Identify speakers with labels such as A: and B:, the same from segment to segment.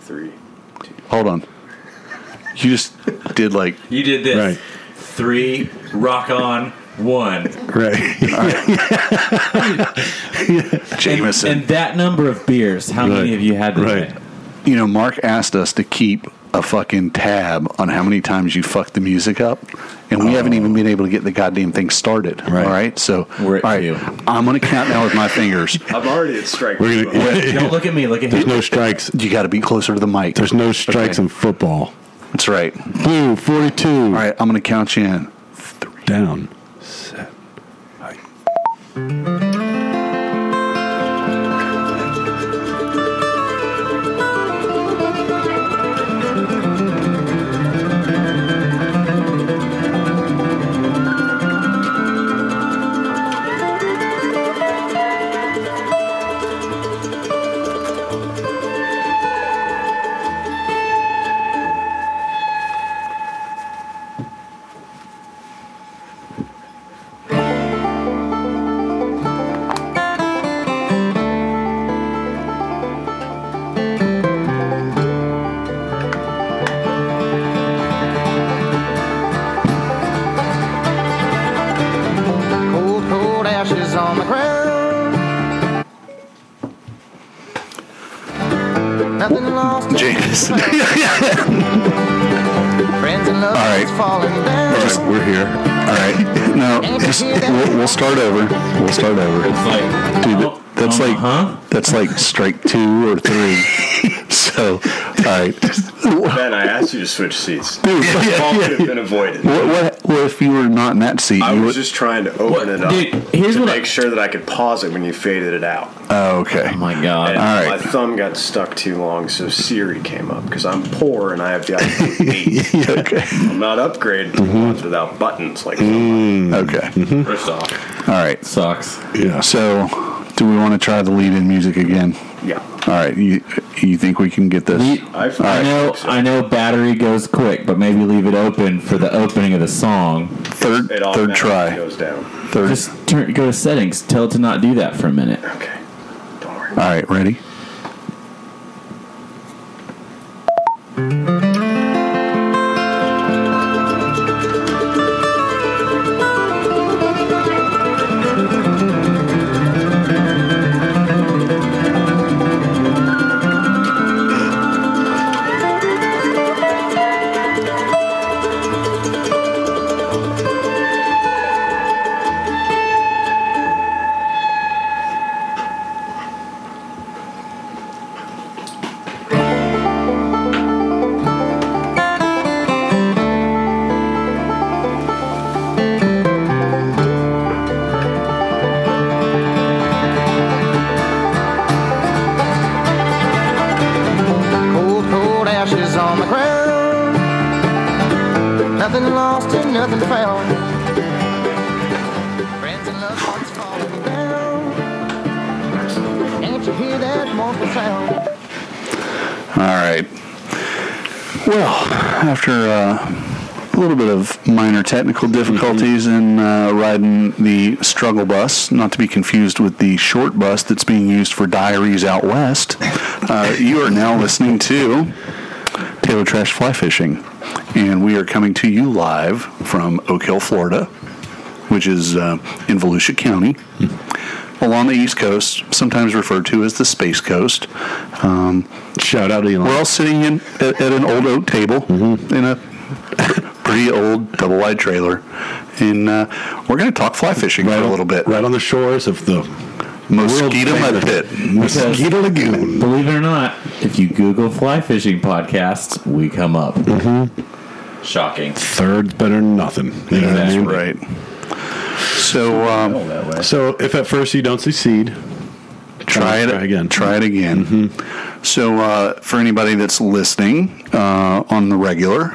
A: Three. Two.
B: Hold on. You just did like
A: You did this.
B: Right.
A: Three. Rock on. One.
B: right, Jameson.
A: And that number of beers. How many of you had
B: right.
A: today?
B: You know, Mark asked us to keep a fucking tab on how many times you fucked the music up, and we haven't even been able to get the goddamn thing started.
C: Right.
B: All right, so
A: We're at
B: all right,
A: two.
B: I'm gonna count now with my fingers.
D: I'm already at strike.
C: We're
D: two.
C: gonna,
A: Don't look at me. Look at
C: there's
A: him.
C: no strikes.
B: You got to be closer to the mic.
C: There's no strikes
B: Okay.
C: in football.
B: That's right.
C: Blue, 42.
B: All right, I'm gonna count you in.
C: Down.
E: Cold, cold ashes on the ground. Nothing lost.
B: Jameson.
E: Friends and loved
B: All right.
E: ones falling down.
B: Just- we're here. All right. No, just, we'll, we'll start over. We'll start over.
A: It's like,
B: Dude, that's like
A: huh?
B: that's like strike two or three. So, all right.
D: Ben, I asked you to switch seats.
B: Dude,
D: All
B: yeah,
D: could have been avoided.
B: What, what, what if you were not in that seat?
D: I
B: you
D: was
B: would-
D: just trying to open
A: What-
D: it up
A: dude, here's
D: to
A: what I-
D: make sure that I could pause it when you faded it out.
B: oh, okay.
A: Oh my god.
D: And
B: All
D: My
B: right.
D: thumb got stuck too long, so Siri came up because I'm poor and I have the iPhone 8.
B: Yeah, okay. Mm-hmm.
D: I'm not upgraded to ones without buttons. Like,
B: Okay.
A: First off,
B: All right.
A: sucks.
C: Yeah.
B: So, do we want to try the lead-in music again?
D: yeah,
B: All right. You you think we can get this?
D: I,
A: I know,
D: so.
A: I know, battery goes quick, but maybe leave it open for the opening of the song.
B: third
D: It all
B: third try.
D: goes down.
B: Third.
A: Just turn, go to settings. Tell it to not do that for a minute.
D: Okay, don't worry.
B: all right. Ready?
E: Cold, cold ashes on the ground. Nothing lost and nothing found. Friends and loved ones falling down. Can't you hear that mournful sound?
B: All right. Well, after uh, a little bit of minor technical difficulties in uh, riding the struggle bus, not to be confused with the short bus that's being used for diaries out west, uh, you are now listening to Taylor Trash Fly Fishing. And we are coming to you live from Oak Hill, Florida, which is uh, in Volusia County along the East Coast, sometimes referred to as the Space Coast. Um,
C: Shout out Elon.
B: we're all sitting in at, at an old oak table
C: Mm-hmm.
B: in a pretty old double wide trailer, and uh, we're going to talk fly fishing for a
C: on-
B: little bit.
C: Right on the shores of the
B: Mosquito mud pit.
C: Mosquito Lagoon.
A: Believe it or not, if you Google fly fishing podcasts, we come up.
B: Mm-hmm.
A: Shocking.
C: Third's better than nothing. You know what I
A: Exactly.
C: mean?
B: Right. So um,
A: that way.
C: So if at first you don't succeed,
B: try it
C: Try again. Mm-hmm.
B: Try it again. So uh, for anybody that's listening uh, on the regular,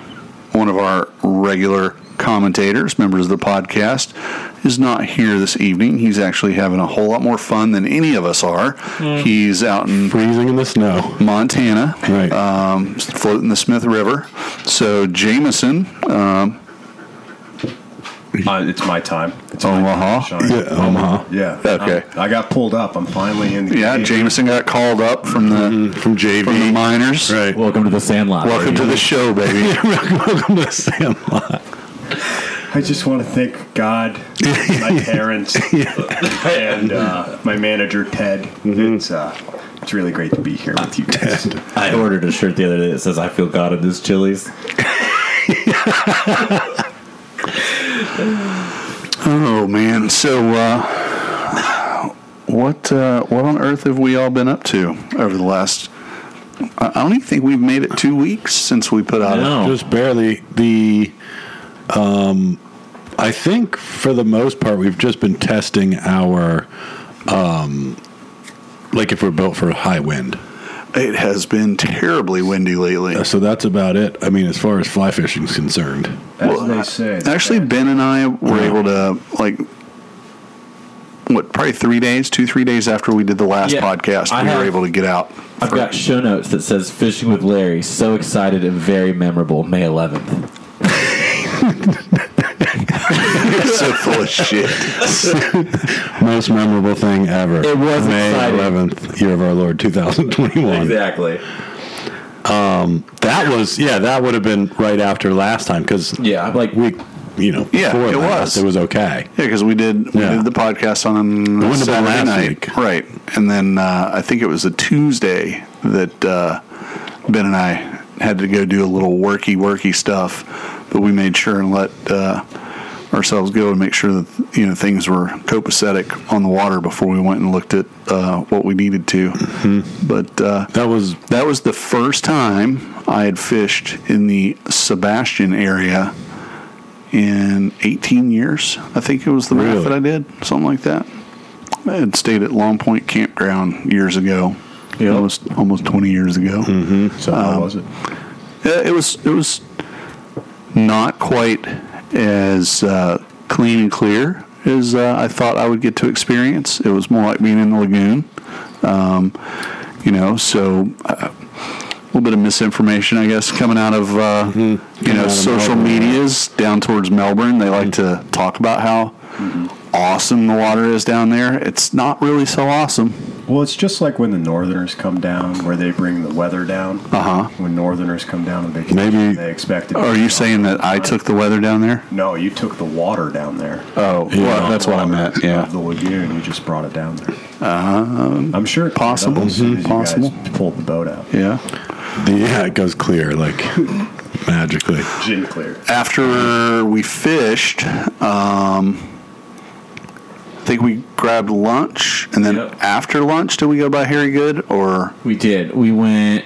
B: one of our regular commentators, members of the podcast, is not here this evening. He's actually having a whole lot more fun than any of us are. He's out in
C: freezing in the snow.
B: Montana,
C: Right.
B: um, floating the Smith River. So Jameson, um,
D: Uh, it's my time. It's my
B: Omaha?
D: time to shine.
C: Yeah, Omaha.
D: Yeah.
B: Okay.
D: I'm- I got pulled up. I'm finally in. The
B: Yeah,
D: game.
B: Jameson got called up from the
C: Mm-hmm. From JV.
B: from the minors.
C: right.
F: Welcome to the Sandlot.
B: Welcome to the show, baby.
C: Welcome to Sandlot.
D: I just want to thank God, my parents, and uh, my manager Ted.
B: Mm-hmm.
D: It's uh, it's really great to be here with you guys.
F: I ordered a shirt the other day that says "I feel God in this Chili's."
B: Oh man. So uh, what uh, what on earth have we all been up to over the last? I I don't even think we've made it two weeks since we put out. a-
F: No.
C: Just barely. The, um, I think for the most part, we've just been testing our, um, like if we're built for high wind. Uh,
B: It has been terribly windy lately.
C: So that's about it. I mean, as far as fly fishing is concerned,
D: As they say,
B: Actually, Ben and I were able to like what probably three days, two three days after we did the last
F: Yeah,
B: podcast,
F: I
B: we were
F: have-
B: able to get out.
F: I've got show notes that says "Fishing with Larry." So excited and very memorable. May 11th.
B: You're so full of shit.
C: most memorable thing ever.
F: It was
C: May
F: exciting.
C: 11th, year of our Lord 2021.
F: Exactly.
C: That was yeah. That would have been right after last time because
F: Yeah, I'm like
C: we, you know,
B: Yeah,
C: before
B: it
C: last,
B: was.
C: It was okay.
B: Yeah, because we did we
C: Yeah.
B: did the podcast on
C: wouldn't have been
B: Saturday
C: last
B: night,
C: week.
B: right? And then uh, I think it was a Tuesday that uh, Ben and I had to go do a little worky worky stuff, but we made sure and let uh, ourselves go and make sure that you know things were copacetic on the water before we went and looked at uh, what we needed to.
C: Mm-hmm.
B: But uh,
C: That was
B: that was the first time I had fished in the Sebastian area in 18 years. I think it was the
C: Really?
B: math that I did, something like that. I had stayed at Long Point Campground years ago,
F: Yeah.
B: almost almost 20 years ago.
D: so
C: um,
D: how was it?
B: Uh, It was it was not quite as uh, clean and clear as uh, I thought I would get to experience. It was more like being in the lagoon, um, you know. So uh, a little bit of misinformation, I guess, coming out of uh, you know
C: out of
B: social
C: Melbourne,
B: medias down towards Melbourne. They like to talk about how. Awesome, the water is down there. It's not really so awesome.
D: Well, it's just like when the Northerners come down, where they bring the weather down.
B: Uh-huh.
D: When Northerners come down on vacation,
C: Maybe-
D: they expect it.
B: Are you saying that I took the weather down there?
D: No, you took the water down there.
B: Oh, well, that's what I meant. Yeah, Um,
D: Of the lagoon, you just brought it down there. I'm sure it
B: possible, Mm-hmm.
D: Possible. As soon as you guys
B: possible.
D: pulled the boat out.
B: yeah.
C: the yeah. It goes clear like magically.
D: Gin clear.
B: after we fished, um, I think we grabbed lunch, and then
F: Yep.
B: after lunch, did we go by Harry Good or
F: we did. We went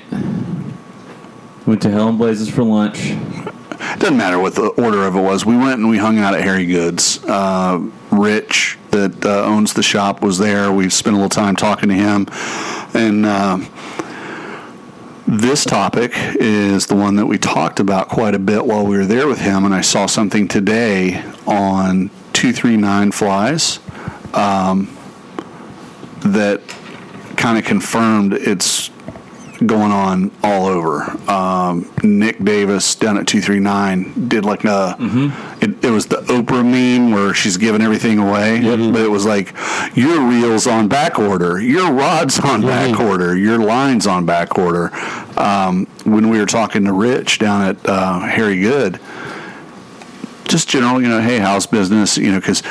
F: went to Hell and Blazes for lunch.
B: it doesn't matter what the order of it was. We went and we hung out at Harry Goods. Uh, Rich, that uh, owns the shop, was there. We spent a little time talking to him, and uh, this topic is the one that we talked about quite a bit while we were there with him. And I saw something today on two three nine flies um, that kind of confirmed it's going on all over. Um, Nick Davis down at 239 did like a, it, it was the Oprah meme where she's giving everything away, but it was like, your reel's on back order, your rod's on back order, your line's on back order. Um, when we were talking to Rich down at uh, Harry Good, just general, you know, hey, how's business? You know, because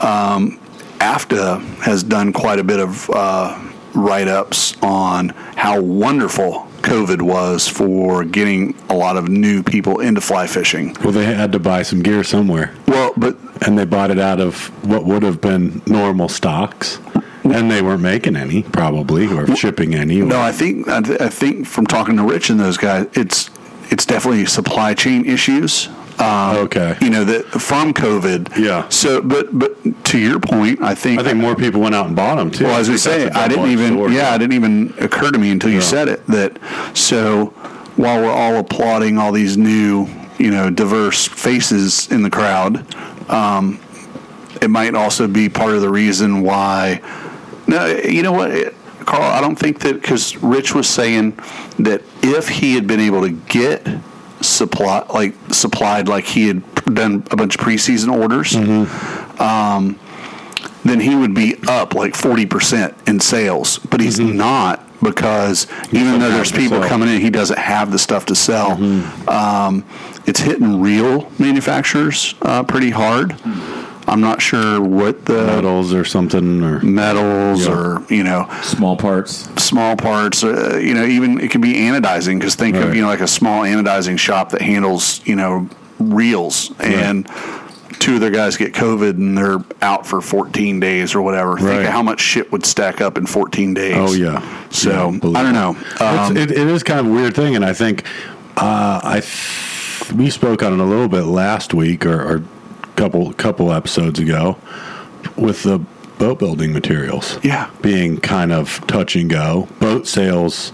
B: um, AFTA has done quite a bit of uh, write ups on how wonderful COVID was for getting a lot of new people into fly fishing.
C: Well, they had to buy some gear somewhere,
B: Well, but
C: and they bought it out of what would have been normal stocks, and they weren't making any probably or shipping any. Or,
B: no, I think I, th- I think from talking to Rich and those guys, it's it's definitely supply chain issues. Um,
C: Okay.
B: you know that from COVID.
C: Yeah.
B: So, but but to your point, I think
C: I think more people went out and bought them too.
B: Well, as we
C: think
B: say,
C: that's a
B: I didn't
C: double-edged
B: even.
C: sword.
B: Yeah, it didn't even occur to me until you
C: Yeah.
B: said it. That so while we're all applauding all these new, you know, diverse faces in the crowd, um, it might also be part of the reason why. No, you know what, it- Carl? I don't think that because Rich was saying that if he had been able to get supply like supplied like he had done a bunch of preseason orders,
C: Mm-hmm.
B: um, then he would be up like forty percent in sales. But he's not because even though
C: Mm-hmm. doesn't
B: there's
C: have to
B: people
C: sell. Mm-hmm.
B: coming in, he doesn't have the stuff to sell. Um, it's hitting real manufacturers uh, pretty hard.
C: Mm-hmm.
B: I'm not sure what the
C: Metals or something or
B: metals
C: Yeah.
B: or you know
F: Small parts.
B: small parts uh, you know even it can be anodizing because think of
C: Right.
B: you know like a small anodizing shop that handles you know reels and two of their guys get covid and they're out for 14 days or whatever think
C: Right.
B: of how much shit would stack up in 14 days
C: Oh yeah.
B: so
C: Yeah, believe
B: i
C: it.
B: don't know um,
C: it's, it, it is kind of a weird thing, and I think uh, I th- we spoke on it a little bit last week or, or couple couple episodes ago with the boat building materials.
B: Yeah.
C: being kind of touch and go. Boat sales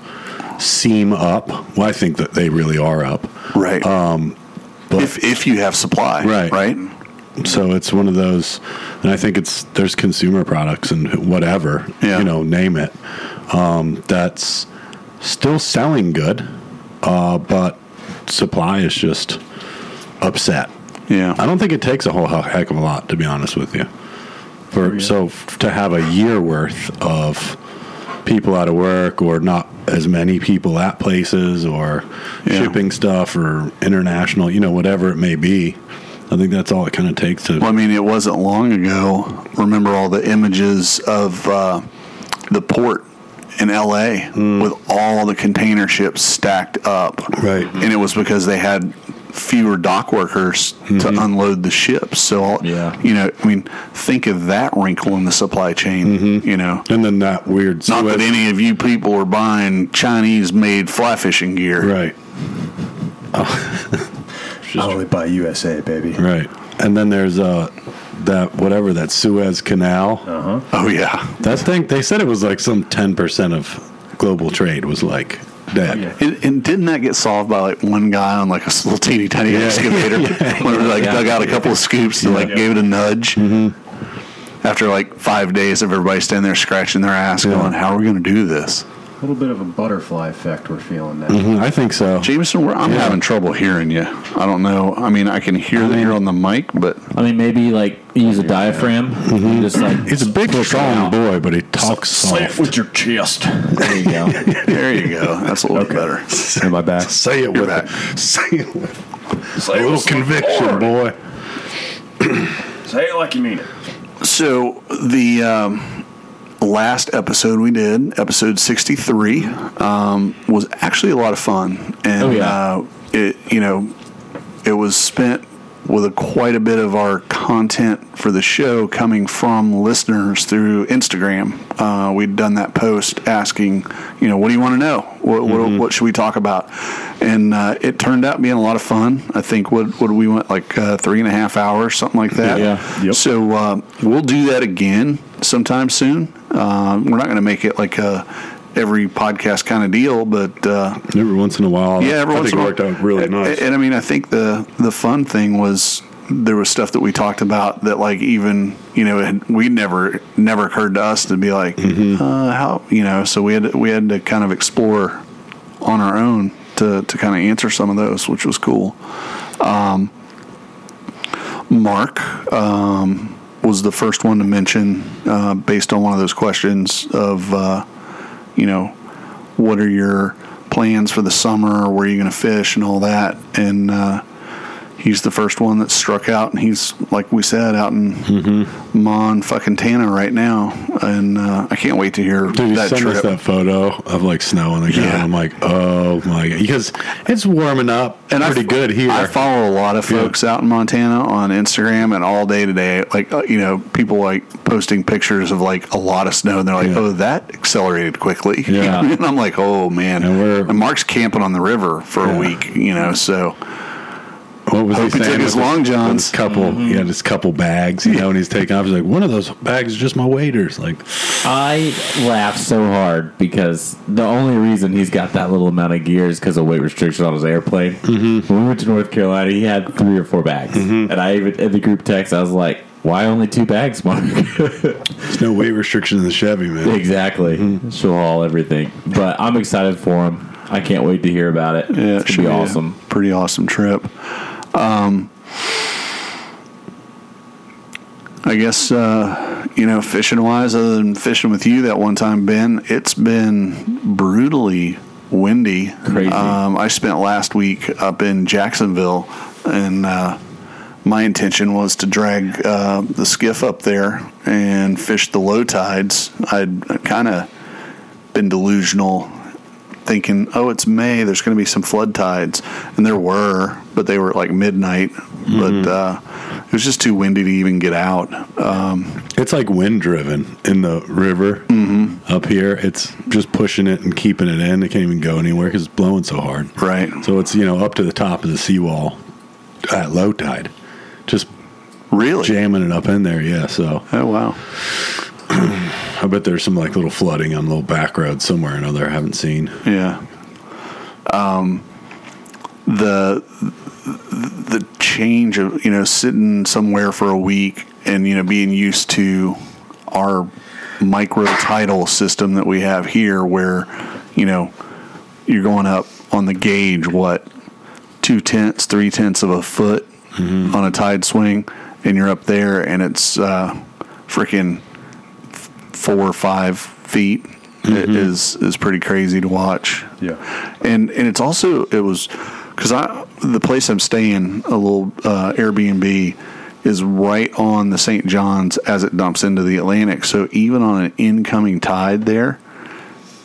C: seem up. Well, I think that they really are up.
B: right
C: but-
B: if, if you have supply
C: Uh, Right.
B: right
C: So it's one of those, and I think it's there's consumer products and whatever
B: Yeah.
C: you know, name it. Um, that's still selling good, uh, but supply is just upset.
B: yeah
C: I don't think it takes a whole he- heck of a lot to be honest with you. For so f- to have a year worth of people out of work or not as many people at places or
B: Yeah.
C: shipping stuff or international, you know, whatever it may be. I think that's all it kind of takes to
B: Well, I mean, it wasn't long ago. Remember all the images of uh, the port in LA
C: Hmm.
B: with all the container ships stacked up.
C: Right.
B: And it was because they had fewer dock workers to
C: Mm-hmm.
B: unload the ships. So, all,
F: Yeah.
B: you know, I mean, think of that wrinkle in the supply chain,
C: Mm-hmm.
B: you know.
C: and then that weird
B: Not that
C: Suez-
B: any of you people are buying Chinese made fly fishing gear.
C: right,
D: I only buy USA, baby.
C: right, and then there's uh that whatever that Suez Canal.
D: Uh-huh.
B: Oh, yeah.
C: That thing they said it was like some ten percent of global trade was like that.
D: Yeah.
B: And, and didn't that get solved by like one guy on like a little teeny tiny excavator? Where they, like
F: Yeah. Mm-hmm.
B: dug out a couple of scoops and like gave it a nudge. After like five days of everybody standing there scratching their ass, going, "How are we going to do this?"
D: A little bit of a butterfly effect we're feeling now.
C: Mhm, I think so.
B: Jameson, we're, I'm having trouble hearing you. I don't know. I mean, I can hear that you're on the mic, but
F: I mean, maybe like use a diaphragm. and Just like
C: He's a big, strong boy, but he talks
D: Say it
C: soft.
D: with your chest.
F: there you go.
B: there you go. That's a little bit better.
D: Am I back?
C: Say it
B: You're
C: with
B: back.
C: it. Say it with
D: Say
C: a little conviction, boy.
D: Say it like you mean it.
B: So the um, last episode we did, episode sixty three, um, was actually a lot of fun, and
F: Oh, yeah.
B: uh, it you know it was spent with a, quite a bit of our content for the show coming from listeners through Instagram. Uh, we'd done that post asking, you know, what do you want to know? What,
F: Mm-hmm.
B: what, what should we talk about? And uh, it turned out being a lot of fun. I think what what we went like uh, three and a half hours, something like that.
F: Yeah.
D: Yep.
B: So uh, we'll do that again sometime soon. Uh, we're not going to make it like a every podcast kind of deal, but uh,
C: Every once in a while,
B: yeah, every
C: I
B: once
C: think
B: in
C: it
B: a
C: worked
B: while.
C: out really
B: and,
C: nice.
B: And I mean, I think the the fun thing was there was stuff that we talked about that like even you know had, we never never occurred to us to be like uh, how you know so we had to, we had to kind of explore on our own to to kind of answer some of those, which was cool. Um, Mark um, was the first one to mention, uh, based on one of those questions of, uh, you know, what are your plans for the summer? Where are you going to fish and all that? And uh, he's the first one that struck out, and he's like we said, out in
C: Mm-hmm.
B: Mon fucking Tana right now, and uh, I can't wait to hear
C: Dude, he
B: that
C: sent us
B: trip.
C: that photo of like snow on the ground.
B: Yeah.
C: I'm like, oh my god, because it's warming up
B: and
C: pretty
B: I,
C: good here.
B: I follow a lot of folks out in Montana on Instagram and all day today. Like uh, you know, people like posting pictures of like a lot of snow, and they're like,
C: Yeah.
B: "Oh, that accelerated quickly."
C: Yeah.
B: and I'm like, "Oh man!"
C: And
B: And,
C: we're-
B: Mark's camping on the river for
C: Yeah.
B: a week, you know. So
C: what was
B: Hope he
C: he saying?
B: took his
C: with
B: long
C: with
B: johns.
C: his couple, he had his couple bags, you know, and he's taking off. He's like, one of those bags is just my waiters. Like,
F: I laugh so hard because the only reason he's got that little amount of gear is because of weight restriction on his airplane. Mm-hmm. When we went to North Carolina, he had three or four bags, and I even in the group text I was like, "Why only two bags, Mark?"
C: there's no weight restriction in the Chevy, man.
F: exactly. She'll haul everything, but I'm excited for him. I can't wait to hear about it.
B: Yeah,
F: it's gonna be
B: a
F: awesome.
B: pretty awesome trip. Um, I guess uh, you know, fishing wise, other than fishing with you that one time, Ben, it's been brutally windy.
F: Crazy.
B: Um, I spent last week up in Jacksonville, and uh, my intention was to drag uh, the skiff up there and fish the low tides. I'd kind of been delusional thinking, oh, it's May, there's going to be some flood tides. And there were, but they were at like midnight. But uh, it was just too windy to even get out. Um,
C: It's like wind driven in the river
B: Mm-hmm.
C: up here. It's just pushing it and keeping it in. It can't even go anywhere because it's blowing so hard.
B: right.
C: So it's, you know, up to the top of the seawall at low tide. Just
B: Really?
C: jamming it up in there, yeah. So
B: Oh, wow.
C: I bet there's some like little flooding on little back roads somewhere or another I haven't seen.
B: Yeah. Um, the the change of you know sitting somewhere for a week and you know being used to our micro tidal system that we have here, where you know you're going up on the gauge what two tenths, three tenths of a foot on a tide swing, and you're up there and it's uh, freaking four or five feet It is is pretty crazy to watch.
D: Yeah.
B: and and it's also it was because I the place I'm staying a little uh, Airbnb is right on the St. John's as it dumps into the Atlantic. So even on an incoming tide, there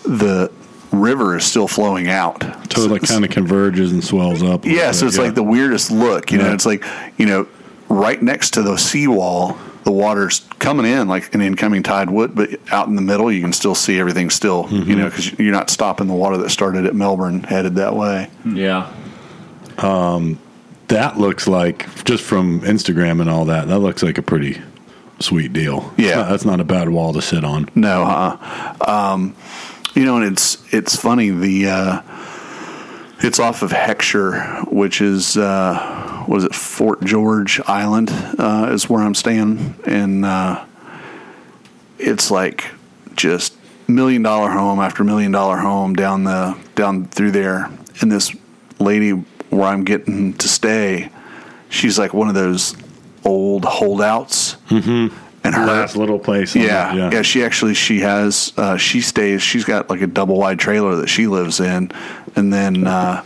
B: the river is still flowing out.
C: So it like kind of converges and swells up. a
B: Yeah,
C: little
B: so
C: bit,
B: it's like the weirdest look. You know,
C: Yeah.
B: it's like, you know, right next to the seawall, the water's coming in like an incoming tide would, but out in the middle, you can still see everything still, you know, because you're not stopping the water that started at Melbourne headed that way.
F: Yeah.
C: that looks like just from Instagram and all that. That looks like a pretty sweet deal.
B: Yeah.
C: that's not a bad wall to sit on.
B: No, huh? Um, you know, and it's it's funny. The uh, it's off of Heckscher, which is uh, was it Fort George Island uh, is where I'm staying, and uh, it's like just million dollar home after million dollar home down the down through there, and this lady where I'm getting to stay, she's like one of those old holdouts, mm-hmm. and her
C: Last little place. on
B: yeah,
C: it,
B: yeah. She actually she has uh, she stays. She's got like a double wide trailer that she lives in, and then uh,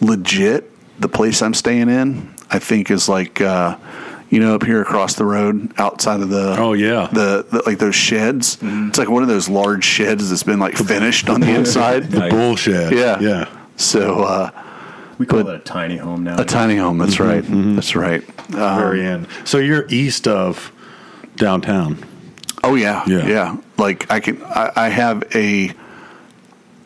B: legit the place I'm staying in, I think is like uh, you know up here across the road outside of the
C: Oh, yeah. Mm-hmm.
B: the, the like those sheds. It's like one of those large sheds that's been like finished on the inside.
C: the bullshit.
B: Yeah.
C: yeah.
B: So uh,
D: We call it a tiny home now.
B: a tiny home. That's
C: Mm-hmm.
B: right. That's right. Uh,
C: Very end. So you're east of downtown.
B: Oh yeah,
C: Yeah.
B: yeah. Like I can, I, I have a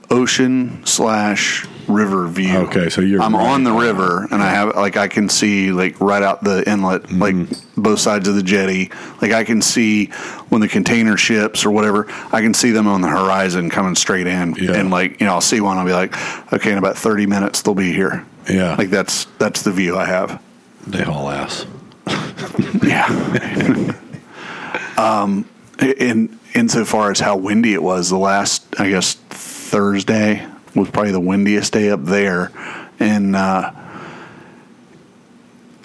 B: ocean slash river view.
C: Okay, so you're
B: I'm
C: right.
B: on the river, and I have like I can see like right out the inlet,
C: Mm-hmm.
B: like both sides of the jetty. Like I can see when the container ships or whatever, I can see them on the horizon coming straight in,
C: Yeah.
B: and like you know I'll see one, I'll be like, okay, in about 30 minutes they'll be here.
C: Yeah.
B: like that's that's the view I have.
C: They haul ass.
B: Yeah. um, in insofar as how windy it was, the last I guess Thursday was probably the windiest day up there, and uh,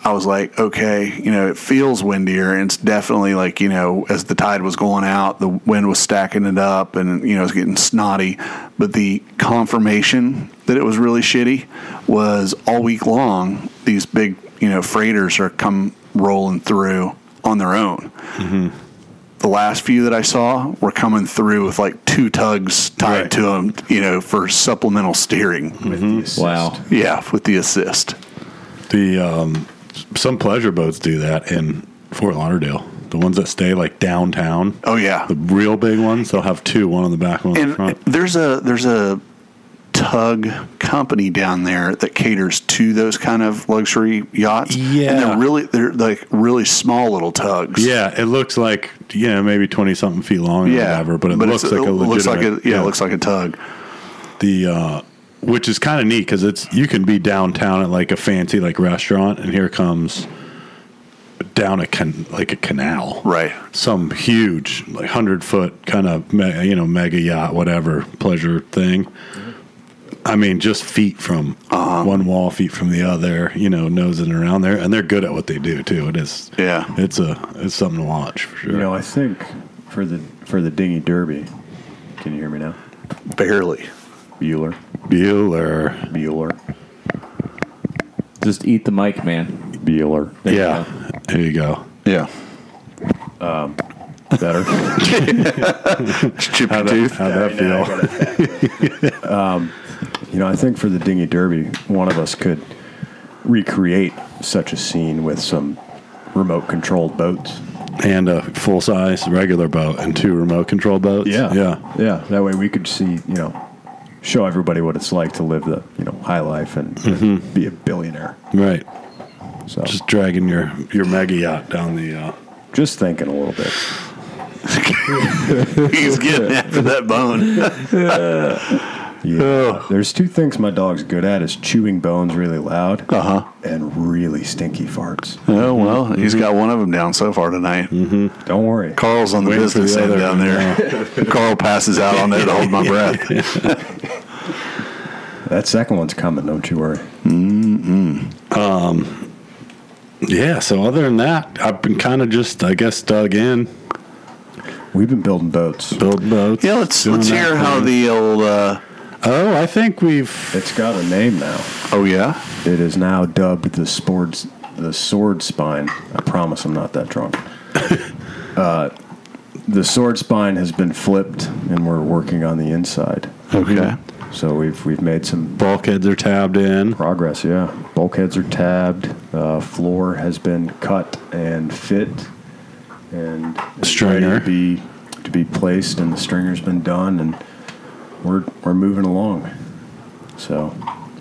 B: I was like, okay, you know, it feels windier, and it's definitely like you know, as the tide was going out, the wind was stacking it up, and you know, it's getting snotty. But the confirmation that it was really shitty was all week long. These big, you know, freighters are come rolling through on their own the last few that I saw were coming through with like two tugs tied
C: Right.
B: to them, you know, for supplemental steering.
D: with the assist.
F: Wow.
B: Yeah, with the assist.
C: The um, some pleasure boats do that in Fort Lauderdale. The ones that stay like downtown.
B: Oh yeah,
C: The real big ones, they'll have two, one on the back, one on the
B: and
C: front.
B: there's a there's a tug company down there that caters to those kind of luxury yachts.
C: Yeah.
B: and they're really they're like really small little tugs.
C: Yeah, it looks like you know maybe twenty something feet long or
B: Yeah,
C: whatever, but it looks
B: it's-
C: like a
B: it
C: legitimate.
B: looks like a yeah, it looks like a tug.
C: the uh, which is kind of neat because it's you can be downtown at like a fancy like restaurant, and here comes down a can like a canal,
B: Right.
C: Some huge like hundred foot kind of me- you know mega yacht whatever pleasure thing. I mean, just feet from one wall, feet from the other. You know, nosing around there, and they're good at what they do too. It is,
B: Yeah.
C: it's a it's something to watch for sure.
D: You know, I think for the for the dinghy derby. Can you hear me now?
B: Barely.
D: Bueller,
C: Bueller,
D: Bueller,
F: Just eat the mic, man.
D: Bueller.
F: There you
C: yeah,
F: go.
C: there you go.
B: Yeah.
D: Better.
B: Chip
C: How'd that,
B: your tooth.
C: how'd that feel?
D: Um, You know, I think for the dinghy derby, one of us could recreate such a scene with some remote controlled boats.
C: and a full size regular boat and two remote control boats. yeah,
D: yeah. That way we could see, you know, show everybody what it's like to live the you know high life and, and be a billionaire.
C: right.
D: So just,
C: Just dragging your your mega yacht down the. Uh,
D: thinking a little bit.
B: He's getting after that bone.
D: Yeah. There's two things my dog's good at: is chewing bones really loud,
B: Uh huh.
D: and really stinky farts.
B: Oh well, he's got one of them down so far tonight.
D: Don't worry.
B: Carl's on the
C: Mm-hmm. Waiting for
B: business
C: the
B: end
C: other
B: down
C: one,
B: there. Carl passes out on there to hold my breath.
D: That second one's coming. Don't you worry.
C: yeah. So other than that, I've been kind of just I guess dug in
D: We've been building boats.
C: build boats.
B: Yeah, let's
C: doing
B: let's
C: that
B: hear how
C: thing.
B: the old. Uh,
C: Oh, I think we've.
D: It's got a name now.
B: oh yeah,
D: It is now dubbed the Sports the Sword Spine. I promise I'm not that drunk. uh, the Sword Spine has been flipped, and we're working on the inside.
B: okay.
D: So we've we've made some
C: Bulkheads are tabbed in.
D: progress. Yeah, bulkheads are tabbed. Uh, floor has been cut and fit, and is
C: Stringer.
D: ready to be to be placed, and the stringer's been done, and we're we're moving along. So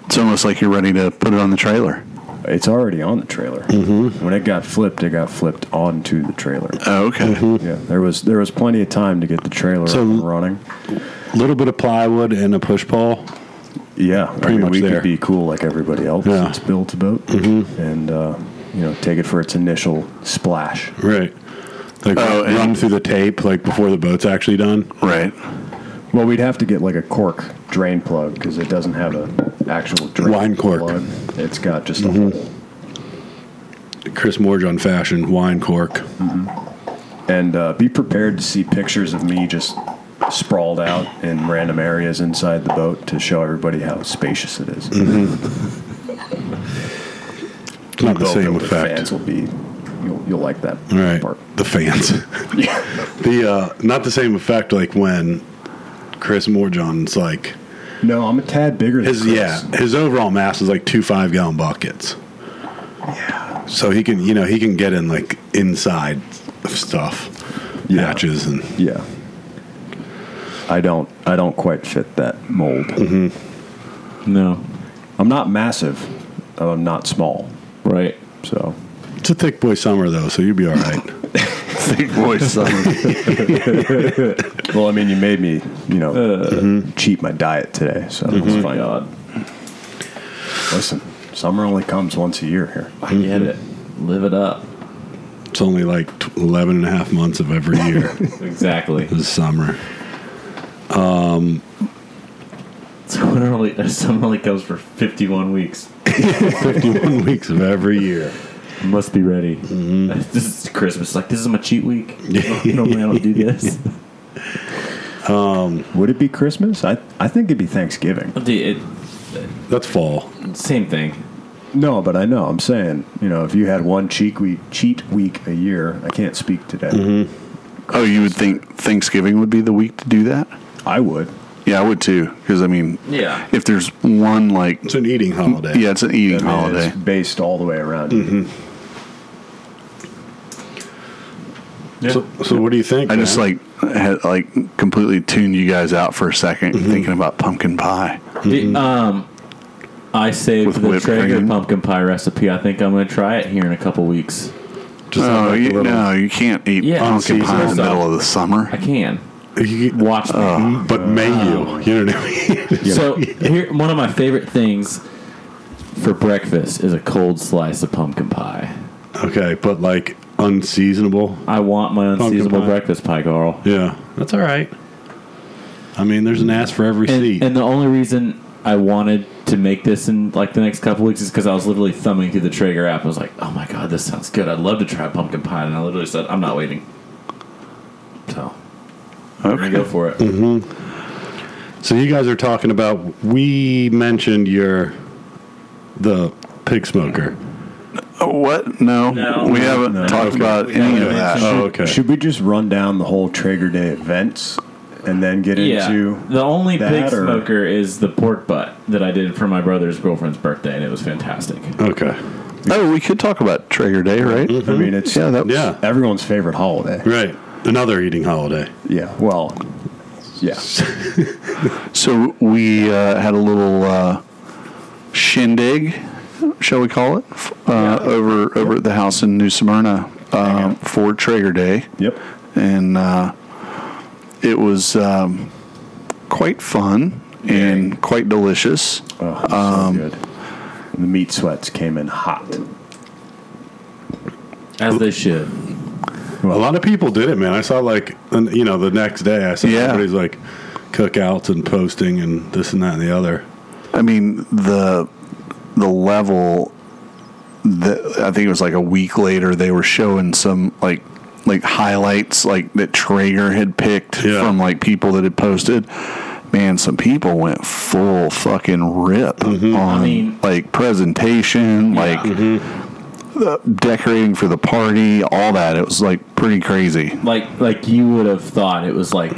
B: It's almost like you're ready to put it on the trailer.
D: It's already on the trailer. Mm-hmm. When it got flipped, it got flipped onto the trailer.
B: Oh, okay.
D: Yeah, there was there was plenty of time to get the trailer
C: So-
D: up and running.
C: A little bit of plywood and a push pole.
D: Yeah, I mean,
C: much
D: we
C: there.
D: could be cool like everybody else.
C: Yeah. Mm-hmm.
D: It's built a boat and uh, you know take it for its initial splash.
C: Right. Like
B: Oh, and-
C: run through the tape like before the boat's actually done.
B: Right.
D: Well, we'd have to get like a cork drain plug because it doesn't have an actual drain
C: Wine cork. Mm-hmm.
D: plug. It's got just a hole.
C: Chris Morjon fashion wine cork.
D: and uh, be prepared to see pictures of me just sprawled out in random areas inside the boat to show everybody how spacious it
C: Mm-hmm.
D: is.
C: Not the
D: Boat
C: same
D: builder
C: effect.
D: Fans will be, you'll, you'll like that
C: All right.
D: part.
C: The fans. the uh, not the same effect like when Chris Morjohn's like
D: No, I'm a tad bigger than
C: his
D: Chris.
C: yeah his overall mass is like two five gallon buckets. Yeah. So he can you know he can get in like inside of stuff,
D: Yeah.
C: hatches and
D: yeah. I don't, I don't quite fit that mold.
C: Mm-hmm.
F: No.
D: I'm not massive. I'm not small.
F: Right.
D: So
C: it's a thick boy summer though, so you'll be all right.
B: Big voice. son.
D: Well, I mean, you made me, you know,
C: Mm-hmm.
D: cheat my diet today, so it's fine. Listen, summer only comes once a year here.
F: I get it. Live it up.
C: it's only like t- 11 and a half months of every year
F: Exactly.
C: this summer.
F: So it only, summer only goes for 51 weeks.
C: 51 weeks of every year.
F: Must be ready.
B: Mm-hmm.
F: this is Christmas. Like, this is my cheat week. Normally I don't do this.
D: Would it be Christmas? I, I think it'd be Thanksgiving.
F: Dude,
C: That's fall.
F: it, same thing.
D: No, but I know. I'm saying, you know, if you had one cheat week, cheat week a year, I can't speak today.
B: oh, you would think Thanksgiving would be the week to do that?
D: I would.
B: Yeah, I would too. Because I mean,
F: Yeah.
B: if there's one like,
C: It's an eating holiday.
B: yeah, it's an eating
D: I mean,
B: holiday. Mm-hmm.
D: It's based all the way around.
C: So, so what do you think?
B: I just
C: man?
B: like had like completely tuned you guys out for a 2nd thinking about pumpkin pie.
F: The- um, I saved
B: Mm-hmm. With
F: the
B: whipped
F: Traeger
B: cream.
F: pumpkin pie recipe. I think I'm going to try it here in a couple weeks.
C: Just have,
B: Oh,
C: like, a
B: you,
C: little-
B: no, you can't eat
F: Yeah.
B: pumpkin pie in the
F: Unseasonal.
B: middle of the summer.
F: I can.
C: You get-
F: Watch me.
C: but may you? You know what I mean?
F: So here, one of my favorite things for breakfast is a cold slice of pumpkin pie.
C: okay, but like unseasonable.
F: I want my unseasonable
C: pie.
F: breakfast pie, Carl.
C: Yeah, that's all right. I mean, there's an ass for every
F: And,
C: seat.
F: and the only reason I wanted to make this in like the next couple weeks is because I was literally thumbing through the Traeger app. I was like, oh my god, this sounds good. I'd love to try pumpkin pie, and I literally said, I'm not waiting. So we're gonna go for it.
C: So you guys are talking about we mentioned your the pig smoker.
B: Oh, what? No,
F: No.
B: we haven't talked about any of that.
C: Oh, okay.
D: Should we just run down the whole Traeger Day events and then get into?
F: the only pig
D: that, or-
F: smoker is the pork butt that I did for my brother's girlfriend's birthday, and it was fantastic.
C: Okay.
B: Oh, we could talk about Traeger Day, right?
D: I mean, it's
B: Mm-hmm. Yeah, that,
C: Yeah.
D: everyone's favorite holiday.
C: Right. Another eating holiday.
D: Yeah. Well. Yeah.
B: So we uh, had a little uh, shindig, shall we call it, f- uh, over over at the house in New Smyrna um, for Traeger Day,
D: Yep.
B: and uh, it was um, quite fun and quite delicious.
D: Oh, so good. The meat sweats came in hot.
F: As they should.
C: a lot of people did it, man. I saw like an, you know the next day. I saw
B: Yeah.
C: everybody's like cookouts and posting and this and that and the other.
B: I mean the the level that I think it was like a week later they were showing some like like highlights like that Traeger had picked
C: Yeah.
B: from like people that had posted. Man, some people went full fucking rip
D: Mm-hmm.
B: on
F: mean-
B: like presentation, like
D: Mm-hmm.
B: the decorating for the party, all that. It was like pretty crazy.
F: Like like you would have thought it was like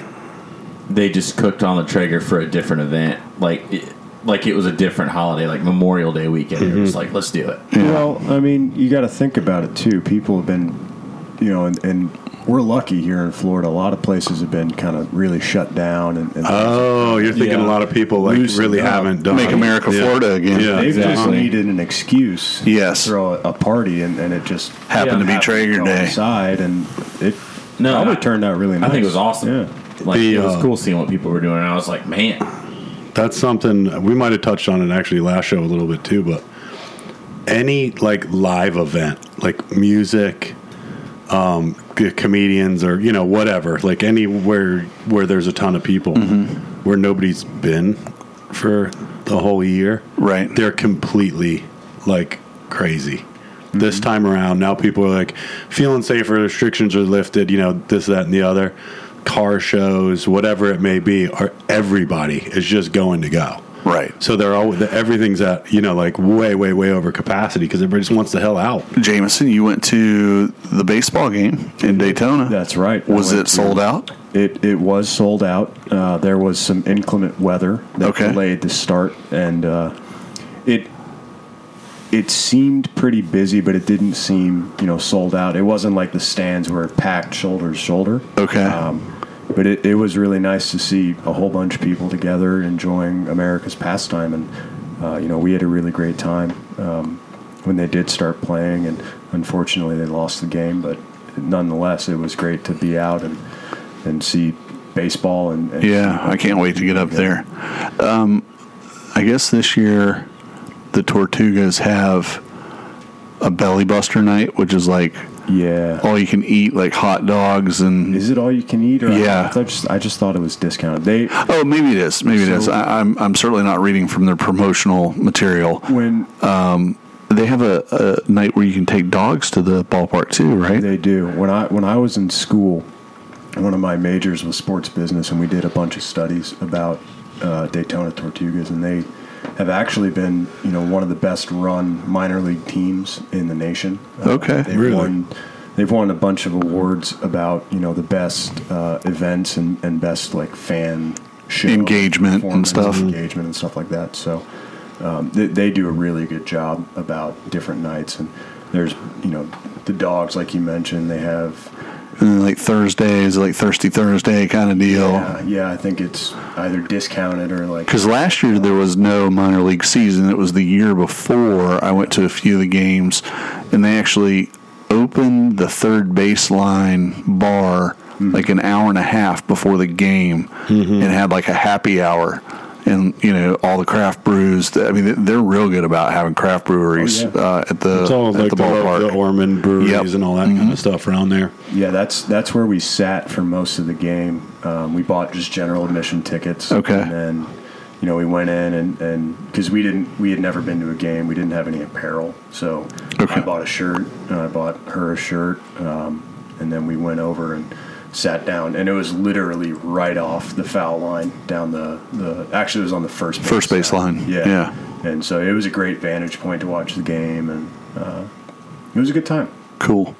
F: they just cooked on the Traeger for a different event, like it, like it was a different holiday, like Memorial Day weekend. It was like let's do it.
D: Well, I mean, you got to think about it too. People have been, you know, and, and we're lucky here in Florida. A lot of places have been kind of really shut down, and, and
C: Oh, you're thinking
F: Yeah.
C: a lot of people like
D: Loosen
C: really
D: up.
C: haven't done
B: Make America
C: Yeah.
B: Florida again.
C: Yeah.
D: they just
F: exactly.
D: needed an excuse.
B: Yes.
D: to throw a, a party, and, and it just
B: Happened to
F: Yeah.
B: be Traeger Day.
D: Inside, and it
F: No,
D: probably
F: I-
D: turned out really nice.
F: I think it was awesome.
D: Yeah.
F: Like
C: The,
F: it was
C: uh,
F: cool seeing what people were doing. And I was like, man,
C: That's something we might have touched on it actually last show a little bit too, but any like live event, like music, um, c- comedians or you know whatever, like anywhere where there's a ton of people, where nobody's been for the whole year,
B: Right.
C: They're completely like crazy. This time around, now people are like feeling safer. Restrictions are lifted. You know this, that, and the other. Car shows, whatever it may be, are everybody is just going to go.
B: Right.
C: So they're all the, everything's at you know like way way way over capacity because everybody just wants the hell out.
B: Jameson, you went to the baseball game in Daytona.
D: That's right. I
B: Was
D: went
B: it sold out?
D: It it was sold out. Uh, there was some inclement weather that
B: Okay.
D: delayed the start, and uh, it it seemed pretty busy, but it didn't seem you know sold out. It wasn't like the stands were packed shoulder to shoulder.
B: Okay.
D: Um, but it, it was really nice to see a whole bunch of people together enjoying America's pastime, and uh, you know we had a really great time um, when they did start playing, and unfortunately they lost the game, but nonetheless it was great to be out and and see baseball and, and
B: Yeah, I can't wait to get up there. Um, I guess this year the Tortugas have a belly buster night, which is like
D: yeah.
B: all you can eat, like hot dogs and.
D: Is it all you can eat? Or
B: Yeah.
D: I, thought just, I just thought it was discounted. They
B: Oh, maybe it is. Maybe it is.
D: So-
B: I, I'm I'm certainly not reading from their promotional material.
D: when
B: They have a, a night where you can take dogs to the ballpark too, right?
D: They do. When I when I was in school, one of my majors was sports business, and we did a bunch of studies about uh, Daytona Tortugas, and they have actually been you know one of the best run minor league teams in the nation. Uh,
B: Okay,
D: they've
C: really?
D: Won, they've won a bunch of awards about you know the best uh, events and, and best like fan show
B: Engagement and
D: performance,
B: stuff.
D: engagement and stuff like that. So um, they, they do a really good job about different nights and there's you know the dogs like you mentioned they have
B: And then like Thursdays, like Thirsty Thursday kind of deal.
D: uh, yeah i think it's either discounted or like
B: Because last year there was no minor league season. It was the year before I went to a few of the games, and they actually opened the third baseline bar
C: Hmm.
B: like an hour and a half before the game
C: Mm-hmm.
B: and had like a happy hour. And you know all the craft brews. I mean, they- they're real good about having craft breweries
D: Oh, yeah.
B: uh, at the
C: It's all
B: at
C: like
B: the
C: the,
B: ballpark.
C: the, Orman breweries
B: Yep.
C: and all that kind of stuff around there.
D: yeah that's that's where we sat for most of the game um, we bought just general admission tickets
B: Okay.
D: and then you know, we went in and and because we didn't we had never been to a game, we didn't have any apparel, so
B: Okay.
D: I bought a shirt and I bought her a shirt, um, and then we went over and sat down, and it was literally right off the foul line down the the actually it was on the first
B: First base
D: side.
B: line.
D: yeah
B: Yeah.
D: and so it was a great vantage point to watch the game, and uh, it was a good time.
B: Cool.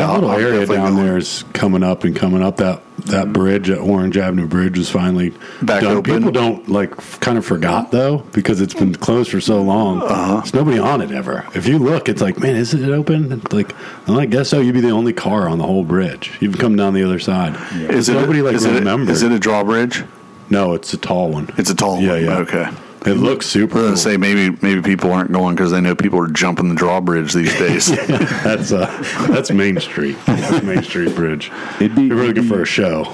C: that
B: I'll-
C: little
B: I'll
C: area
B: definitely
C: down
B: go.
C: there is coming up and coming up. That that bridge, that Orange Avenue Bridge, is finally
B: Back
C: done.
B: open.
C: People don't like f- kind of forgot though because it's been closed for so long.
B: Uh-huh.
C: There's nobody on it ever. If you look, it's like, man, is it open? It's Like, well, I guess so. You'd be the only car on the whole bridge. You've come down the other side.
B: Is it
C: nobody
B: a,
C: like
B: is it a-
C: remembers?
B: is it a drawbridge?
C: no, it's a tall one.
B: It's a tall
C: Yeah,
B: one.
C: yeah.
B: Okay.
C: it looks super.
B: I was
C: cool.
B: gonna say maybe maybe people aren't going because they know people are jumping the drawbridge these days.
C: that's uh, that's Main Street. That's Main Street Bridge.
D: It'd be-
C: If you're looking for a show.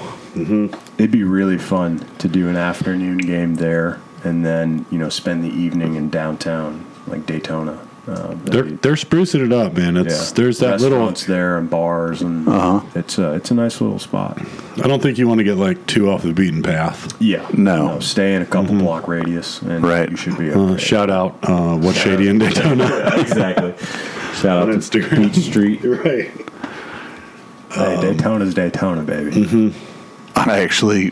D: It'd be really fun to do an afternoon game there, and then you know spend the evening in downtown like Daytona. Um, that'd
C: They're
D: be-
C: they're sprucing it up, man. It's there's that little
D: Restaurants there and bars and
B: Uh-huh.
D: it's a it's a nice little spot.
C: I don't think you want to get like too off the beaten path.
D: Yeah,
B: No.
D: stay in a couple block radius and
B: Right.
D: you should be
C: Mm-hmm. Uh,
D: okay.
C: Shout out uh, what shady in Daytona.
F: exactly. Shout out
C: On
F: to
C: Instagram.
F: Beach Street.
C: right.
B: Um,
D: hey, Daytona's Daytona, baby.
C: Mm-hmm.
B: I actually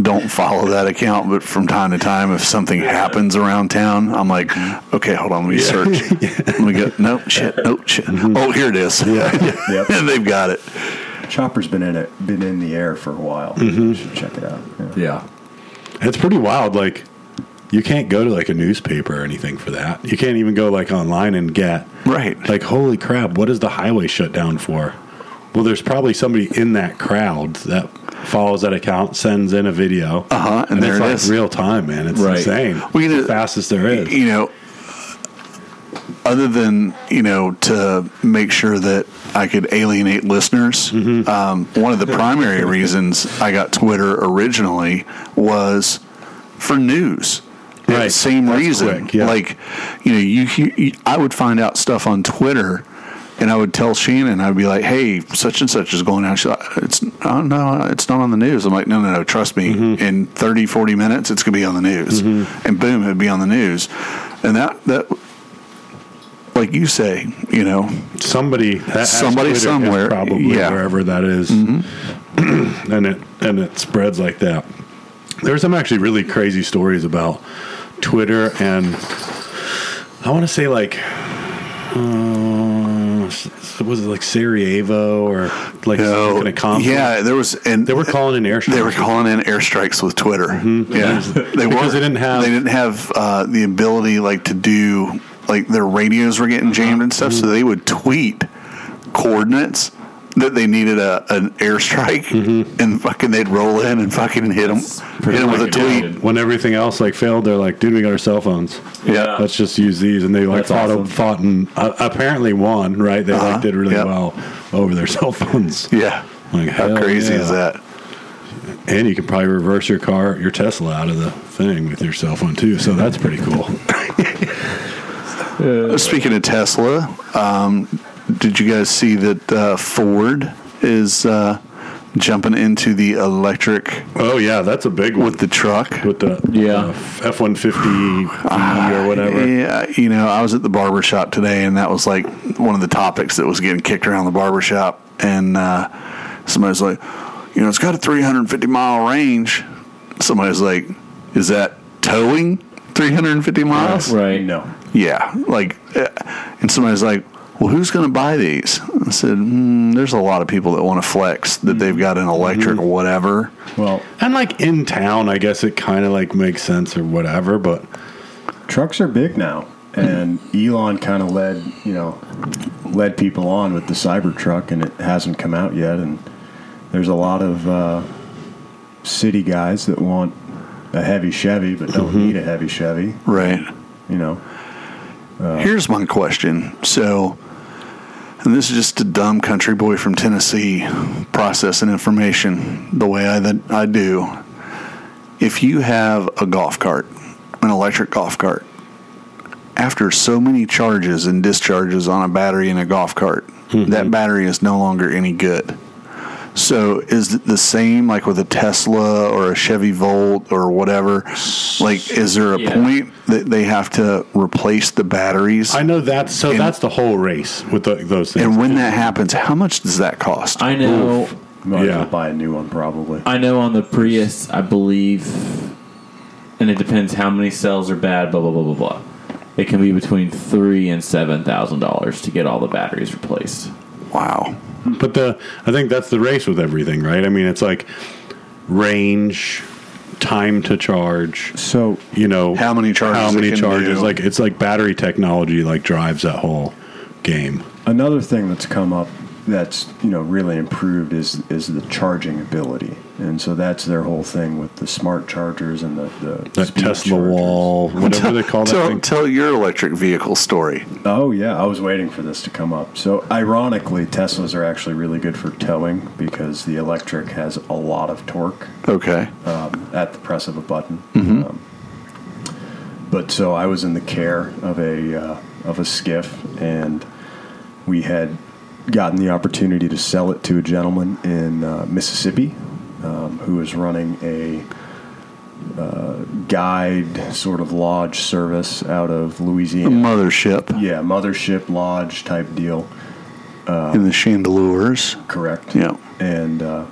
B: don't follow that account, but from time to time, if something happens around town, I'm like, okay, hold on, let me search. Let me go. Nope, shit. Nope, shit. Oh, here it is. Yeah,
D: Yep.
B: they've got it.
D: Chopper's been in it, been in the air for a while.
C: Mm-hmm.
D: You should check it out. Yeah.
F: Yeah.
C: It's pretty wild. Like you can't go to like a newspaper or anything for that. You can't even go like online and get
B: Right.
C: like holy crap. What is the highway shut down for? Well, there's probably somebody in that crowd that follows that account, sends in a video. Uh
B: Uh-huh, and there
C: it's
B: it
C: like
B: is.
C: real time, man. It's
F: Right.
C: insane.
B: We
C: it's
B: did-
C: the fastest there is.
B: you know other than you know to make sure that i could alienate listeners um, one of the primary reasons i got twitter originally was for news And
C: Right.
B: same reason
C: quick, yeah.
B: like you know you, hear- you i would find out stuff on twitter and I would tell Shannon, I'd be like, "Hey, such and such is going out." She's like, "It's oh, no, it's not on the news." I'm like, "No, no, no, trust me.
C: Mm-hmm.
B: In 30, 40 minutes, it's gonna be on the news." And boom, it'd be on the news. And that that, like you say, you know,
C: somebody that has
B: Somebody
C: Twitter is
B: somewhere,
C: probably
B: yeah. Mm-hmm.
C: wherever that is. and it and it spreads like that there's some actually really crazy stories about twitter and i want to say like uh, s- was it like sarajevo or like some kind of conflict
B: yeah, there was, and
C: they were calling an airstrike
B: They were calling in airstrikes with Twitter. Yeah, they
C: Mm-hmm. Because
B: were.
C: they didn't have-
B: they didn't have uh, the ability like to do like their radios were getting jammed and stuff,
C: Mm-hmm.
B: so they would tweet coordinates that they needed a an airstrike,
C: Mm-hmm.
B: and fucking they'd roll in and fucking hit them, hit
F: pretty
B: them with a
F: fucking
B: tweet.
F: talented.
C: when everything else like failed they're like dude we got our cell phones
B: Yeah.
C: let's just use these and they like
F: That's
C: fought,
F: awesome.
C: fought and uh, apparently won right they like did really
B: Yep.
C: well over their cell phones
B: Yeah,
C: Like,
B: how
C: hell
B: crazy
C: yeah.
B: is that?
C: and you can probably reverse your car your tesla out of the thing with your cell phone too so that's pretty cool
B: Speaking of Tesla, um, did you guys see that uh, Ford is uh, jumping into the electric
C: oh yeah that's a big one
B: with the truck?
C: with the uh,
F: Yeah.
C: f-150 or whatever
B: Yeah, you know, I was at the barber shop today, and that was like one of the topics that was getting kicked around the barber shop. And uh, somebody was like, you know, it's got a 350 mile range. Somebody was like, is that towing 350 miles?
F: Right.
D: No,
B: Yeah. Like, uh, and somebody's like, well, who's going to buy these? I said, mm, there's a lot of people that want to flex that
F: Mm-hmm.
B: they've got an electric whatever.
D: well,
C: and like in town i guess it kind of like makes sense or whatever but
D: trucks are big now and elon kind of led you know led people on with the cybertruck and it hasn't come out yet and there's a lot of uh, city guys that want a heavy chevy but
C: Mm-hmm.
D: don't need a heavy chevy
B: Right.
D: you know
B: Here's my question. So, and this is just a dumb country boy from Tennessee processing information the way I, that I do. If you have a golf cart, an electric golf cart, after so many charges and discharges on a battery in a golf cart, that battery is no longer any good. So is it the same like with a Tesla or a Chevy Volt or whatever? Like, is there a
F: Yeah.
B: point that they have to replace the batteries?
C: I know that. So
B: And-
C: that's the whole race with tho- those things.
B: and when that happens, how much does that cost?
F: I know.
D: Might as
C: Yeah.
D: well buy a new one probably.
F: I know on the Prius, I believe, and it depends how many cells are bad. Blah blah blah blah blah. It can be between three and seven thousand dollars to get all the batteries replaced.
B: wow.
C: But the I think that's the race with everything, right? I mean, it's like range, time to charge.
D: So
C: You know,
B: How many charges
C: How
B: it
C: many
B: can
C: charges?
B: do.
C: Like it's like battery technology like drives that whole game.
D: another thing that's come up that's you know really improved is is the charging ability, and so that's their whole thing with the smart chargers and the, the
C: That
D: speed
C: Tesla
D: chargers.
C: wall, whatever they call that
B: Tell,
C: thing.
B: tell your electric vehicle story.
D: Oh yeah, I was waiting for this to come up. So ironically, Teslas are actually really good for towing because the electric has a lot of torque
B: Okay.
C: Oh,
D: um, at the press of a button. Um, but so I was in the care of a uh, of a skiff, and we had gotten the opportunity to sell it to a gentleman in uh, Mississippi um, who was running a uh, guide sort of lodge service out of Louisiana.
B: Mothership
D: Yeah, mothership lodge type deal.
B: in the chandeliers.
D: Correct.
B: Yeah.
D: And uh,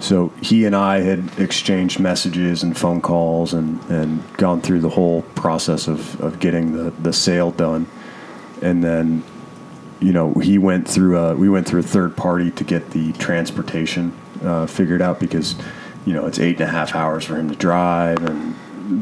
D: so he and I had exchanged messages and phone calls and, and gone through the whole process of, of getting the, the sale done. And then, you know, he went through a, we went through a third party to get the transportation uh, figured out because, you know, it's eight and a half hours for him to drive. And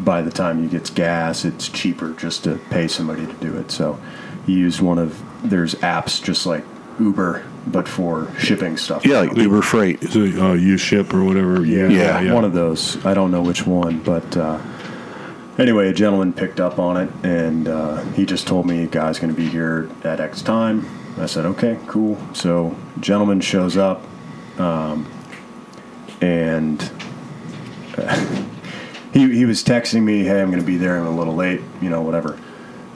D: by the time he gets gas, it's cheaper just to pay somebody to do it. So he used one of, there's apps just like Uber, but for shipping stuff.
B: Yeah, like Uber Freight.
C: Is it uh, U ship or whatever?
D: Yeah,
B: Yeah.
D: one of those. I don't know which one, but uh, anyway, a gentleman picked up on it, and uh, he just told me, "Guy's going to be here at X time." I said, "Okay, cool." So, gentleman shows up, um, and he he was texting me, "Hey, I'm going to be there. I'm a little late. You know, whatever."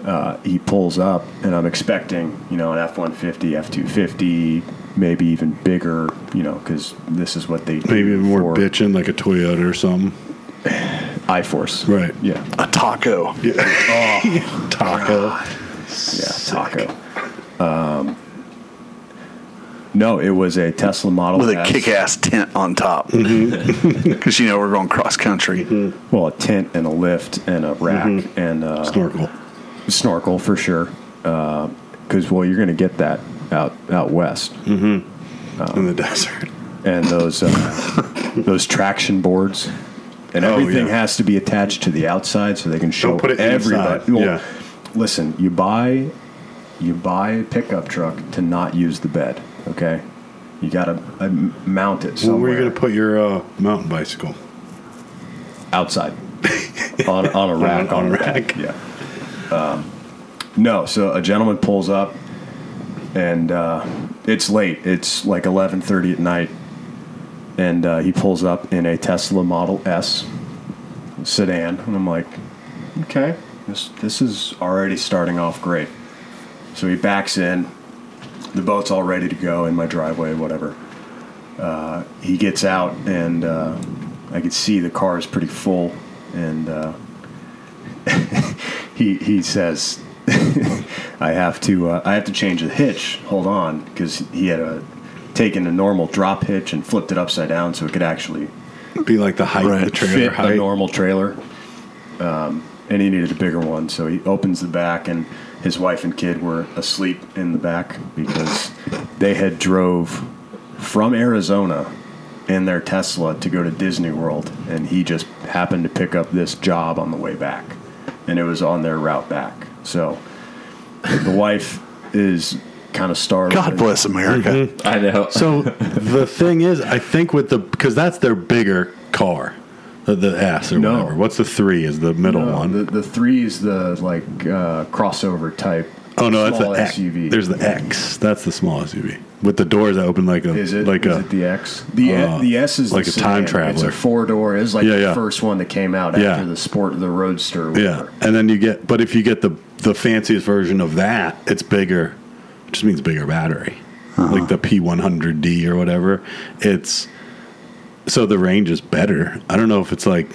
D: Uh, he pulls up, and I'm expecting, you know, an F-150, F-250, maybe even bigger, you know, because this is what they do
C: Maybe more
D: for-
C: bitching like a Toyota or something.
D: I Force.
C: Right.
D: Yeah.
B: A taco.
C: Taco.
D: Yeah. Taco. Um, no, it was a Tesla model
B: With a
D: S.
B: kick ass tent on top. Because,
C: Mm-hmm.
B: you know, we're going cross country.
D: Well, a tent and a lift and a rack and a
C: Mm-hmm. Snorkel.
D: snorkel for sure. Because well, you're going to get that out out west,
C: Mm-hmm. in the desert.
D: and those uh, those traction boards. And
C: Oh,
D: everything
C: yeah.
D: has to be attached to the outside so they can show
C: put it
D: everybody.
C: inside.
D: Well,
C: Yeah.
D: Listen, you buy you buy a pickup truck to not use the bed, okay? You got to uh, m- mount it
C: Where
D: somewhere.
C: were you going to put your uh, mountain bicycle?
D: outside on, on a rack
C: on a rack.
D: bed. Yeah. Um, no, so a gentleman pulls up, and uh, it's late. It's like eleven thirty at night, and uh, he pulls up in a Tesla Model S sedan, and I'm like, okay, this this is already starting off great. So he backs in. The boat's all ready to go in my driveway, whatever he gets out and uh, I could see the car is pretty full and uh, he he says I have to uh, I have to change the hitch hold on because he had a taken a normal drop hitch and flipped it upside down so it could actually
C: Be like the height,
B: Right.
C: the trailer
D: fit a
C: height.
D: normal trailer um, and he needed a bigger one so he opens the back and his wife and kid were asleep in the back because they had drove from Arizona in their Tesla to go to Disney World, and he just happened to pick up this job on the way back, and it was on their route back. So the wife is kind of startled.
B: God bless America.
C: Mm-hmm.
F: I know.
C: So the thing is, I think with the because that's their bigger car, the, the S or
D: No.
C: whatever. What's the three? Is the middle
D: No,
C: one?
D: Uh, the, the three is the like uh, crossover type.
C: oh no, that's the
D: small
C: X.
D: SUV.
C: There's the X. That's the small SUV with the doors that open like a
D: Is it
C: like
D: is
C: a
D: it the X? The E,
C: uh,
D: the S is
C: like
D: the
C: a time
D: sedan. It's
C: traveler.
D: a four door. It's like
C: Yeah,
D: the
C: yeah.
D: first one that came out
C: Yeah.
D: after the sport, the roadster. or
C: yeah.
D: whatever.
C: And then you get, but if you get the the fanciest version of that, it's bigger. It just means bigger battery. like the P100D or whatever. It's so the range is better. I don't know if it's like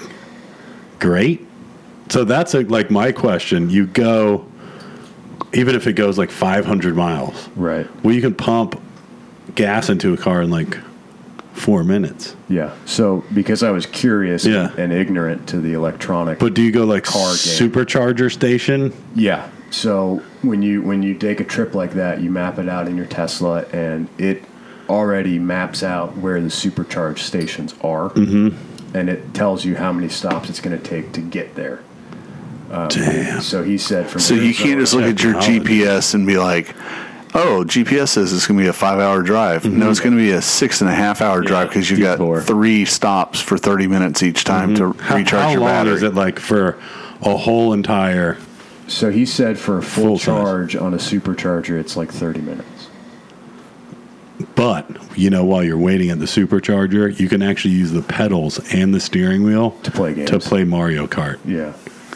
C: great. So that's a, like my question. You go, even if it goes like 500 miles,
D: Right.
C: well, you can pump gas into a car in like four minutes.
D: Yeah. So because I was curious
C: Yeah.
D: and ignorant to the electronic,
C: But do you go like
D: Car game.
C: supercharger station?
D: yeah. So when you when you take a trip like that, you map it out in your Tesla, and it already maps out where the supercharge stations are, mm-hmm. and it tells you how many stops it's going to take to get there.
C: Damn.
D: So he said from
B: So you can't
D: Arizona-
B: just look at your
C: Technology.
B: GPS and be like, "Oh, GPS says it's going to be a five-hour drive." No, it's going to be a six and a half-hour drive because you've got
F: detour.
B: three stops for thirty minutes each time to
C: Mm-hmm. How,
B: recharge
C: how
B: your
C: long
B: battery.
C: is it like for a whole entire?
D: So he said for a
C: Full
D: full,
C: size.
D: charge on a supercharger, it's like 30 minutes.
C: But you know, while you're waiting at the supercharger, you can actually use the pedals and the steering wheel to
D: play games.
C: To play Mario Kart,
D: Yeah.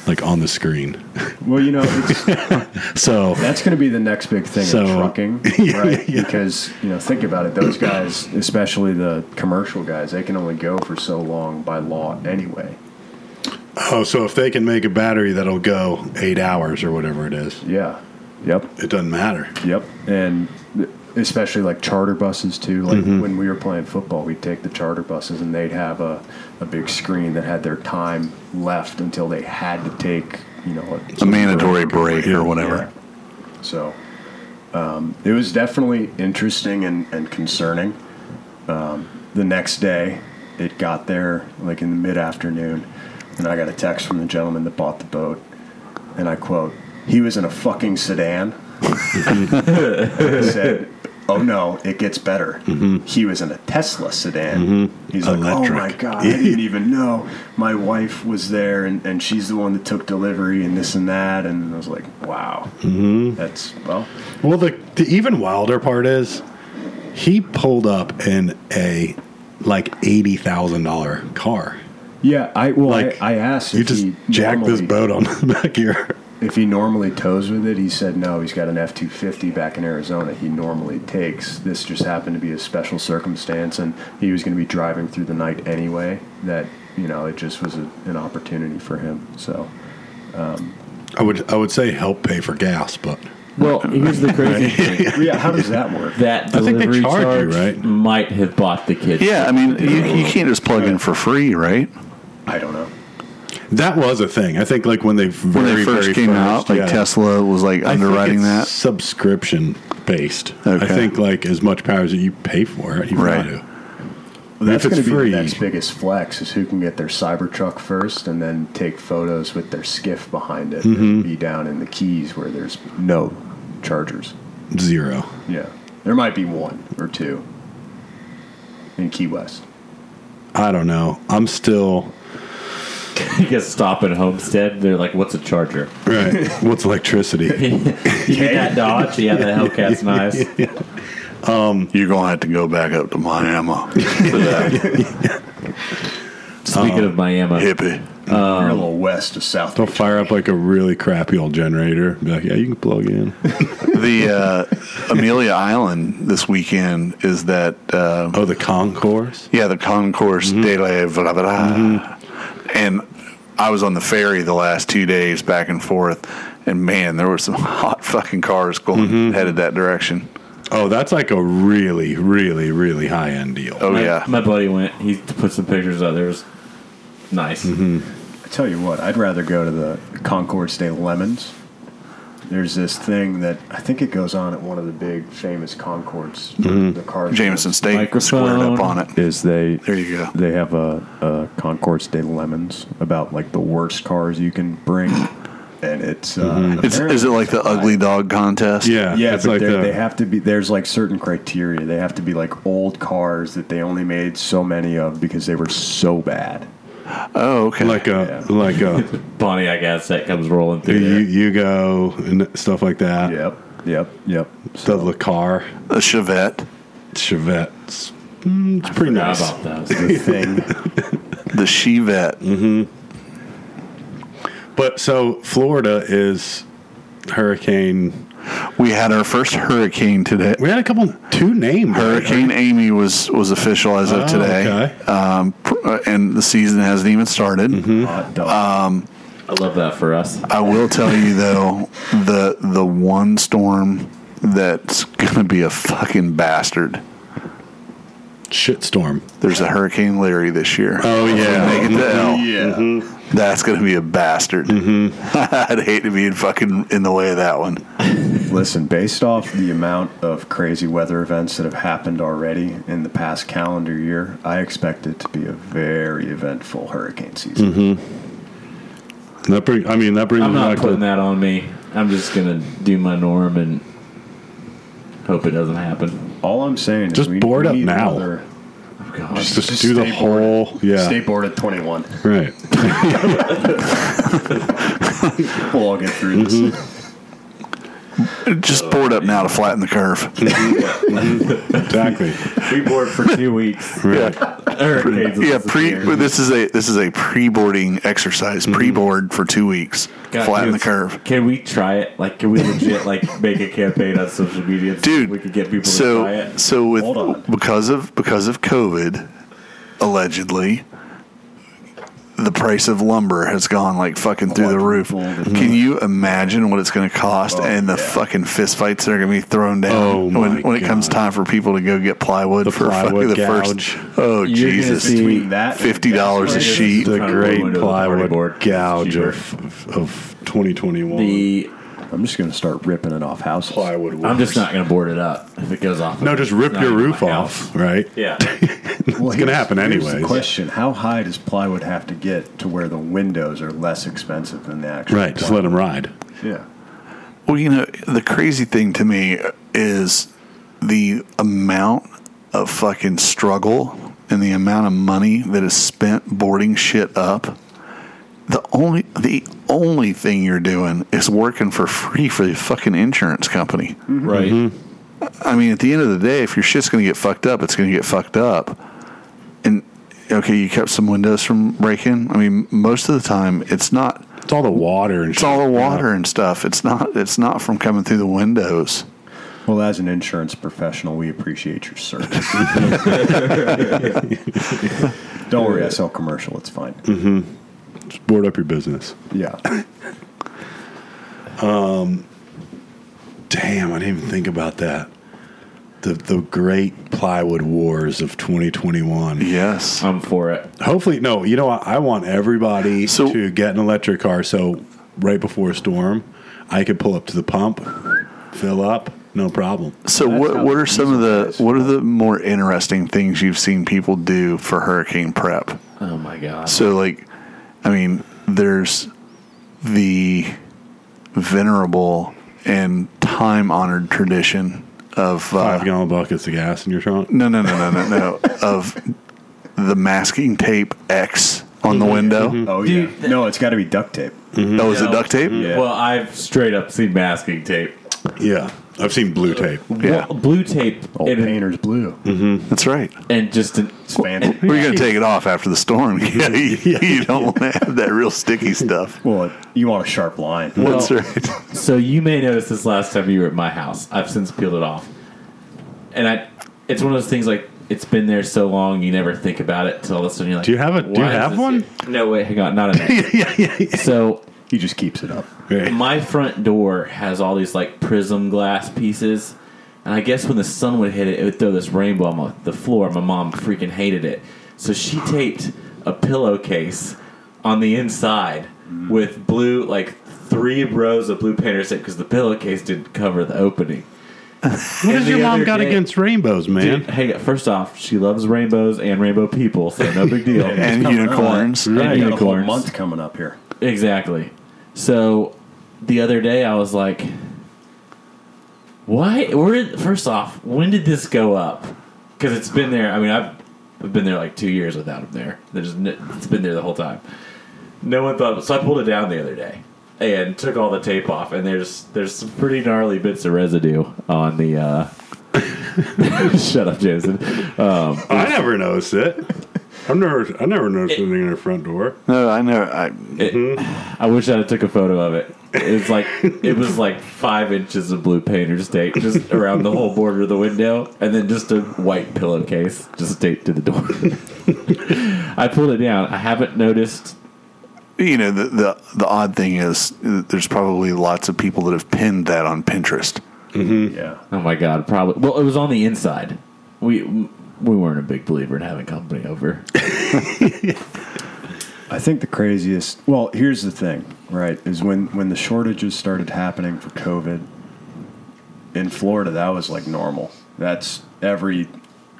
C: like on the screen.
D: Well, you know, it's,
C: So
D: that's going to be the next big thing
C: So-
D: in trucking,
C: Yeah,
D: right?
C: yeah.
D: Because, you know, think about it. Those guys, especially the commercial guys, they can only go for so long by law anyway.
C: oh, so if they can make a battery that'll go eight hours or whatever it is,
D: Yeah. Yep.
C: it doesn't matter.
D: Yep. And especially like charter buses too. Like
B: Mm-hmm.
D: when we were playing football, we'd take the charter buses and they'd have a, a big screen that had their time left until they had to take, you know,
B: a mandatory break or whatever.
D: Yeah. So um, it was definitely interesting and, and concerning. Um, the next day, it got there like in the mid afternoon, and I got a text from the gentleman that bought the boat, and I quote, "He was in a fucking sedan." I said, "Oh no, it gets better. He was in a Tesla sedan." He's like, "Oh
C: Mm-hmm. Electric.
D: my god, I didn't even know." My wife was there, and, and she's the one that took delivery and this and that, and I was like, "Wow,
C: Mm-hmm.
D: that's well,
C: Well, the, the even wilder part is he pulled up in a like eighty thousand dollar car.
D: yeah." I well,
C: Like,
D: I, I asked
C: You
D: if
C: just
D: he
C: jacked this
D: normally-
C: boat on the back here.
D: if he normally tows with it. He said no, he's got an F two fifty back in Arizona. He normally takes this. Just happened to be a special circumstance, and he was going to be driving through the night anyway. That you know, it just was a, an opportunity for him. So
C: I would I would say help pay for gas, but
F: Well, here's the crazy thing.
D: yeah, how does that work?
F: That
C: I think they
F: delivery
C: charge you,
F: charge
C: right?
F: might have bought the kids.
B: Yeah, I mean, you, you can't just plug in for free, right?
D: I don't know.
C: that was a thing. I think like when they very,
B: When they first
C: very
B: came
C: first,
B: out, like
C: yeah.
B: Tesla was like
C: I think
B: underwriting
C: it's
B: that.
C: subscription based. I
B: Okay.
C: think like as much power as you pay for it, you right.
B: Right.
C: to.
D: Well, that's
C: if
D: going
C: it's
D: to be
C: free,
D: the next biggest flex is who can get their Cybertruck first and then take photos with their skiff behind it and be down in the Keys where there's no chargers.
C: zero.
D: Yeah. There might be one or two in Key West.
C: I don't know. I'm still
F: You can stop at Homestead. They're like, "What's a charger?"
C: right. What's electricity?
F: You get that Dodge? Yeah, the Hellcat's nice.
B: You're gonna have to go back up to Montana for that
F: Speaking of Miami,
B: hippie.
D: You're a little west of South.
C: They'll fire up like a really crappy old generator. Be like, yeah, you can plug in.
B: The uh, Amelia Island this weekend is that. Uh,
C: Oh, the concourse.
B: Yeah, the Concourse de la Bra Bra. And I was on the ferry the last two days back and forth, and man, there were some hot fucking cars going headed that direction.
C: Oh, that's like a really, really, really high end deal.
B: Oh
F: my,
B: yeah,
F: my buddy went. He put some pictures up. There was nice.
D: I tell you what, I'd rather go to the Concourse de Lemons. There's this thing that I think it goes on at one of the big famous Concords, the car.
B: Jameson State squared
F: Microphone.
B: up on it.
D: Mm-hmm. is they
B: There you go.
D: they have a, a concourse de lemons about like the worst cars you can bring and it's uh
B: It's, is it like the ugly dog contest?
C: Yeah,
D: yeah
C: It's
D: but
C: like
D: they're-
C: the,
D: they have to be there's like certain criteria they have to be like old cars that they only made so many of because they were so bad
B: Oh, okay.
C: like a
D: Yeah.
C: like a
F: Pontiac Aztec comes rolling
C: you,
F: through. there.
C: you go and stuff like that.
D: yep yep yep
C: The Lacar
B: a Chevette,
C: Chevette. It's, mm, it's
F: Forgot
C: pretty nice.
F: about those.
D: the thing
B: the Chevette.
C: But so Florida is hurricane.
B: We had our first hurricane today.
C: We had a couple two named
B: Hurricane Amy was was official as of
C: Oh,
B: today,
C: okay.
B: um, pr- uh, and the season hasn't even started.
D: Hot dog.
A: I love that for us.
B: I will tell you though, the the one storm that's gonna be a fucking bastard.
C: shitstorm.
B: There's a Hurricane Larry this year.
C: Oh yeah,
B: Make it to hell.
C: yeah.
B: That's gonna be a bastard. I'd hate to be in fucking in the way of that one.
D: Listen, based off the amount of crazy weather events that have happened already in the past calendar year, I expect it to be a very eventful hurricane season.
C: Mm-hmm. That bring, I mean, that brings
A: I'm
C: me
A: not
C: back to
A: putting that on me. I'm just gonna do my norm and hope it doesn't happen.
D: All I'm saying
C: Just
D: is we,
C: board
D: we
C: up
D: need
C: now.
D: another-
A: Oh, God.
C: just,
D: just
C: do the
D: stay
C: whole yeah
D: Stay bored at 21.
C: right.
D: We'll all get through this.
B: Just board up now to flatten the curve.
C: Exactly.
A: we board for two weeks.
B: Yeah,
A: Hurricanes
B: yeah.
A: this
B: Pre.
A: year.
B: This is a this is a pre-boarding exercise. Pre-board for two weeks.
A: God,
B: flatten the
A: dude,
B: curve.
A: Can we try it? Like, can we legit like make a campaign on social media? so
B: Dude,
A: we could get people
B: so
A: to try it.
B: so with
D: Hold on.
B: because of because of COVID, allegedly, the price of lumber has gone like fucking through the roof.
D: Quadrupled.
B: Can you imagine what it's going to cost
A: Oh,
B: and the fucking fist fights that are going to be thrown down
C: Oh, my
B: when when it comes
C: God.
B: time for people to go get plywood
C: The
B: for
C: plywood
B: fucking the
C: gouge.
B: first? Oh
A: You're gonna
B: Jesus!
A: see-
D: Between that and
B: Fifty dollars a
D: gas prices,
B: sheet.
C: The
A: Trying to roll
C: great
A: into the party
C: plywood
A: board.
C: gouge
A: Cheaper.
C: of, of 2021.
A: The
D: I'm just going to start ripping it off houses.
C: plywood.
A: I'm
C: works.
A: just not gonna board it up if it goes off.
C: No, just rip
A: Not
C: your
A: in my
C: roof
A: house.
C: off, right?
A: Yeah,
D: Well,
C: It's gonna
D: here's-
C: happen
D: here's
C: anyways.
D: The question: How high does plywood have to get to where the windows are less expensive than the actual?
C: Right. Just let them ride.
D: plywood? Yeah.
B: Well, you know, the crazy thing to me is the amount of fucking struggle and the amount of money that is spent boarding shit up. The only the only thing you're doing is working for free for the fucking insurance company.
A: right.
B: I mean, at the end of the day, if your shit's going to get fucked up, it's going to get fucked up. And okay, you kept some windows from breaking. I mean, most of the time, it's not.
C: It's all the water and
B: It's all the water and stuff. It's not. It's not from coming through the windows.
D: Well, as an insurance professional, we appreciate your service. Don't worry, I sell commercial. It's fine.
C: Just board up your business.
D: Yeah.
C: Damn, I didn't even think about that. The the great plywood wars of 2021.
B: Yes.
A: I'm for it.
C: Hopefully, no. You know, what? I want everybody
B: So-
C: to get an electric car. So right before a storm, I could pull up to the pump, fill up, no problem.
B: So
D: That's
B: what
D: how
B: what are
D: easy
B: some of
D: it
B: the
D: is.
B: what are the more interesting things you've seen people do for hurricane prep?
A: Oh my god.
B: So like I mean, there's the venerable and time honored tradition of
C: Five
B: uh,
C: gallon buckets of gas in your trunk.
B: no no no no no no of the masking tape X on the window.
D: Oh
A: Dude,
D: yeah. No, it's got to be duct tape.
B: Oh, is it
A: No.
B: duct tape?
D: Yeah.
A: Well, I've straight up seen masking tape.
C: Yeah, I've seen blue tape.
B: Yeah.
A: Well, blue tape
D: Old
A: and,
D: painter's blue.
B: That's right.
A: and just an,
D: It's fancy.
B: We're gonna take it off after the storm. Yeah, you, you don't want to have that real sticky stuff.
D: Well, it- you want a sharp line.
B: That's right.
A: So you may notice this last time you were at my house. I've since peeled it off, and I. It's one of those things like it's been there so long you never think about it till all of a sudden you're like,
C: Do you have a- do
A: "Why
C: you
A: is
C: have
A: this
C: one?"
A: here?" No wait, hang on, not a minute.
C: yeah, yeah, yeah.
A: so
D: He just keeps it up.
C: Right.
A: my front door has all these like prism glass pieces, and I guess when the sun would hit it, it would throw this rainbow on my, the floor. My mom freaking hated it, so she taped a pillowcase on the inside with blue like three rows of blue painter tape because the pillowcase didn't cover the opening.
C: What has
A: the
C: your mom
A: other
C: got
A: day-
C: against rainbows, man?
A: Dude, hey, first off, she loves rainbows and rainbow people, so no big deal.
B: And unicorns.
A: And
D: Right. got a whole
A: unicorns.
D: month coming up here.
A: Exactly. So the other day I was like, why? Where? First off, when did this go up? Because it's been there. I mean, I've, I've been there like two years without it there. There's no, it's been there the whole time. No one thought. So I pulled it down the other day and took all the tape off. And there's there's some pretty gnarly bits of residue on the. uh Shut up, Jason. Um,
C: Oh, I never noticed it. I've never, I never noticed anything in her front door.
B: No, I know. I
A: I wish I took a photo of it It's like it was like five inches of blue painter's tape just around the whole border of the window, and then just a white pillowcase just taped to the door. I pulled it down. I haven't noticed.
B: you know the, the the odd thing is uh, there's probably lots of people that have pinned that on Pinterest.
D: Yeah.
A: Oh my god! Probably. Well, it was on the inside. We we weren't a big believer in having company over.
D: I think the craziest. Well, here's the thing, right? Is when when the shortages started happening for COVID in Florida, that was like normal. That's every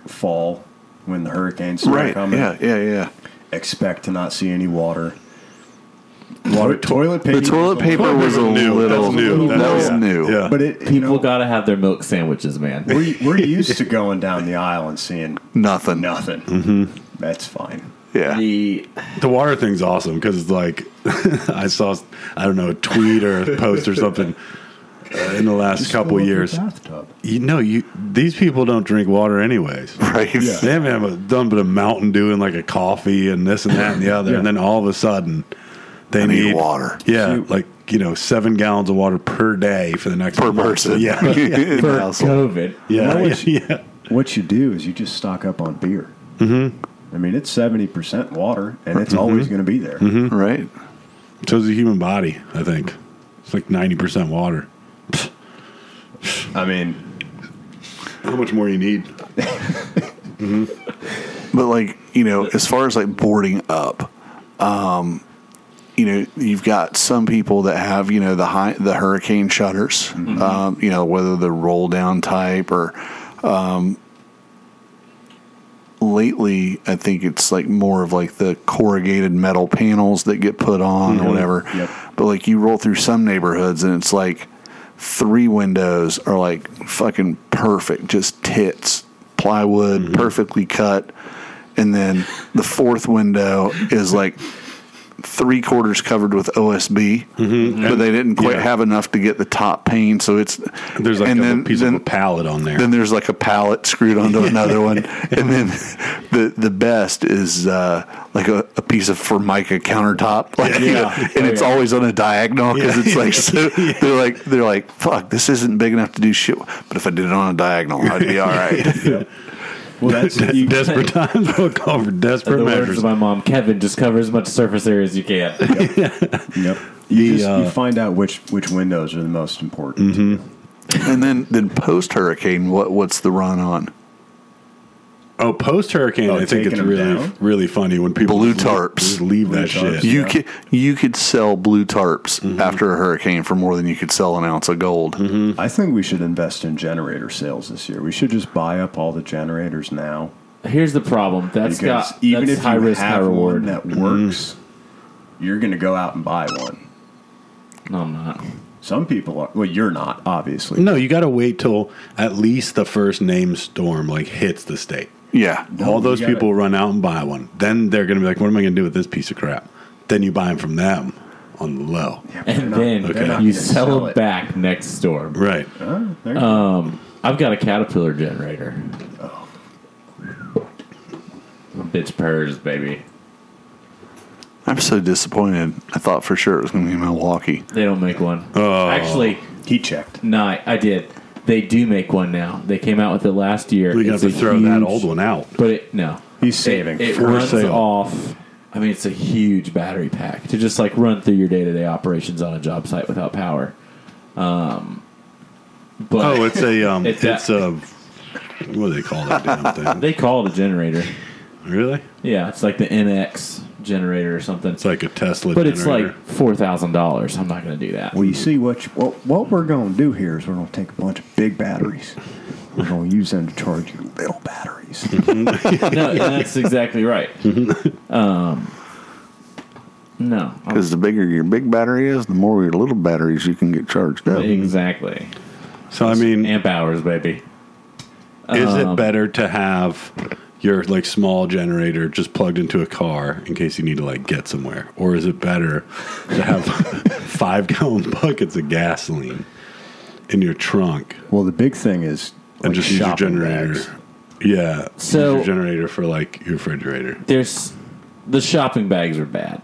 D: fall when the hurricanes start coming.
B: Yeah. Yeah. Yeah.
D: Expect to not see any water. Water, toilet paper.
B: The toilet paper was a
C: New.
B: little
C: That's new.
B: That
C: That's-
B: was
C: yeah.
B: new.
C: Yeah.
D: But it, you
A: People
D: know,
A: gotta have their milk sandwiches, man.
D: we're, we're used to going down the aisle and seeing
B: Nothing.
D: nothing. That's fine.
B: Yeah.
A: The
C: The water thing's awesome because it's like I saw I don't know a tweet or a post or something uh, in the last couple
D: Fill up your
C: years.
D: Bathtub.
C: You know, you these people don't drink water anyways.
B: Right.
C: They haven't had a- done but a Mountain Dew and like a coffee and this and that and the other, and then all of a sudden they
B: I need
C: need,
B: water.
C: Yeah, like you know, seven gallons of water per day for the next
B: Per
C: month.
B: person.
C: Yeah,
B: In
C: yeah,
B: the
A: for
B: household.
A: COVID.
C: yeah,
D: Well,
C: yeah,
D: it's-
C: yeah.
D: what you do is you just stock up on beer. Mm-hmm. I mean, it's seventy percent water, and
C: Mm-hmm.
D: it's always going to be there.
B: Right.
C: So is the human body. I think it's like ninety percent water.
D: I mean,
C: How much more you need?
B: But like you know, as far as like boarding up, um, you know, you've got some people that have you know the high the hurricane shutters, um, you know, whether the roll down type or. Um, lately, I think it's like more of like the corrugated metal panels that get put on
C: Mm-hmm.
B: or whatever.
D: Yep.
B: But like you roll through some neighborhoods and it's like three windows are like fucking perfect, just tits, plywood,
C: Mm-hmm.
B: perfectly cut. And then the fourth window is like three quarters covered with OSB, but they didn't quite
C: Mm-hmm. Yeah.
B: have enough to get the top pane. So it's
C: There's like
B: and
C: a
B: then-
C: piece
B: then-
C: of a pallet on there.
B: then there's like a pallet screwed onto another one, and then the the best is uh, like a, a piece of formica countertop, like, you know, and it's always on a diagonal because it's like so they're like they're like fuck, this isn't big enough to do shit. But if I did it on a diagonal, I'd be all right.
D: well, that's you,
C: desperate times will call for desperate
A: the words
C: measures.
A: of my mom, Kevin, just cover as much surface area as you can.
D: yep. You,
C: The,
D: just,
C: uh, Mm-hmm.
D: you find out which which windows are the most important.
B: and then then post hurricane, what what's the run on
C: Oh, post hurricane,
D: Oh,
C: I think
D: taking
C: it's
D: them
C: really
D: down?
C: really funny when people
B: Blue
C: just leave-
B: tarps.
C: just leave
D: Blue
C: that
D: tarps.
C: shit.
B: you could you could sell blue tarps after a hurricane for more than you could sell an ounce of gold.
D: I think we should invest in generator sales this year. We should just buy up all the generators now.
A: Here's the problem. That's
D: Because
A: got
D: even
A: that's
D: if
A: high
D: you
A: risk, high
D: have one
A: reward.
D: that
C: Mm-hmm.
D: works, you're going to go out and buy one.
A: No, I'm not.
D: Some people are. Well, you're not, obviously.
C: No, you got to wait till at least the first name storm like hits the state.
B: Yeah,
C: All those
D: you gotta-
C: people run out and buy one. Then they're going to be like, "What am I going to do with this piece of crap?" Then you buy them from them on the low,
A: And then
C: okay. not
A: you
D: gonna
A: sell,
D: sell
A: it
D: it.
A: back Uh, next storm.
C: right?
D: Oh, there you
A: I've got a caterpillar generator. Bitch purrs, baby.
B: I'm so disappointed. I thought for sure it was going to be Milwaukee.
A: They don't make one. Actually,
D: go. he checked.
A: no, I- I did. They do make one now. They came out with it last year.
C: We got
A: It's
C: to
A: a
C: throw that
A: huge-
C: old one out.
A: But it, no,
D: He's saving.
A: It, it
D: We're
A: runs
C: saving.
A: off. I mean, it's a huge battery pack to just like run through your day to day operations on a job site without power. Um, but
C: Oh, it's a um,
A: It's
C: it's,
A: that-
C: a what do they call that damn thing?
A: they call it a generator.
C: Really?
A: Yeah, it's like the NX generator or something.
C: It's like a Tesla,
A: but it's
C: generator.
A: like four thousand dollars. I'm not going to do that.
D: Well, you see what you, what, what we're going to do here is we're going to take a bunch of big batteries. We're going to use them to charge your little batteries.
A: No, and that's exactly right. Um, no, I'm-
B: Because the bigger your big battery is, the more your little batteries you can get charged up.
A: exactly.
C: so. I mean,
A: Amp hours, baby.
C: Is
A: um,
C: it better to have your like small generator just plugged into a car in case you need to like get somewhere, or is it better to have five gallon buckets of gasoline in your trunk
D: well, the big thing is
C: and
D: like,
C: just use your
D: shopping
C: generator?
D: bags.
C: Yeah, use
A: So-
C: your generator for like your refrigerator.
A: There's the shopping bags are bad.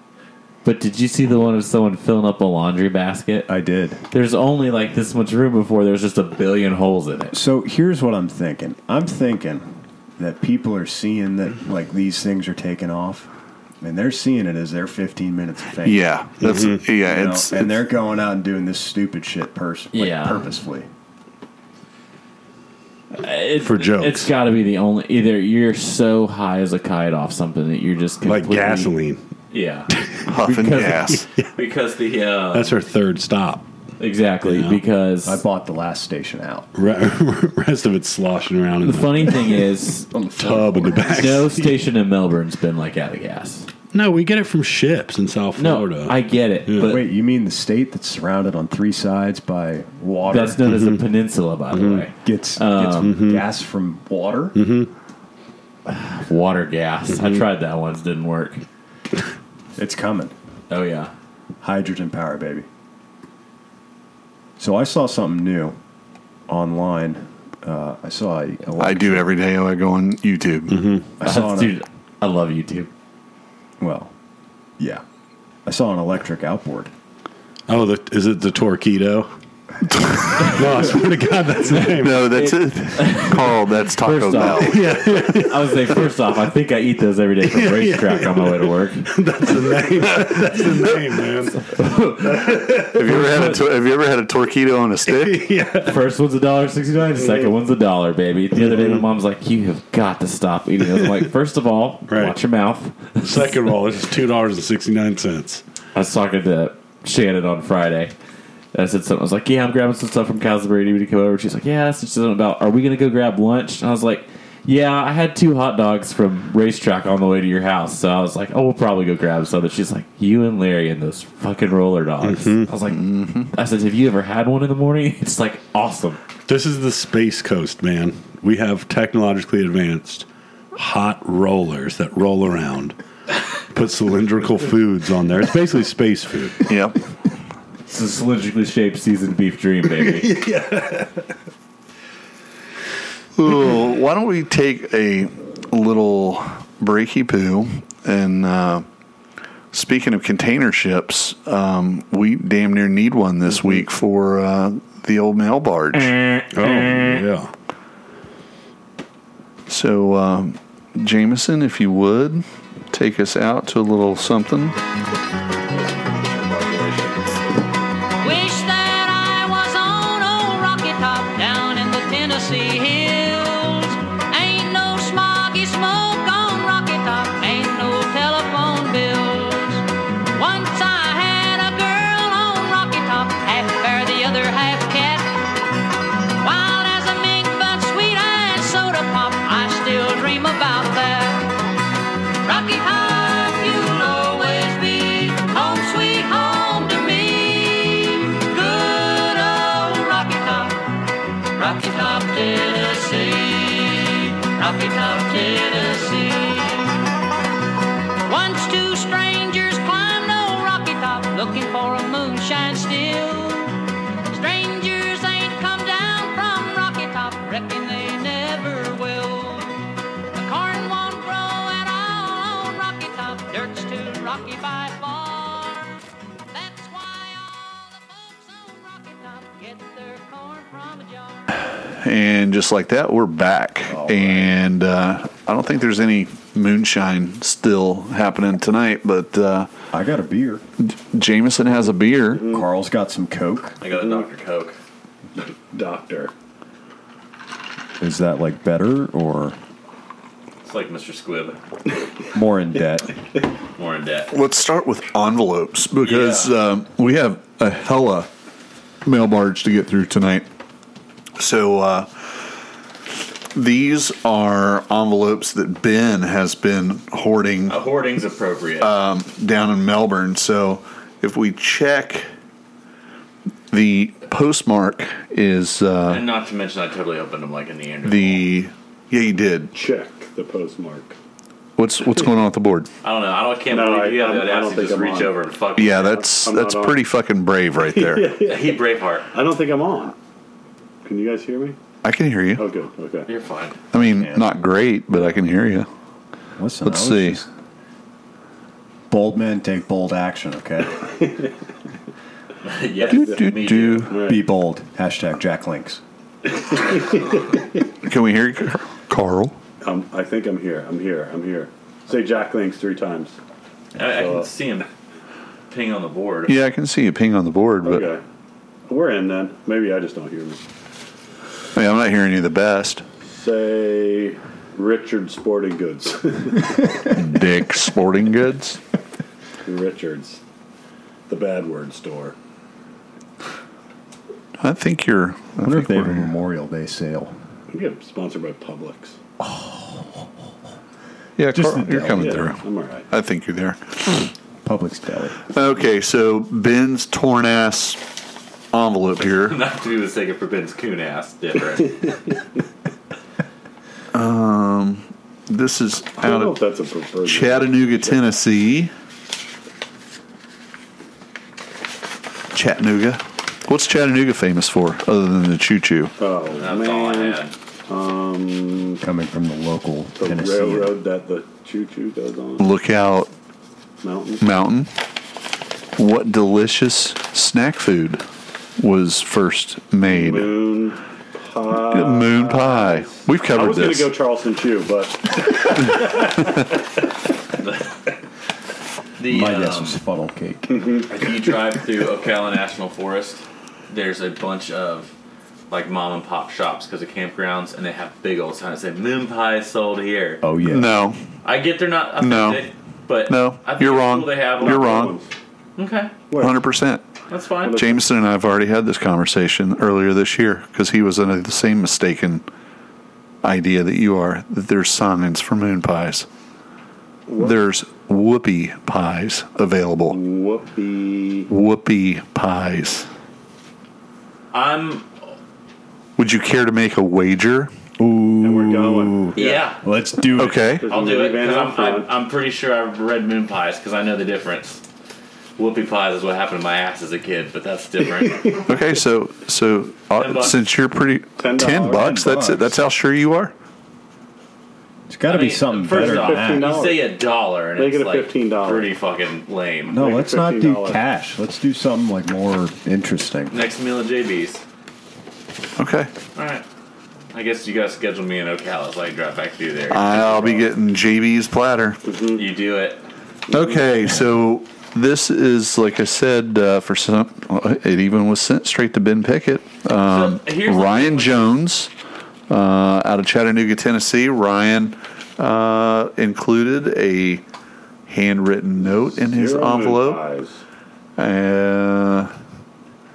A: But did you see the one of someone filling up a laundry basket?
D: I did.
A: There's only like this much room before there's just a billion holes in it.
D: So here's what I'm thinking. I'm thinking that people are seeing that like these things are taking off, and they're seeing it as their 15 minutes of fame.
B: Yeah, that's yeah.
D: You know,
B: It's,
D: and
B: it's-
D: they're going out and doing this stupid shit pers- like,
A: Yeah.
D: purposefully.
A: It-
C: For jokes.
A: It's got to be the only. Either you're so high as a kite off something that you're just
C: like
A: completely-
C: gasoline.
A: Yeah.
B: huff and
A: because-
B: gas.
A: because the. Uh,
C: That's her third stop.
A: exactly.
C: Yeah.
A: Because.
D: I bought the last station out.
C: Re- Rest of it's sloshing around in
A: the
C: the,
A: funny thing is,
D: On the
C: tub in the back.
A: no station in Melbourne's been like out of gas.
C: No, we get it from ships in South
A: No,
C: Florida.
A: I get it,
C: Yeah.
A: but
D: Wait, you mean the state that's surrounded on three sides by water?
A: that's known as a peninsula, by the way.
D: gets, gets
A: Um,
D: gas from water.
A: Water gas. I tried that once, didn't work.
D: It's coming.
A: Oh yeah.
D: Hydrogen power, baby. So I saw something new online. Uh, I saw a
B: I do every day. I go on YouTube.
D: I saw an, e-,
A: dude, I love YouTube.
D: well, yeah, I saw an electric outboard.
C: oh, the, is it the torpedo? no, I swear to God, that's the name.
B: No, that's it. Carl, that's Taco
A: First off-
B: Bell.
A: I would say first off, I think I eat those every day from racetrack on my way to work.
C: That's the name. That's the name, man.
B: Have you ever had a to- Have you ever had a torpedo on a stick?
C: Yeah.
A: First one's a dollar sixty nine. Second one's a dollar, baby. The other day, my mom's like, "You have got to stop eating." those." I'm like, first of all,
C: Right.
A: watch your mouth."
C: Second roll is two dollars and sixty nine cents.
A: I was talking to Shannon on Friday. and I said something. I was like, "Yeah, I'm grabbing some stuff from Calsbury. Do you want to come over?" She's like, "Yeah." That's just something about. Are we gonna go grab lunch? And I was like, "Yeah, I had two hot dogs from racetrack on the way to your house." So I was like, "Oh, we'll probably go grab some." And she's like, "You and Larry and those fucking roller dogs." I was like, "I said, have you ever had one in the morning? It's like awesome."
C: This is the space coast, man. We have technologically advanced hot rollers that roll around, put cylindrical foods on there. It's basically space food.
B: Yep.
A: It's a cylindrically shaped seasoned beef dream, baby.
B: Ooh, why don't we take a little breaky poo? And uh, speaking of container ships, um, we damn near need one this week for uh, the old mail barge.
C: Oh, yeah.
B: So, uh, Jameson, if you would, take us out to a little something.
G: Wish that I was on old Rocky Top down in the Tennessee hills. Ain't no smoggy smoke on Rocky Top, ain't no telephone bills. Once I had a girl on Rocky Top, half bear, the other half cat. Wild as a mink, but sweet as soda pop, I still dream about that. Rocky Top, you'll always be home sweet home to me. Good old Rocky Top, Rocky Top, Tennessee, Rocky Top, Tennessee. Once two strangers climbed old Rocky Top looking for a moonshine still. Strangers ain't come down from Rocky Top, reckon they never will. The corn won't grow at all on Rocky Top. Dirt's too rocky by far. That's why all the folks on Rocky Top get their corn from a jar.
B: And just like that, we're back. And uh, I don't think there's any moonshine still happening tonight, but uh,
D: I got a beer.
B: Jameson has a beer.
D: Carl's got some Coke.
A: I got a Dr. Coke. Doctor.
D: Is that like better or
A: It's like Mr. Squibb.
D: more in debt?
A: More in debt.
B: Let's start with envelopes because
A: Yeah.
B: um, we have a hella mail barge to get through tonight. So uh, these are envelopes that Ben has been hoarding
A: Uh, hoarding's appropriate.
B: down in Melbourne. So if we check, the postmark is uh,
A: and not to mention, I totally opened them like in the end.
B: the. Yeah, you did.
H: check the postmark.
B: What's what's going on with the board?
A: I don't know. I don't, can't
H: No,
A: believe you
H: I-
A: have the
H: I'm- I don't
A: audacity to
H: think
A: just
H: I'm
A: reach
H: on.
A: over and fuck.
B: Yeah, that's
H: I'm not
B: that's
H: on.
B: pretty fucking brave right there.
A: he Braveheart.
H: I don't think I'm on. Can you guys hear me?
B: I can hear
H: Oh,
B: you.
H: good. Okay.
A: You're fine.
B: I mean, not great, but I can hear you. Let's
D: Listen, I was
B: see.
D: just- Bold men take bold action, okay?
F: yes,
B: Do, do, do.
D: Be bold. Hashtag Jack Links.
B: Can we hear you, Car- Carl?
H: Um, I think I'm here. I'm here. I'm here. Say Jack Links three times.
A: I, I can see him ping on the board.
B: Yeah, I can see a ping on the board, but
H: Okay. We're in then. Maybe I just don't hear me.
B: I mean, I'm not hearing you the best.
H: Say Richard Sporting Goods.
B: Dick Sporting Goods.
H: Richards. The bad word store.
B: I think you're. I,
D: I wonder
B: think
D: if they have a
B: we're-
D: Memorial Day sale.
H: We get sponsored by Publix.
B: yeah,
D: just
B: Carl,
D: the
B: you're
D: deli.
B: coming
H: Yeah,
B: through.
H: I'm all right.
B: I think you're there.
D: Publix Deli.
B: Okay, so Ben's torn ass envelope here.
A: Not to be mistaken for Ben's coon ass. Different.
B: This is
H: I don't
B: out
H: know if
B: of
H: that's a preferred.
B: Chattanooga, Tennessee. Chattanooga. What's Chattanooga famous for other than the choo choo?
H: Oh
A: That's
H: man,
A: all I had.
H: um,
D: Coming from the local
H: the
D: Tennessee.
H: railroad that the choo choo goes on
B: Lookout
H: mountain.
B: Mountain. What delicious snack food was first made?
H: Moon pie.
B: Moon pie. We've
H: I
B: covered
H: was going
B: this.
H: to go Charleston Chew, but
A: The
D: My
A: um,
D: guess was funnel cake.
A: if you drive through Ocala National Forest, there's a bunch of like mom and pop shops because of campgrounds, and they have big old signs that say "Moon Pie is sold here."
D: Oh, yeah.
B: No,
A: I get they're not
B: No.
A: authentic, but
B: no,
A: I think
B: you're
A: it's
B: wrong.
A: cool they have them.
B: You're wrong.
A: Okay,
B: 100%.
A: that's fine.
B: Jameson and I have already had this conversation earlier this year because he was under the same mistaken idea that you are that there's signs for moon pies. There's whoopie pies available.
H: whoopee.
B: Whoopie pies.
A: I'm
B: Would you care to make a wager?
H: And we're going.
A: yeah.
D: Let's do it.
B: Okay.
H: There's a
A: I'll do it
H: minivan
A: because
H: out
A: I'm,
H: front.
A: I'm, I'm pretty sure I've read moon pies because I know the difference. Whoopie pies is what happened to my ass as a kid, but that's different.
B: Okay, so so
A: Ten
B: uh,
A: bucks.
B: since you're pretty
H: Ten
B: ten
H: dollars.
B: bucks,
D: Ten
B: that's it.
D: bucks.
B: That's how sure you are.
D: It's got to
A: I
D: be
A: mean,
D: something
A: first
D: better
A: off,
D: than that.
H: $15.
A: you say a dollar and
H: Make
A: it's
H: it a
A: like
H: $15.
A: pretty fucking lame.
D: No,
H: Make it
D: let's not do
H: $15.
D: cash. Let's do something like more interesting.
A: Next meal at JB's.
B: Okay,
A: All right. I guess you guys schedule me in Ocala so I can drive back through there.
B: I'll be getting JB's platter.
A: you do it.
B: Okay, so this is like I said uh, for some. It even was sent straight to Ben Pickett. Um,
A: So, here's the
B: Ryan Jones uh, out of Chattanooga, Tennessee. Ryan uh, included a handwritten note in his
H: Zero moon
B: envelope.
H: pies.
B: Uh,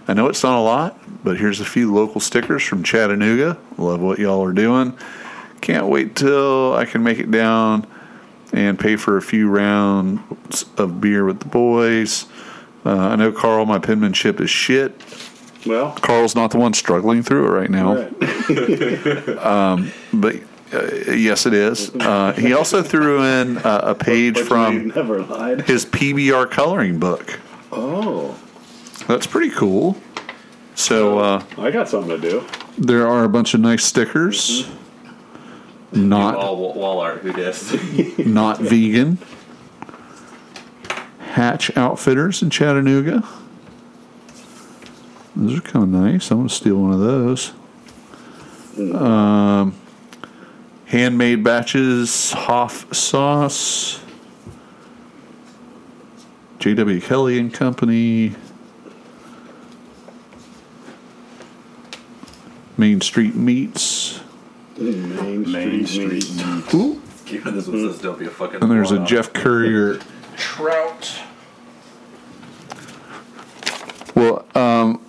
B: I know it's not a lot, but here's a few local stickers from Chattanooga. Love what y'all are doing. Can't wait till I can make it down and pay for a few rounds of beer with the boys. Uh, I know Carl, my penmanship is shit.
H: Well,
B: Carl's not the one struggling through it right now, Um,
H: right.
B: but uh, yes, it is. Uh, he also threw in uh, a page
H: But you
B: from
H: never lied.
B: his PBR coloring book.
H: Oh,
B: That's pretty cool. So. Uh,
H: I got something to do. Mm-hmm.
B: There are a bunch of nice stickers. Not
A: All wall, wall art, who dis?
B: not vegan. Hatch Outfitters in Chattanooga. Those are kind of nice. I want to steal one of those. Um, handmade batches, Hoff sauce, J.W. Kelly and Company, Main Street Meats.
H: Main Street.
D: Main
H: Meat.
D: Street.
A: Even this one says don't be a fucking.
B: And there's a
A: moron.
B: Jeff Courier trout. Well, um,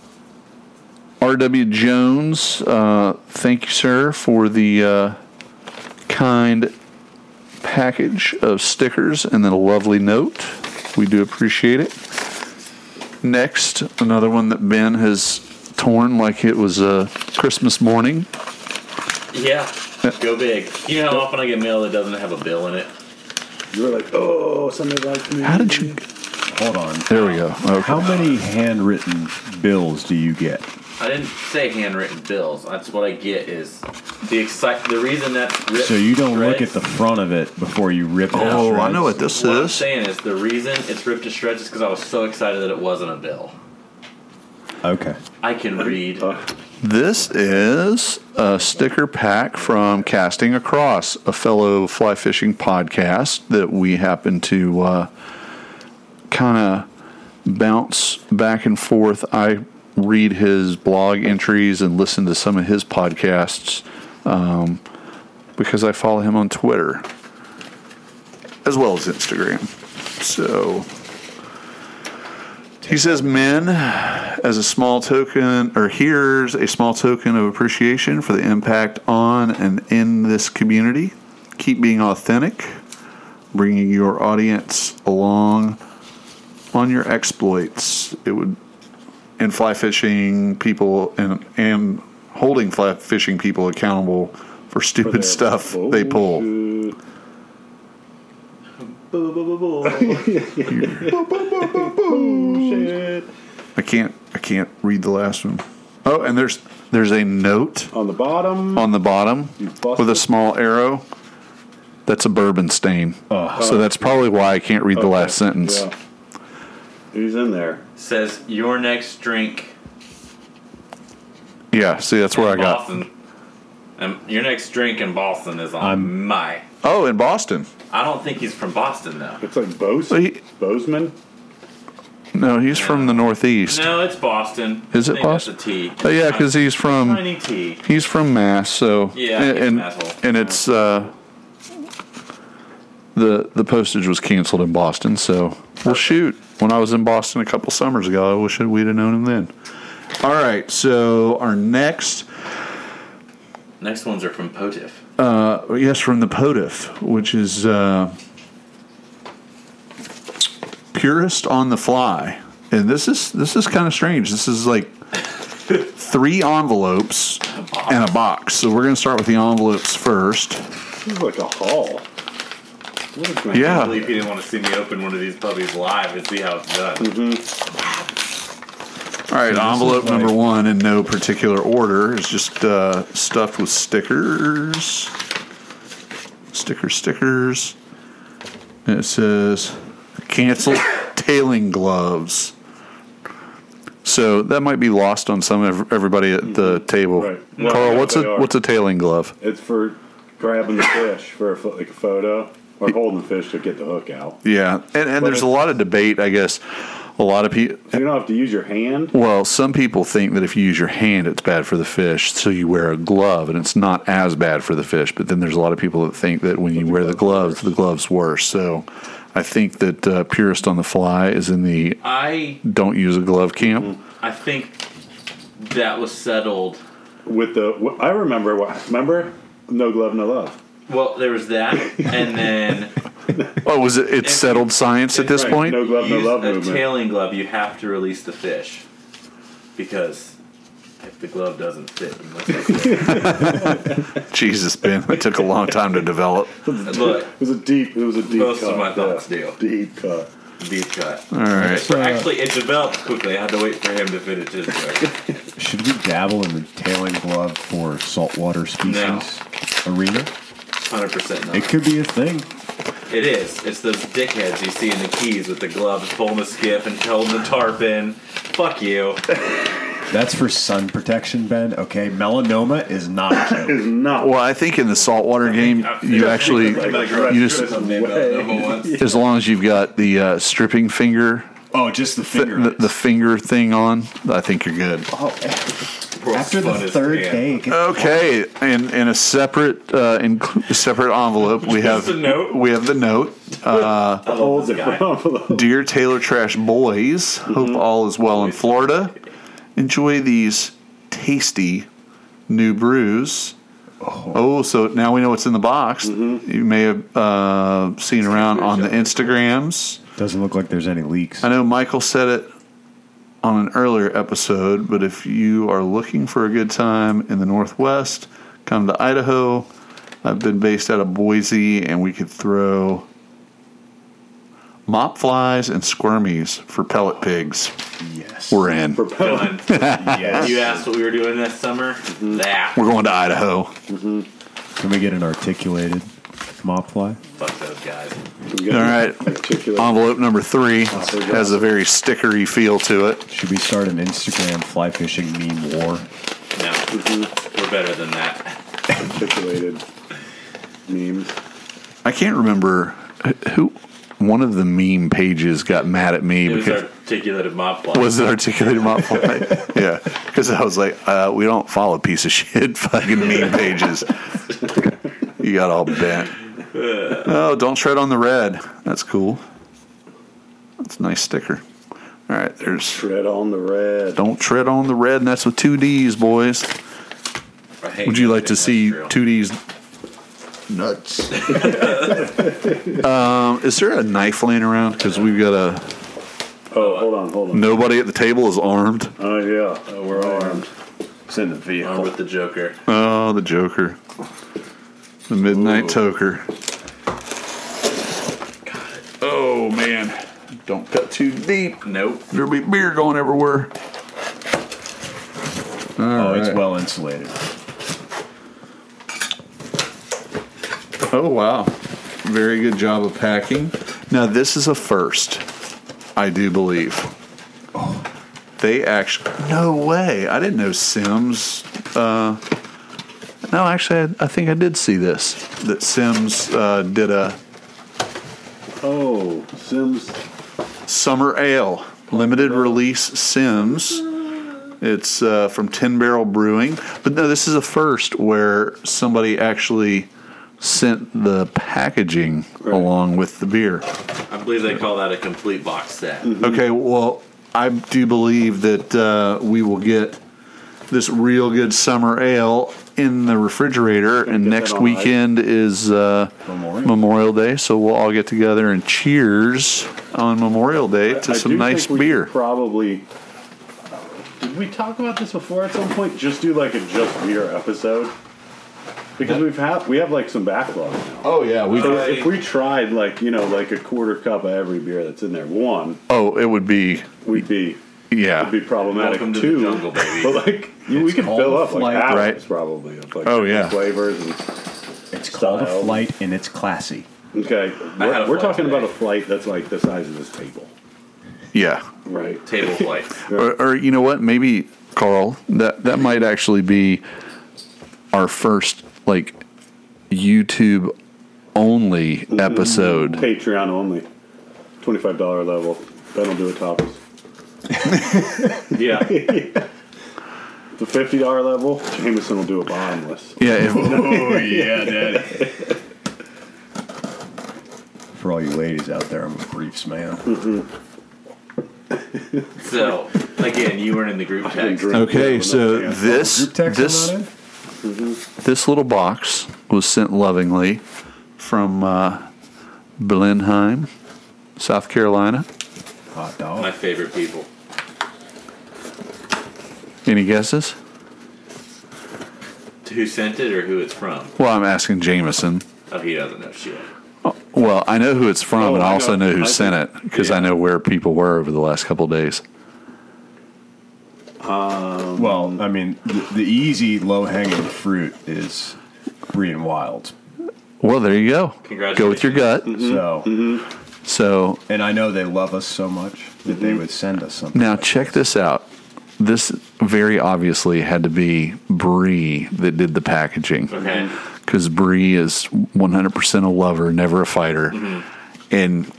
B: R.W. Jones, uh, thank you, sir, for the uh, kind package of stickers and then a lovely note. We do appreciate it. Next, another one that Ben has torn like it was uh, Christmas morning.
A: Yeah. Go big. You know how often I get mail that doesn't have a bill in it?
H: You were like, oh, somebody liked me.
B: How did you?
D: Hold on.
B: There we go. Okay.
D: How many handwritten bills do you get?
A: I didn't say handwritten bills. That's what I get is the excite. The reason that's ripped
D: So you don't look at
A: shreds-
D: the front of it before you rip it.
B: Oh, I know what this
A: What I'm
B: is.
A: saying is the reason it's ripped to shreds is because I was so excited that it wasn't a bill.
D: Okay.
A: I can read.
B: This is a sticker pack from Casting Across, a fellow fly fishing podcast that we happen to uh, kind of bounce back and forth. I read his blog entries and listen to some of his podcasts um, because I follow him on Twitter as well as Instagram. So he says, men as a small token, or here's a small token of appreciation for the impact on and in this community. Keep being authentic, bringing your audience along on your exploits. It would in fly fishing people and and holding fly fishing people accountable for stupid stuff they pull. I can't I can't read the last one. Oh, and there's there's a note
H: On the bottom.
B: on the bottom
H: busted.
B: with a small arrow. That's a bourbon stain. so that's probably why I can't read the last sentence.
H: Yeah. He's in there.
A: Says your next drink.
B: Yeah, see, that's where I got.
A: Boston. Um, your next drink in Boston is on
D: I'm-
A: my.
B: Oh, in Boston.
A: I don't think he's from Boston though.
H: It's like Bose.
B: So he-
H: Bozeman.
B: No, he's from the Northeast.
A: No, it's Boston.
B: Is it
A: I think that's
B: Boston?
A: a T.
B: Oh, yeah, because he's from
A: tiny T.
B: he's from Mass. So
A: Yeah,
B: and
A: he's an
B: and,
A: asshole.
B: and it's uh, the the postage was canceled in Boston. So well, shoot. When I was in Boston a couple summers ago, I wish that we'd have known him then. All right, so our next.
A: Next ones are from Potiff.
B: Oh, Yes, from the POTIF, which is uh, purist on the fly, and this is this is kind of strange. This is like three envelopes and a box. So we're going to start with the envelopes first.
H: This is like a hall. What is my
A: I
B: Yeah,
A: believe he didn't want to see me open one of these puppies live and see how it's done.
B: Mm-hmm. All right, envelope number one in no particular order is just uh, stuffed with stickers. Stickers, stickers. And it says cancel tailing gloves. So that might be lost on some of everybody at the table.
H: Right. No,
B: Carl,
H: no,
B: what's
H: they
B: a
H: are.
B: what's a tailing glove?
H: It's for grabbing the fish for a, pho- like a photo or holding the fish to get the hook out.
B: Yeah, and and there's a lot of debate, I guess. A lot of people.
H: So you don't have to use your hand.
B: Well, some people think that if you use your hand, it's bad for the fish, so you wear a glove, and it's not as bad for the fish. But then there's a lot of people that think that when you wear the gloves, the glove's worse. So I think that uh, Purist on the Fly is in the
A: I
B: don't use a glove camp.
H: Mm-hmm.
A: I think that was settled.
H: With the, wh- I remember what. Remember, no glove, no love.
A: Well, there was that, and then
B: Oh, was it? It's settled science at this
H: Right,
B: point.
H: no glove, no
A: use
H: love
A: a
H: movement.
A: tailing glove. You have to release the fish because if the glove doesn't fit, you must not fit.
B: Jesus, Ben, that took a long time to develop.
A: look.
H: It was a deep. It was a deep.
A: Most
H: cut,
A: of my
H: yeah.
A: thoughts do.
H: Deep cut.
A: Deep cut.
B: All right,
A: So actually, it developed quickly. I had to wait for him to finish his work.
D: Should we dabble in the tailing glove for saltwater species arena?
A: Hundred percent.
D: It could be a thing.
A: It is. It's those dickheads you see in the keys with the gloves pulling the skiff and holding the tarpon. Fuck you.
D: That's for sun protection, Ben. Okay, melanoma is not a joke.
H: Is not.
B: well, I think in the saltwater game, you actually you just as long as you've got the uh, stripping finger.
D: Oh, just the
B: The,
D: finger.
B: the, the finger thing on, I think you're good.
D: After the third day, it gets-
B: Okay, in in a separate uh, in separate envelope, we have
A: a note?
B: we have the note.
H: Hold the
B: Dear Taylor Trash Boys, hope all is well in Florida. Enjoy these tasty new brews. Oh, so now we know what's in the box. You may have uh, seen around on the Instagrams.
D: doesn't look like there's any leaks.
B: I know Michael said it on an earlier episode, but if you are looking for a good time in the Northwest, come to Idaho. I've been based out of Boise, and we could throw Mop flies and squirmies for pellet pigs.
D: Yes.
B: We're in.
H: For
A: Dylan,
D: yes.
A: you asked what we were doing this summer.
H: Mm-hmm.
A: That.
B: We're going to Idaho.
D: Can we get an articulated mop fly?
A: Fuck those guys.
B: All right. Envelope number three has a very stickery feel to it.
D: Should we start an Instagram fly fishing meme war?
A: No,
H: Mm-hmm.
A: we're better than that.
H: articulated memes.
B: I can't remember who. One of the meme pages got mad at me
A: It was
B: because
A: articulated mob plot.
B: was it articulated mop fly? yeah, because I was like, uh, we don't follow piece of shit fucking meme pages. you got all bent. Oh, don't tread on the red. That's cool. That's a nice sticker. All right, there's
H: Tread on the red.
B: don't tread on the red, and that's with two D's, boys.
A: I hate
B: Would you
A: that
B: like to
A: thing,
B: see
A: that's true.
B: two D's? Nuts. um, is there a knife laying around? Because we've got a
H: Oh, hold on, hold on.
B: nobody at the table is armed.
H: Oh yeah, oh, we're armed. It's in the
A: Armed
H: vehicle.
A: with the Joker.
B: Oh, the Joker, the Midnight Toker. Oh man, don't cut too deep.
A: Nope.
B: There'll be beer going everywhere.
D: oh, it's well insulated.
B: Oh wow, very good job of packing. Now this is a first, I do believe. They actually no way. I didn't know Sims. Uh, no, actually, I, I think I did see this. That Sims uh, did a
H: Oh, Sims.
B: summer ale limited release Sims. It's uh, from Ten Barrel Brewing, but no, this is a first where somebody actually sent the packaging along with the beer.
A: I believe they call that a complete box set.
H: Mm-hmm.
B: Okay, well, I do believe that uh, we will get this real good summer ale in the refrigerator, and
H: get
B: next
H: that on
B: weekend is uh,
H: Memorial.
B: Memorial Day, so we'll all get together and cheers on Memorial Day to
H: I
B: some
H: do
B: nice
H: think we
B: beer.
H: should Probably. Did we talk about this before at some point? Just do like a just beer episode. Because we've had we have like some backlog now.
B: oh yeah, we.
H: So if we tried like you know like a quarter cup of every beer that's in there, one
B: oh, it would be
H: we'd be
B: yeah.
H: would be problematic
A: Welcome to the
H: too.
A: jungle, baby.
H: But like we could fill up like hours
B: Right.
H: probably of like
B: Oh, yeah.
H: flavors and
D: It's called
H: Style.
D: a flight and it's classy.
H: okay.
A: had
H: We're,
A: a
H: we're
A: flight
H: talking
A: today.
H: about a flight that's like the size of this table,
B: Yeah,
H: right?
A: Table play.
B: or, or you know what? Maybe Carl, that that might actually be our first like YouTube only
H: Mm-hmm.
B: episode.
H: Patreon only, twenty five dollar level. That'll do it, toppers.
A: Yeah.
H: The fifty dollar level, Jameson will do a bottomless.
B: Yeah, if,
D: For all you ladies out there, I'm a briefs man.
A: So, again, you weren't in the group
H: And
A: text.
H: drink
C: Okay,
H: it.
C: so
H: Yeah.
B: this this this little box was sent lovingly from uh, Blenheim, South Carolina.
D: Hot
A: My
D: dog.
A: favorite people.
B: Any guesses?
A: Who sent it or who it's from?
B: Well, I'm asking Jameson.
A: Oh, he doesn't know shit.
B: Well, I know who it's from,
H: Oh,
B: and I,
H: I
B: also
H: know.
B: know who
H: I
B: sent it because I
A: yeah.
B: know where people were over the last couple of days.
D: Well, I mean, the, the easy low hanging fruit is Brian Wilds.
B: Well, there you go. Go with your gut.
H: Mm-hmm.
D: So,
B: So
D: and I know they love us so much that
H: Mm-hmm.
D: they would send us something.
B: now check this out. This very obviously had to be Bree that did the packaging.
H: Mm-hmm.
A: Okay.
B: because Bree is 100% a lover, never a fighter.
H: Mm-hmm.
B: And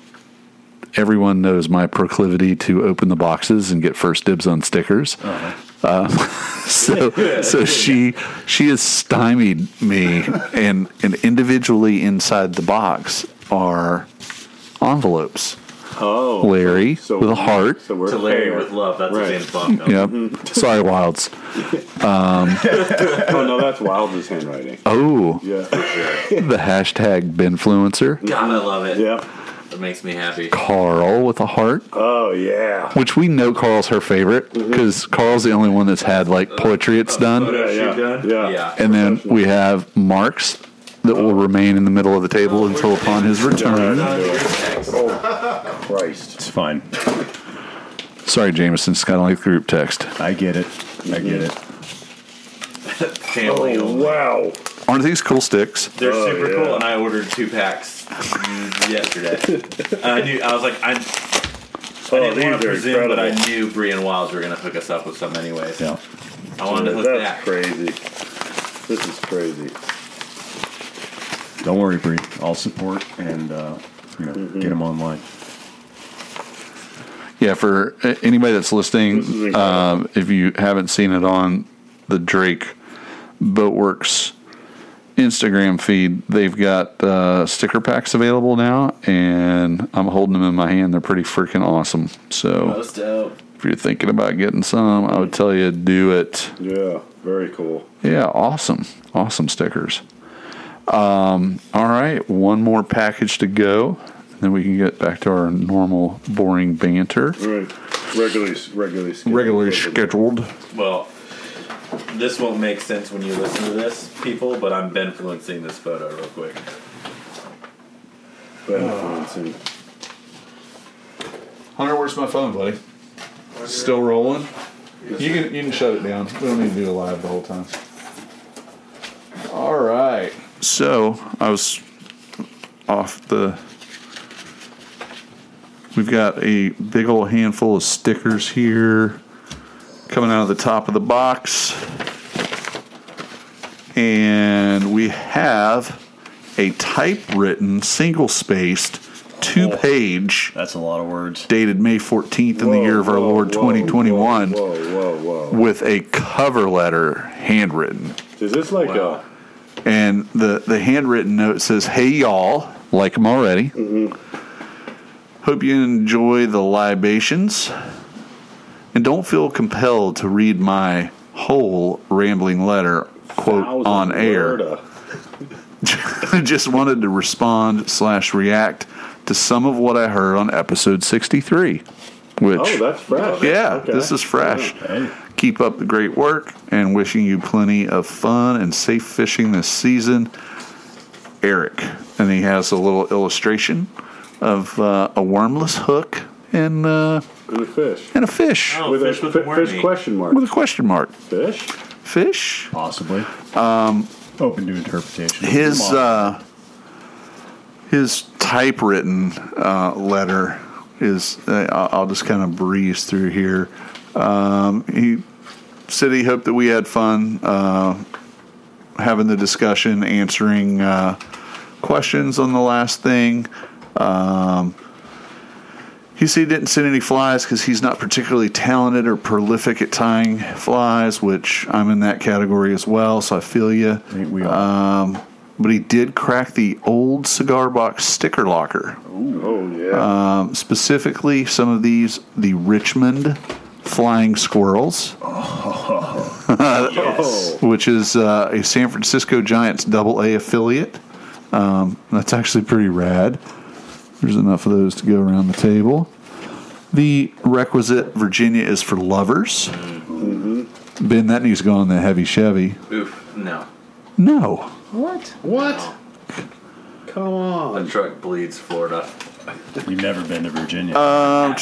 B: everyone knows my proclivity to open the boxes and get first dibs on stickers.
H: Uh-huh.
B: Um, so so she she has stymied me, and and individually inside the box are envelopes.
H: oh,
B: Larry
H: so
B: with a
H: we're-
B: heart.
H: So we're
A: To Larry
H: fair.
A: with love. That's
H: Right.
A: his name's Bob Dylan.
B: Yep. Sorry, Wilds.
H: Oh no, that's Wilds' handwriting.
B: Oh,
H: Yeah,
B: the hashtag Benfluencer.
A: God, I love it.
H: yeah.
A: It makes me happy.
B: Carl with a heart.
H: Oh yeah.
B: which we know Carl's her favorite
H: Mm-hmm.
B: because Carl's the only one that's had like poetry it's done,
A: Photo
H: Yeah,
A: shoot
H: yeah,
A: done?
H: yeah.
B: and then we have Mark's the that will remain in the middle of the table until upon his return.
D: Christ. It's fine.
B: Sorry, Jameson. Scott only group text.
D: I get it. I
H: Mm-hmm.
D: get it.
A: Family only.
H: Oh, Wow.
B: Aren't these cool sticks?
A: Oh, They're
H: Oh,
A: super
H: yeah.
A: cool, and I ordered two packs yesterday. And I knew I was like, I, I
H: Oh,
A: didn't
H: these
A: want to
H: are
A: presume,
H: incredible.
A: but I knew Bree and Wiles were going to hook us up with some anyways.
D: Yeah.
A: I wanted to hook
H: That's
A: that.
H: crazy. This is crazy.
D: Don't worry, Bree. I'll support and uh, you know
H: Mm-hmm.
D: get them online.
B: Yeah, for uh, anybody that's
H: This is
B: listening,
H: incredible.
B: um, if you haven't seen it on the Drake Boatworks Instagram feed, they've got uh, sticker packs available now, and I'm holding them in my hand. They're pretty freaking awesome. So
A: Most dope.
B: if you're thinking about getting some, I would tell you do it.
H: Yeah, very cool.
B: Yeah, awesome. Awesome stickers. Um, all right, one more package to go. Then we can get back to our normal boring banter.
H: All right. Regularly, regularly scheduled.
B: Regularly scheduled.
A: Well, this won't make sense when you listen to this, people, but I'm influencing this photo real quick.
H: Ben Franson.
B: Hunter, where's my phone, buddy? Still rolling. You can you can shut it down. We don't need to do it live the whole time. All right. So I was off the. We've got a big old handful of stickers here, coming out of the top of the box, and we have a typewritten, single-spaced, two-page
D: That's a lot of words.
B: dated May 14th in the year of our
H: Whoa,
B: Lord
H: whoa,
B: 2021
H: Whoa, whoa, whoa. whoa.
B: with a cover letter handwritten.
H: Is this like
A: Wow.
B: And the, the handwritten note says, Hey, y'all, like 'em already.
H: Mm-hmm.
B: Hope you enjoy the libations. And don't feel compelled to read my whole rambling letter,
H: a
B: quote,
H: thousand
B: on air.
H: word a-
B: just wanted to respond slash react to some of what I heard on episode 63, which.
H: Oh, that's fresh.
B: Yeah,
H: Okay.
B: this is fresh.
D: Hey,
B: Keep up the great work and wishing you plenty of fun and safe fishing this season, Eric. And he has a little illustration of uh, a wormless hook and uh,
H: And a fish.
B: and a fish
A: Oh,
H: with
A: fish
H: a
A: with a
H: fi-
A: wormy.
H: fish question mark.
B: with a question mark.
H: Fish?
B: Fish.
D: possibly. Um, open to interpretation.
B: His
D: Come on.
B: uh, his typewritten uh, letter is. Uh, I'll I'll just kind of breeze through here. Um, he said he hoped that we had fun uh, having the discussion, answering uh, questions on the last thing. Um, he said he didn't send any flies because he's not particularly talented or prolific at tying flies, which I'm in that category as well. So I feel you.
D: Ain't we all-
B: But he did crack the old cigar box sticker locker.
H: Oh, yeah.
B: Um, specifically, some of these the Richmond flying squirrels,
H: oh,
B: which is uh, a San Francisco Giants Double A affiliate. Um, that's actually pretty rad. There's enough of those to go around the table. The requisite Virginia is for lovers.
H: Mm-hmm.
B: Ben, that needs to go on the heavy Chevy.
A: Oof, no.
B: No,
H: what? Come on.
A: The truck bleeds Florida.
D: You've never been to Virginia.
B: Um,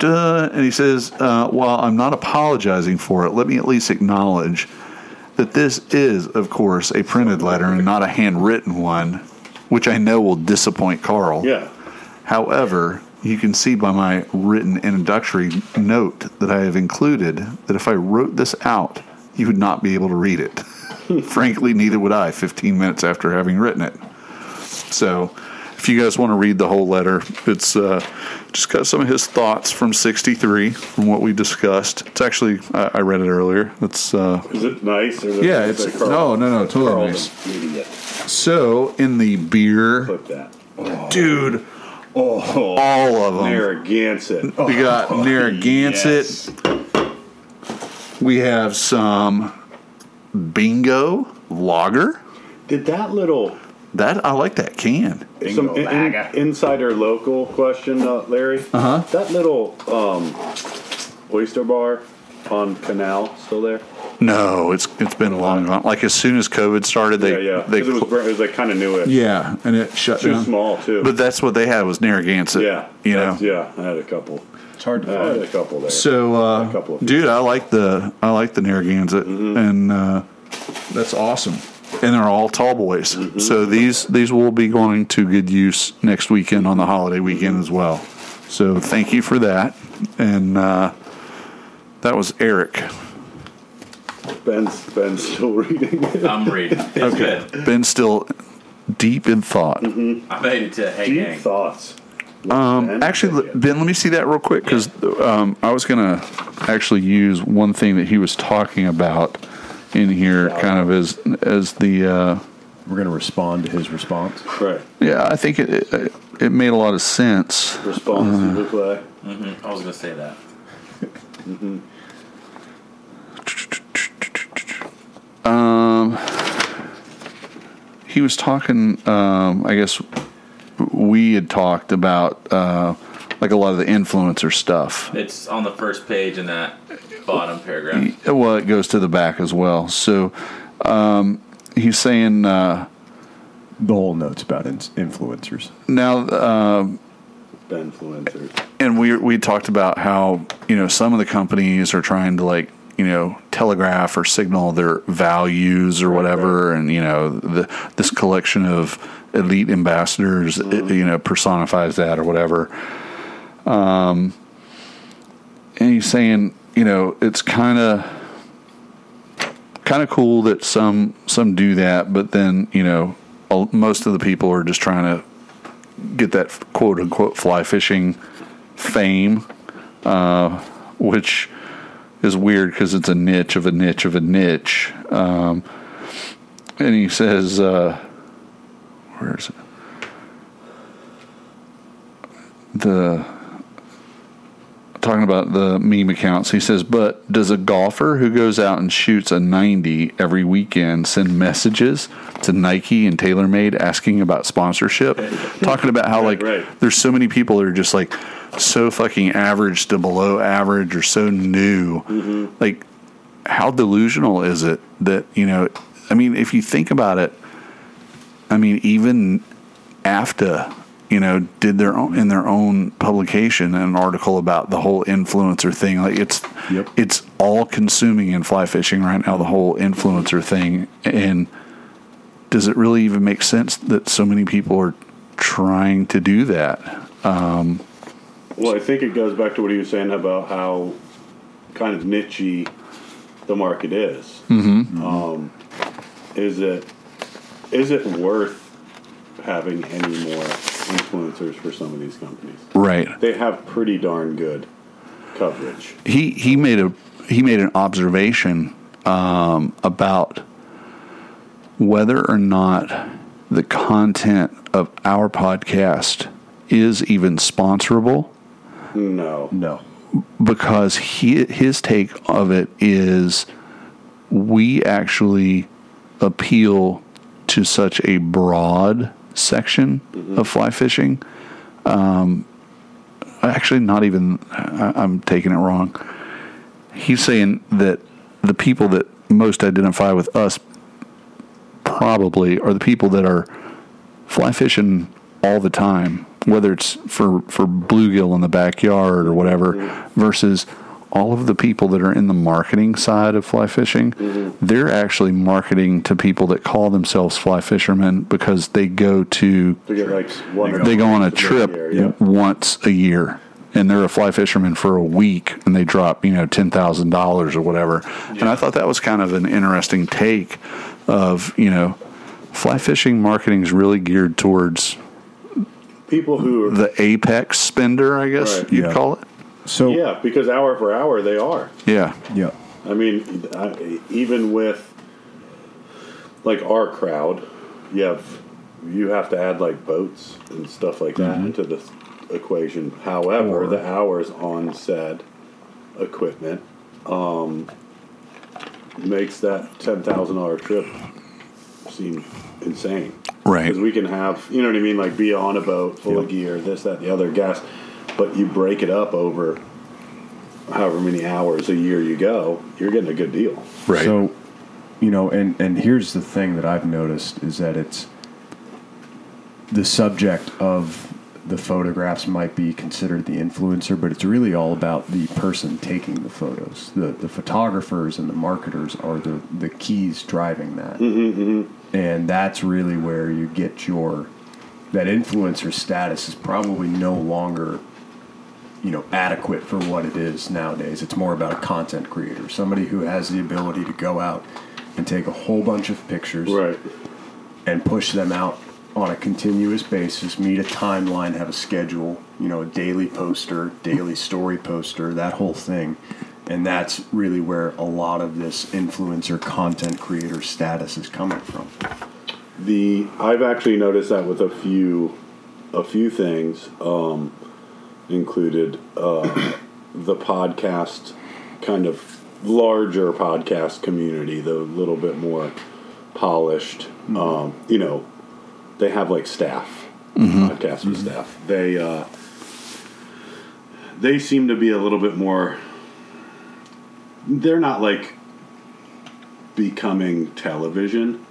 B: and he says, uh, while I'm not apologizing for it, let me at least acknowledge that this is, of course, a printed letter and not a handwritten one, which I know will disappoint Carl.
H: Yeah.
B: However, you can see by my written introductory note that I have included that if I wrote this out, you would not be able to read it. Frankly, neither would I 15 minutes after having written it. So, if you guys want to read the whole letter, it's uh, just got some of his thoughts from 63, from what we discussed. It's actually, I, I read it earlier. It's, uh,
H: Is it nice? Or does
B: yeah,
H: it
B: it's,
H: say
B: no,
H: Carl?
B: no, no, totally nice.
H: Carl's an idiot.
B: So, in the beer,
H: Clip that.
B: dude,
H: Oh,
B: all of them.
H: Narragansett. Oh,
B: We got Narragansett.
D: yes.
B: We have some bingo lager.
H: Did that little
B: That I like that can.
H: some in- in- insider local question, uh, Larry?
B: Uh-huh.
H: Uh huh. That little um, oyster bar on Canal still there?
B: No, it's it's been long gone. Like as soon as COVID started, they
H: yeah, yeah.
B: they
H: Because it was
B: cl-
H: br- it was like kind of newish.
B: yeah, and it shut
H: Too
B: down.
H: small Oh, too.
B: But that's what they had was Narragansett.
H: yeah,
B: you know.
H: that's- yeah. I had a couple.
D: It's hard to
H: I had
D: find.
H: a couple there.
B: So,
H: A
B: uh,
H: couple of- Mm-hmm.
B: dude, I like the I like the Narragansett, and uh, that's awesome. And they're all tall boys.
H: Mm-hmm.
B: So these these will be going to good use next weekend on the holiday weekend
H: Mm-hmm.
B: as well. So thank you for that. And uh, that was Eric.
H: Ben's Ben's still reading.
A: I'm reading. It's good.
B: Ben's still deep in thought.
H: Mm-hmm.
A: I made it to Hey
H: Deep
A: Gang.
H: thoughts.
B: Um,
H: Ben?
B: actually,
H: Yeah.
B: l- Ben, let me see that real quick because um, I was gonna actually use one thing that he was talking about in here, kind of as as the uh,
D: We're going to respond to his response.
H: right.
B: yeah. I think it it, it made a lot of sense.
H: Response you look like.
A: I was gonna say that.
B: He was talking. Um, I guess we had talked about uh, like a lot of the influencer stuff.
A: It's on the first page in that bottom paragraph.
B: Well, it goes to the back as well. So um, he's saying. Uh,
D: The whole note's about in- influencers.
B: now uh,
H: Ben influencers.
B: and we we talked about how you know some of the companies are trying to like you know telegraph or signal their values or whatever and you know the this collection of elite ambassadors it, you know personifies that or whatever um and he's saying you know it's kind of kind of cool that some some do that but then you know all- most of the people are just trying to get that quote unquote fly fishing fame, uh, which is weird because it's a niche of a niche of a niche. Um, and he says, uh, where is it? The talking about the meme accounts, he says, but does a golfer who goes out and shoots a 90 every weekend send messages to Nike and TaylorMade asking about sponsorship? talking about how, like,
H: right.
B: there's so many people that are just like so fucking average to below average or so new. Like, how delusional is it that, you know, I mean, if you think about it, I mean, even AFTA, you know, did their own in their own publication an article about the whole influencer thing. Like it's
D: Yep.
B: it's all consuming in fly fishing right now, the whole influencer thing. And does it really even make sense that so many people are trying to do that?
H: Well, I think it goes back to what he was saying about how kind of nichey the market is. Mm-hmm. Um, is it is it worth having any more influencers for some of these companies?
B: Right.
H: They have pretty darn good coverage.
B: he he made a he made an observation um, about whether or not the content of our podcast is even sponsorable
H: No,
D: No.
B: because he his take of it is we actually appeal to such a broad section of fly fishing. Um, actually, not even I, I'm taking it wrong. He's saying that the people that most identify with us probably are the people that are fly fishing all the time, whether it's for, for bluegill in the backyard or whatever, versus all of the people that are in the marketing side of fly fishing. They're actually marketing to people that call themselves fly fishermen because they go to,
H: they get like one. or
B: they go
H: two
B: on a trip
H: trips year, yeah.
B: once a year. And they're a fly fisherman for a week, and they drop you know ten thousand dollars or whatever. And I thought that was kind of an interesting take of you know, fly fishing marketing is really geared towards
H: People who are,
B: the apex spender, I guess
H: Right.
B: you'd
D: Yeah.
B: call it.
D: So,
H: yeah, because hour for hour they are.
B: Yeah,
D: yeah.
H: I mean, I, even with like our crowd, you have you have to add like boats and stuff like that into this equation. However, the hours on said equipment um, makes that ten thousand dollar trip seem insane.
B: right.
H: Because we can have, you know what I mean, like be on a boat full of gear, this, that, the other, gas, but you break it up over however many hours a year you go, you're getting a good deal.
C: Right.
D: So, you know, and and here's the thing that I've noticed is that it's the subject of the photographs might be considered the influencer, but it's really all about the person taking the photos. The the photographers and the marketers are the the keys driving that, and that's really where you get your that influencer status is probably no longer you know adequate for what it is nowadays. It's more about a content creator, somebody who has the ability to go out and take a whole bunch of pictures and push them out on a continuous basis, meet a timeline, have a schedule, you know, a daily poster, daily story poster, that whole thing. And that's really where a lot of this influencer content creator status is coming from.
H: The I've actually noticed that with a few, a few things um, included uh, the podcast kind of larger podcast community, the little bit more polished. Um, you know, they have like staff,
B: Mm-hmm.
H: podcast with staff. They uh, they seem to be a little bit more. They're not like becoming television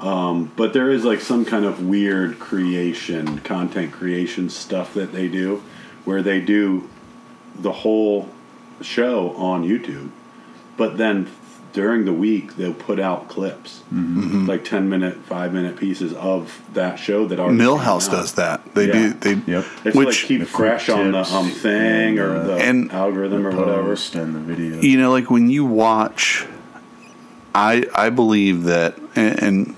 H: um, but there is like some kind of weird creation content creation stuff that they do where they do the whole show on youtube but then during the week they'll put out clips
B: Mm-hmm.
H: like 10 minute 5 minute pieces of that show that are
B: Millhouse does that. They
H: Yeah.
B: do. They
D: Yep.
H: it's
B: which-
H: like keep
D: The quick
H: fresh on the
D: tips
H: um thing or
D: and,
H: the
B: and
H: algorithm or whatever E,
D: Post and the video.
B: you know, like when you watch, I I believe that, and, and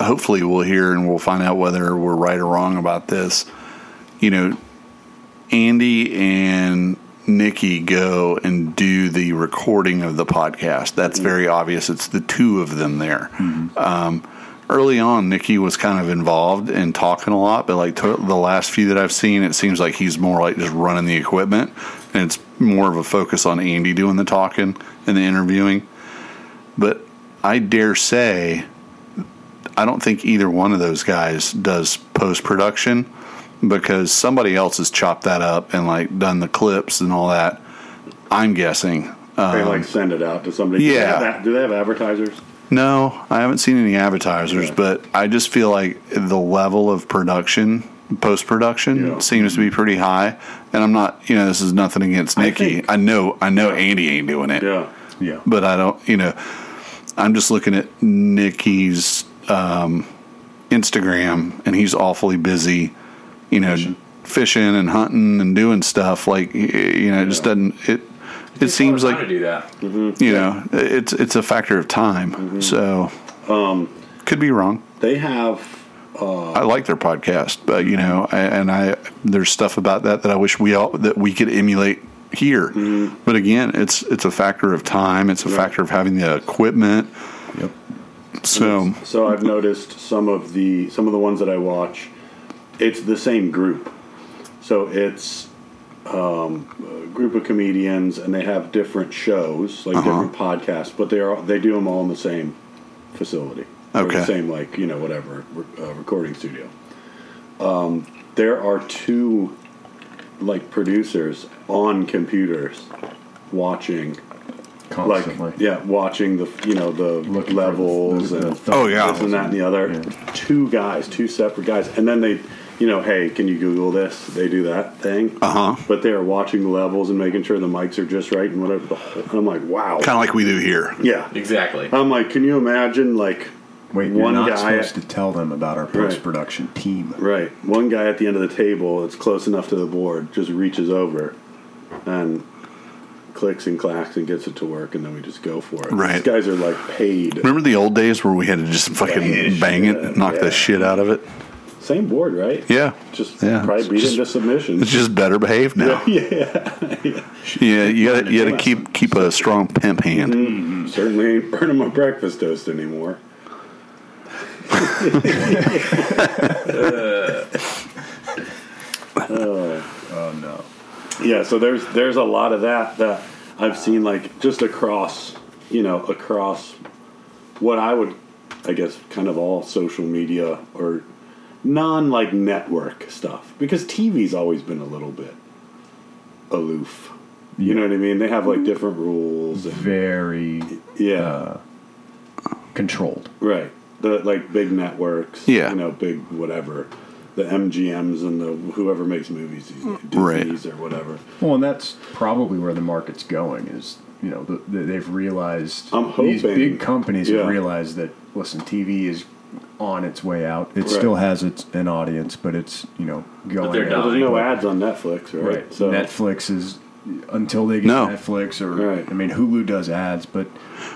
B: hopefully we'll hear and we'll find out whether we're right or wrong about this. You know, Andy and Nikki go and do the recording of the podcast. That's very obvious. It's the two of them there. Um, early on, Nikki was kind of involved and talking a lot, but like to the last few that I've seen, it seems like he's more like just running the equipment, and it's more of a focus on Andy doing the talking and the interviewing. But I dare say, I don't think either one of those guys does post production because somebody else has chopped that up and like done the clips and all that. I'm guessing.
H: they
B: Um,
H: like send it out to somebody do
B: yeah.
H: they have, a- do they have advertisers
B: no, I haven't seen any advertisers, but I just feel like the level of production, post production,
H: Yeah.
B: seems to be pretty high. And I'm not, you know, this is nothing against Nikki. I,
H: think-
B: know, I know, Andy ain't doing it,
H: yeah
D: Yeah.
B: but I don't, you know, I'm just looking at Nikki's um, Instagram, and he's awfully busy, you know, fishing, and hunting and doing stuff. Like, y- you know, it just
H: Yeah.
B: doesn't. It it seems
A: Well, it's
B: like
A: fun to do that.
B: you know it's it's a factor of time so could be wrong
H: they have
B: i like their podcast but you know I, and i there's stuff about that that i wish we all that we could emulate here but again it's it's a factor of time it's a factor of having the equipment
D: Yep.
B: so
H: So I've noticed some of the some of the ones that I watch, it's the same group. So it's um, a group of comedians, and they have different shows, like different podcasts, but they are they do them all in the same facility, or
B: Okay.
H: the same like you know whatever re- uh, recording studio. Um, there are two like producers on computers watching
D: Constantly.
H: like yeah, watching the you know the
D: Looking for
H: levels
D: the- the-
H: and
D: the Oh,
B: yeah.
H: this and that and the other. Two guys, two separate guys, and then they, you know, hey, can you Google this? They do that thing.
B: Uh-huh.
H: But they are watching the levels and making sure the mics are just right and whatever. The whole, and I'm like, wow.
B: kind of like we do here
H: yeah.
A: Exactly.
H: I'm like, can you imagine like
D: Wait,
H: One
D: one you're not
H: guy-
D: supposed to tell them about our post production team.
H: Right. One guy at the end of the table that's close enough to the board just reaches over and clicks and clacks and gets it to work, and then we just go for it.
B: Right. Hmm.
H: These guys are like paid.
B: remember the old days where we had to just fucking
H: Bang
B: bang
H: it,
B: it and knock
H: yeah.
B: the shit out of it
H: Same board, right?
B: yeah
H: Just
B: Yeah.
H: probably beat
B: Just-
H: him to submission.
B: it's just better behaved now
H: yeah.
B: yeah, you gotta you gotta keep keep a strong pimp hand
H: Certainly ain't burning my breakfast toast anymore. Uh,
D: Oh, no.
H: Yeah, so there's there's a lot of that that I've seen like just across, you know, across what I would I guess kind of all social media or non like network stuff because TV's always been a little bit aloof. You know what I mean? They have like different rules.
D: very
H: Yeah,
D: controlled.
H: right. The like big networks.
B: Yeah.
H: you know, big whatever. The MGMs and the whoever makes movies, these days,
B: Right.
H: Disney's or whatever.
D: Well, and that's probably where the market's going is, you know, the, the, they've realized
H: I'm
D: these
H: hoping-
D: big companies
H: yeah.
D: have realized that listen, TV is on its way out. It
H: Right.
D: still has its an audience, but it's, you know, going
A: they're
D: out.
A: not.
H: There's no ads on Netflix, right?
D: Right. Netflix is until they get
B: No.
D: Netflix or
H: Right.
D: I mean Hulu does ads, but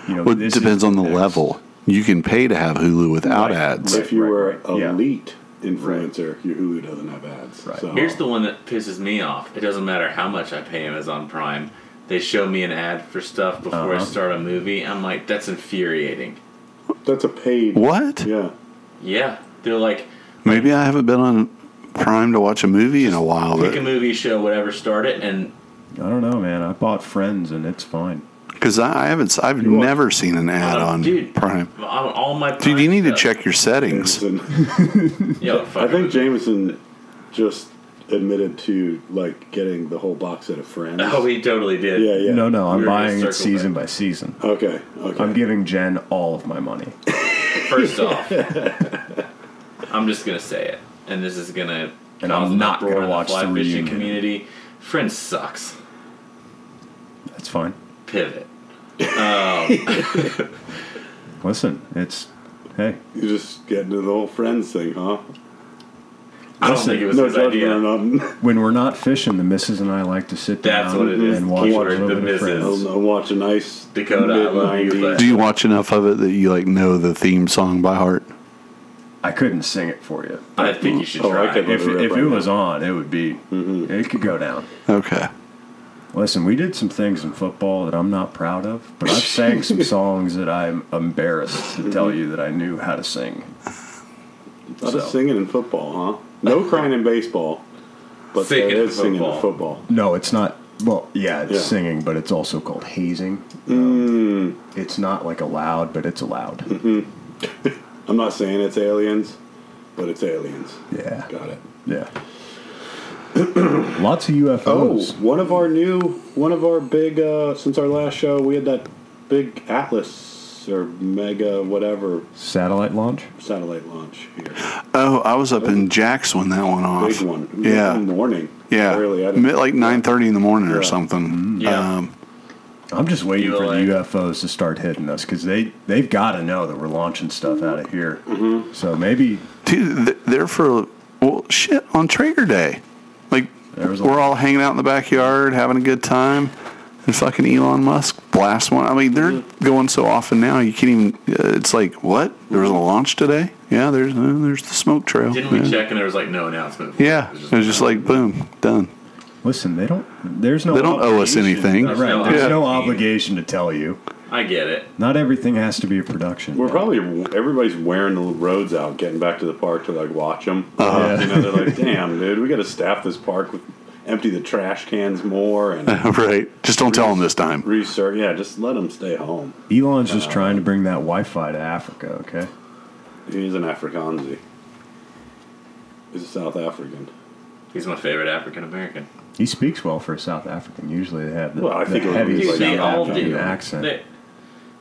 D: you know,
B: Well, it
D: this is
B: depends on the
D: next.
B: level. You can pay to have Hulu without
D: Right.
B: ads.
H: if you
D: right,
H: were
D: right, yeah.
H: elite influencer, your Hulu doesn't have ads.
D: Right.
H: So.
A: Here's the one that pisses me off. It doesn't matter how much I pay Amazon Prime. They show me an ad for stuff before I
D: Uh-huh.
A: start a movie. I'm like, that's infuriating.
H: that's a paid.
B: What?
H: Yeah.
A: Yeah, they're like,
B: Maybe I haven't been on Prime to watch a movie in a while,
A: pick a
B: but
A: movie, show whatever, start it, and
D: I don't know, man. I bought Friends and it's fine.
B: because I I haven't, I've never seen an ad
A: Oh,
B: on
A: dude.
B: Prime.
A: on all my.
B: Dude, you
A: Prime
B: need to
A: stuff-
B: check your settings.
H: And
A: Yo,
H: I think
A: James.
H: Jameson just admitted to like getting the whole box set of Friends.
A: Oh, he totally did.
H: yeah, yeah.
D: No, no, I'm
A: We're gonna
D: buying
A: circle
D: it season
A: back.
D: by season.
H: Okay, okay.
D: I'm giving Jen all of my money.
A: First off, I'm just gonna say it, and this is gonna
D: And I'm
A: cause an
D: not
A: uproar
D: gonna
A: in the
D: watch the
A: fly fishing
D: reunion.
A: community. Friends sucks.
D: That's fine.
A: Pivot.
D: Listen, it's hey,
H: You're just getting to the whole Friends thing, huh?
A: I don't
D: Listen,
A: think it was
H: No
A: his
H: judgment
A: idea.
H: or nothing.
D: when we're not fishing, the missus and I like to sit down
A: That's what it is.
D: and watch Oh, a
A: Keyword,
D: little
A: the
D: bit of
A: missus.
D: Friends.
H: I'm watching Ice
A: Dakota, I love you,
H: mid-nineties.
A: but-
B: Do you watch enough of it that you like know the theme song by heart?
D: I couldn't sing it for you.
A: I think you should
H: Oh, I
A: try.
H: could-
D: If,
H: Right
D: if it
H: now.
D: was on, it would be.
A: Mm-hmm.
D: It could go down.
B: Okay.
D: Listen, we did some things in football that I'm not proud of, but I've sang some songs that I'm embarrassed to tell you that I knew how to sing.
H: A lot of
D: So.
H: singing in football, huh? No crying in baseball, but
A: Singing
H: there
A: in
H: is singing in
A: football.
H: football.
D: No, it's not. Well, yeah, it's
H: Yeah. Mm.
D: singing, but it's also called hazing. Um, It's not like allowed, but it's allowed.
H: I'm not saying it's aliens, but it's aliens.
D: Yeah.
H: Got it.
D: Yeah. Lots of
H: Oh,
D: UFOs.
H: one of our new, one of our big, uh, since our last show, we had that big Atlas or Mega whatever
D: Satellite launch?
H: satellite launch here.
B: Oh, I was up in Jack's when that went off.
H: Big one. We did it
B: Yeah.
H: In the morning.
B: Yeah.
H: Early. I
B: Mi- like nine thirty in the morning
H: Yeah.
B: or something.
A: Yeah.
B: Um,
D: I'm just waiting for the
A: ULA.
D: UFOs to start hitting us because they, they've got to know that we're launching stuff out of here.
H: Mm-hmm.
D: So maybe
B: dude, th- they're for well, shit on Traeger Day. Like
D: There was a-
B: we're all hanging out in the backyard having a good time, and fucking Elon Musk blasts one. I mean, they're going so often now you can't even. Uh, it's like what there was a launch today. Yeah, there's uh, there's the smoke trail.
A: Didn't we
B: yeah.
A: check and there was like no announcement?
B: Yeah, it was just like boom, done.
D: Listen, they don't. There's no.
B: They don't owe us
D: obligation-
B: anything.
A: There's
D: Right.
A: no
D: There's
A: obligation.
D: no obligation to tell you.
A: I get it.
D: Not everything has to be a production.
H: We're probably everybody's wearing the roads out, getting back to the park to like watch them.
D: Uh-huh.
H: You know, they're like, "Damn, dude, we got to staff this park with empty the trash cans more and
B: right. Just don't tell them this time.
H: research." Yeah, just let them stay home.
D: Elon's just trying to bring that Wi-Fi to Africa. Okay.
H: He's an Afrikaansi. He's a South African.
A: He's my favorite African American.
D: He speaks well for a South African. Usually they have the,
H: Well, I
D: the
H: think it would
D: heavy
H: be like
D: South
A: They all
D: African
A: do.
D: accent.
A: They-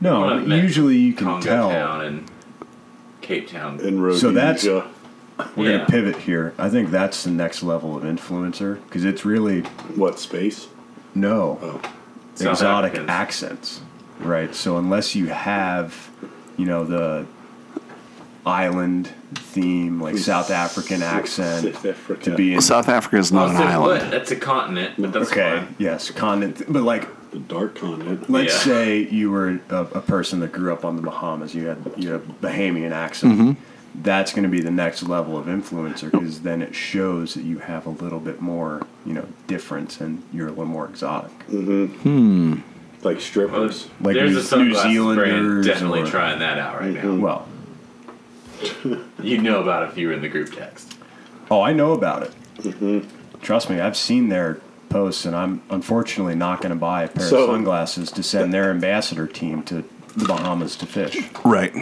D: no,
A: I've met
D: usually you can
A: Congo
D: tell.
A: Town and Cape Town.
H: In Rhodesia.
D: So that's- We're
A: Yeah.
D: gonna pivot here. I think that's the next level of influencer because it's really
H: what space?
D: no
A: South
D: exotic
A: Oh. Africans.
D: accents, right? So unless you have, you know, the island theme like South African accent
H: South Africa.
D: to be in
B: South Africa is not
A: I'll
B: an
A: say
B: island.
A: what? That's a continent, but that's
D: okay,
A: fine.
D: yes, continent, but like
H: the dark continent.
D: Let's
A: Yeah.
D: say you were a, a person that grew up on the Bahamas. You had you had a Bahamian accent. That's going to be the next level of influencer because then it shows that you have a little bit more, you know, difference and you're a little more exotic.
A: Mm-hmm.
H: like strippers.
D: Like
A: There's
D: New-
A: a sunglasses
D: New
A: brand
D: Zealanders
A: definitely
D: or-
A: trying that out right now.
D: Well,
A: You'd know about it if you were in the group text.
D: oh, I know about it. Trust me, I've seen their posts, and I'm unfortunately not going to buy a pair
H: So-
D: of sunglasses to send their ambassador team to the Bahamas to fish.
B: Right.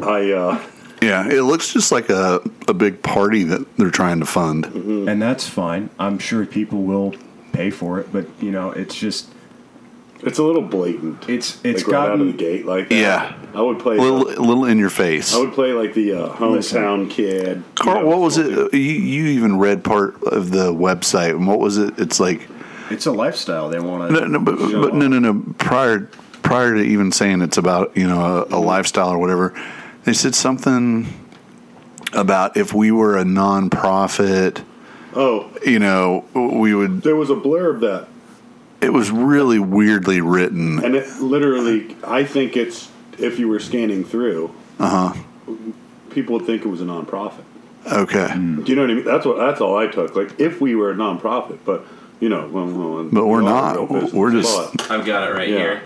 H: I uh,
B: Yeah, it looks just like a, a big party that they're trying to fund.
D: Mm-hmm. and that's fine. I'm sure people will pay for it, but you know, it's just
H: It's a little blatant.
D: It's
H: like
D: it's
H: right out of the
D: gotten
H: gate like that.
B: Yeah.
H: I would play.
B: little, little in your face.
H: I would play like the uh,
D: Listen.
H: hometown kid.
B: Carl,
H: you know,
B: what was it? uh, You, you even read part of the website. And what was it? It's like
D: it's a lifestyle they want
B: no,
D: to.
B: no, but,
H: Show
B: but no, no, no. Prior, prior to even saying it's about you know a, a lifestyle or whatever, they said something about if we were a nonprofit,
H: Oh,
B: you know, we would.
H: there was a blurb that,
B: It was really weirdly written.
H: and it literally, I think it's if you were scanning through,
B: Uh huh.
H: people would think it was a nonprofit.
B: Okay.
D: Mm.
H: Do you know what I mean? That's what. That's all I took. Like if we were a nonprofit, but you know, well, well,
B: But we're
H: we are
B: not.
H: a real business,
B: We're just-
H: but-
A: I've got it right
H: Yeah.
A: here.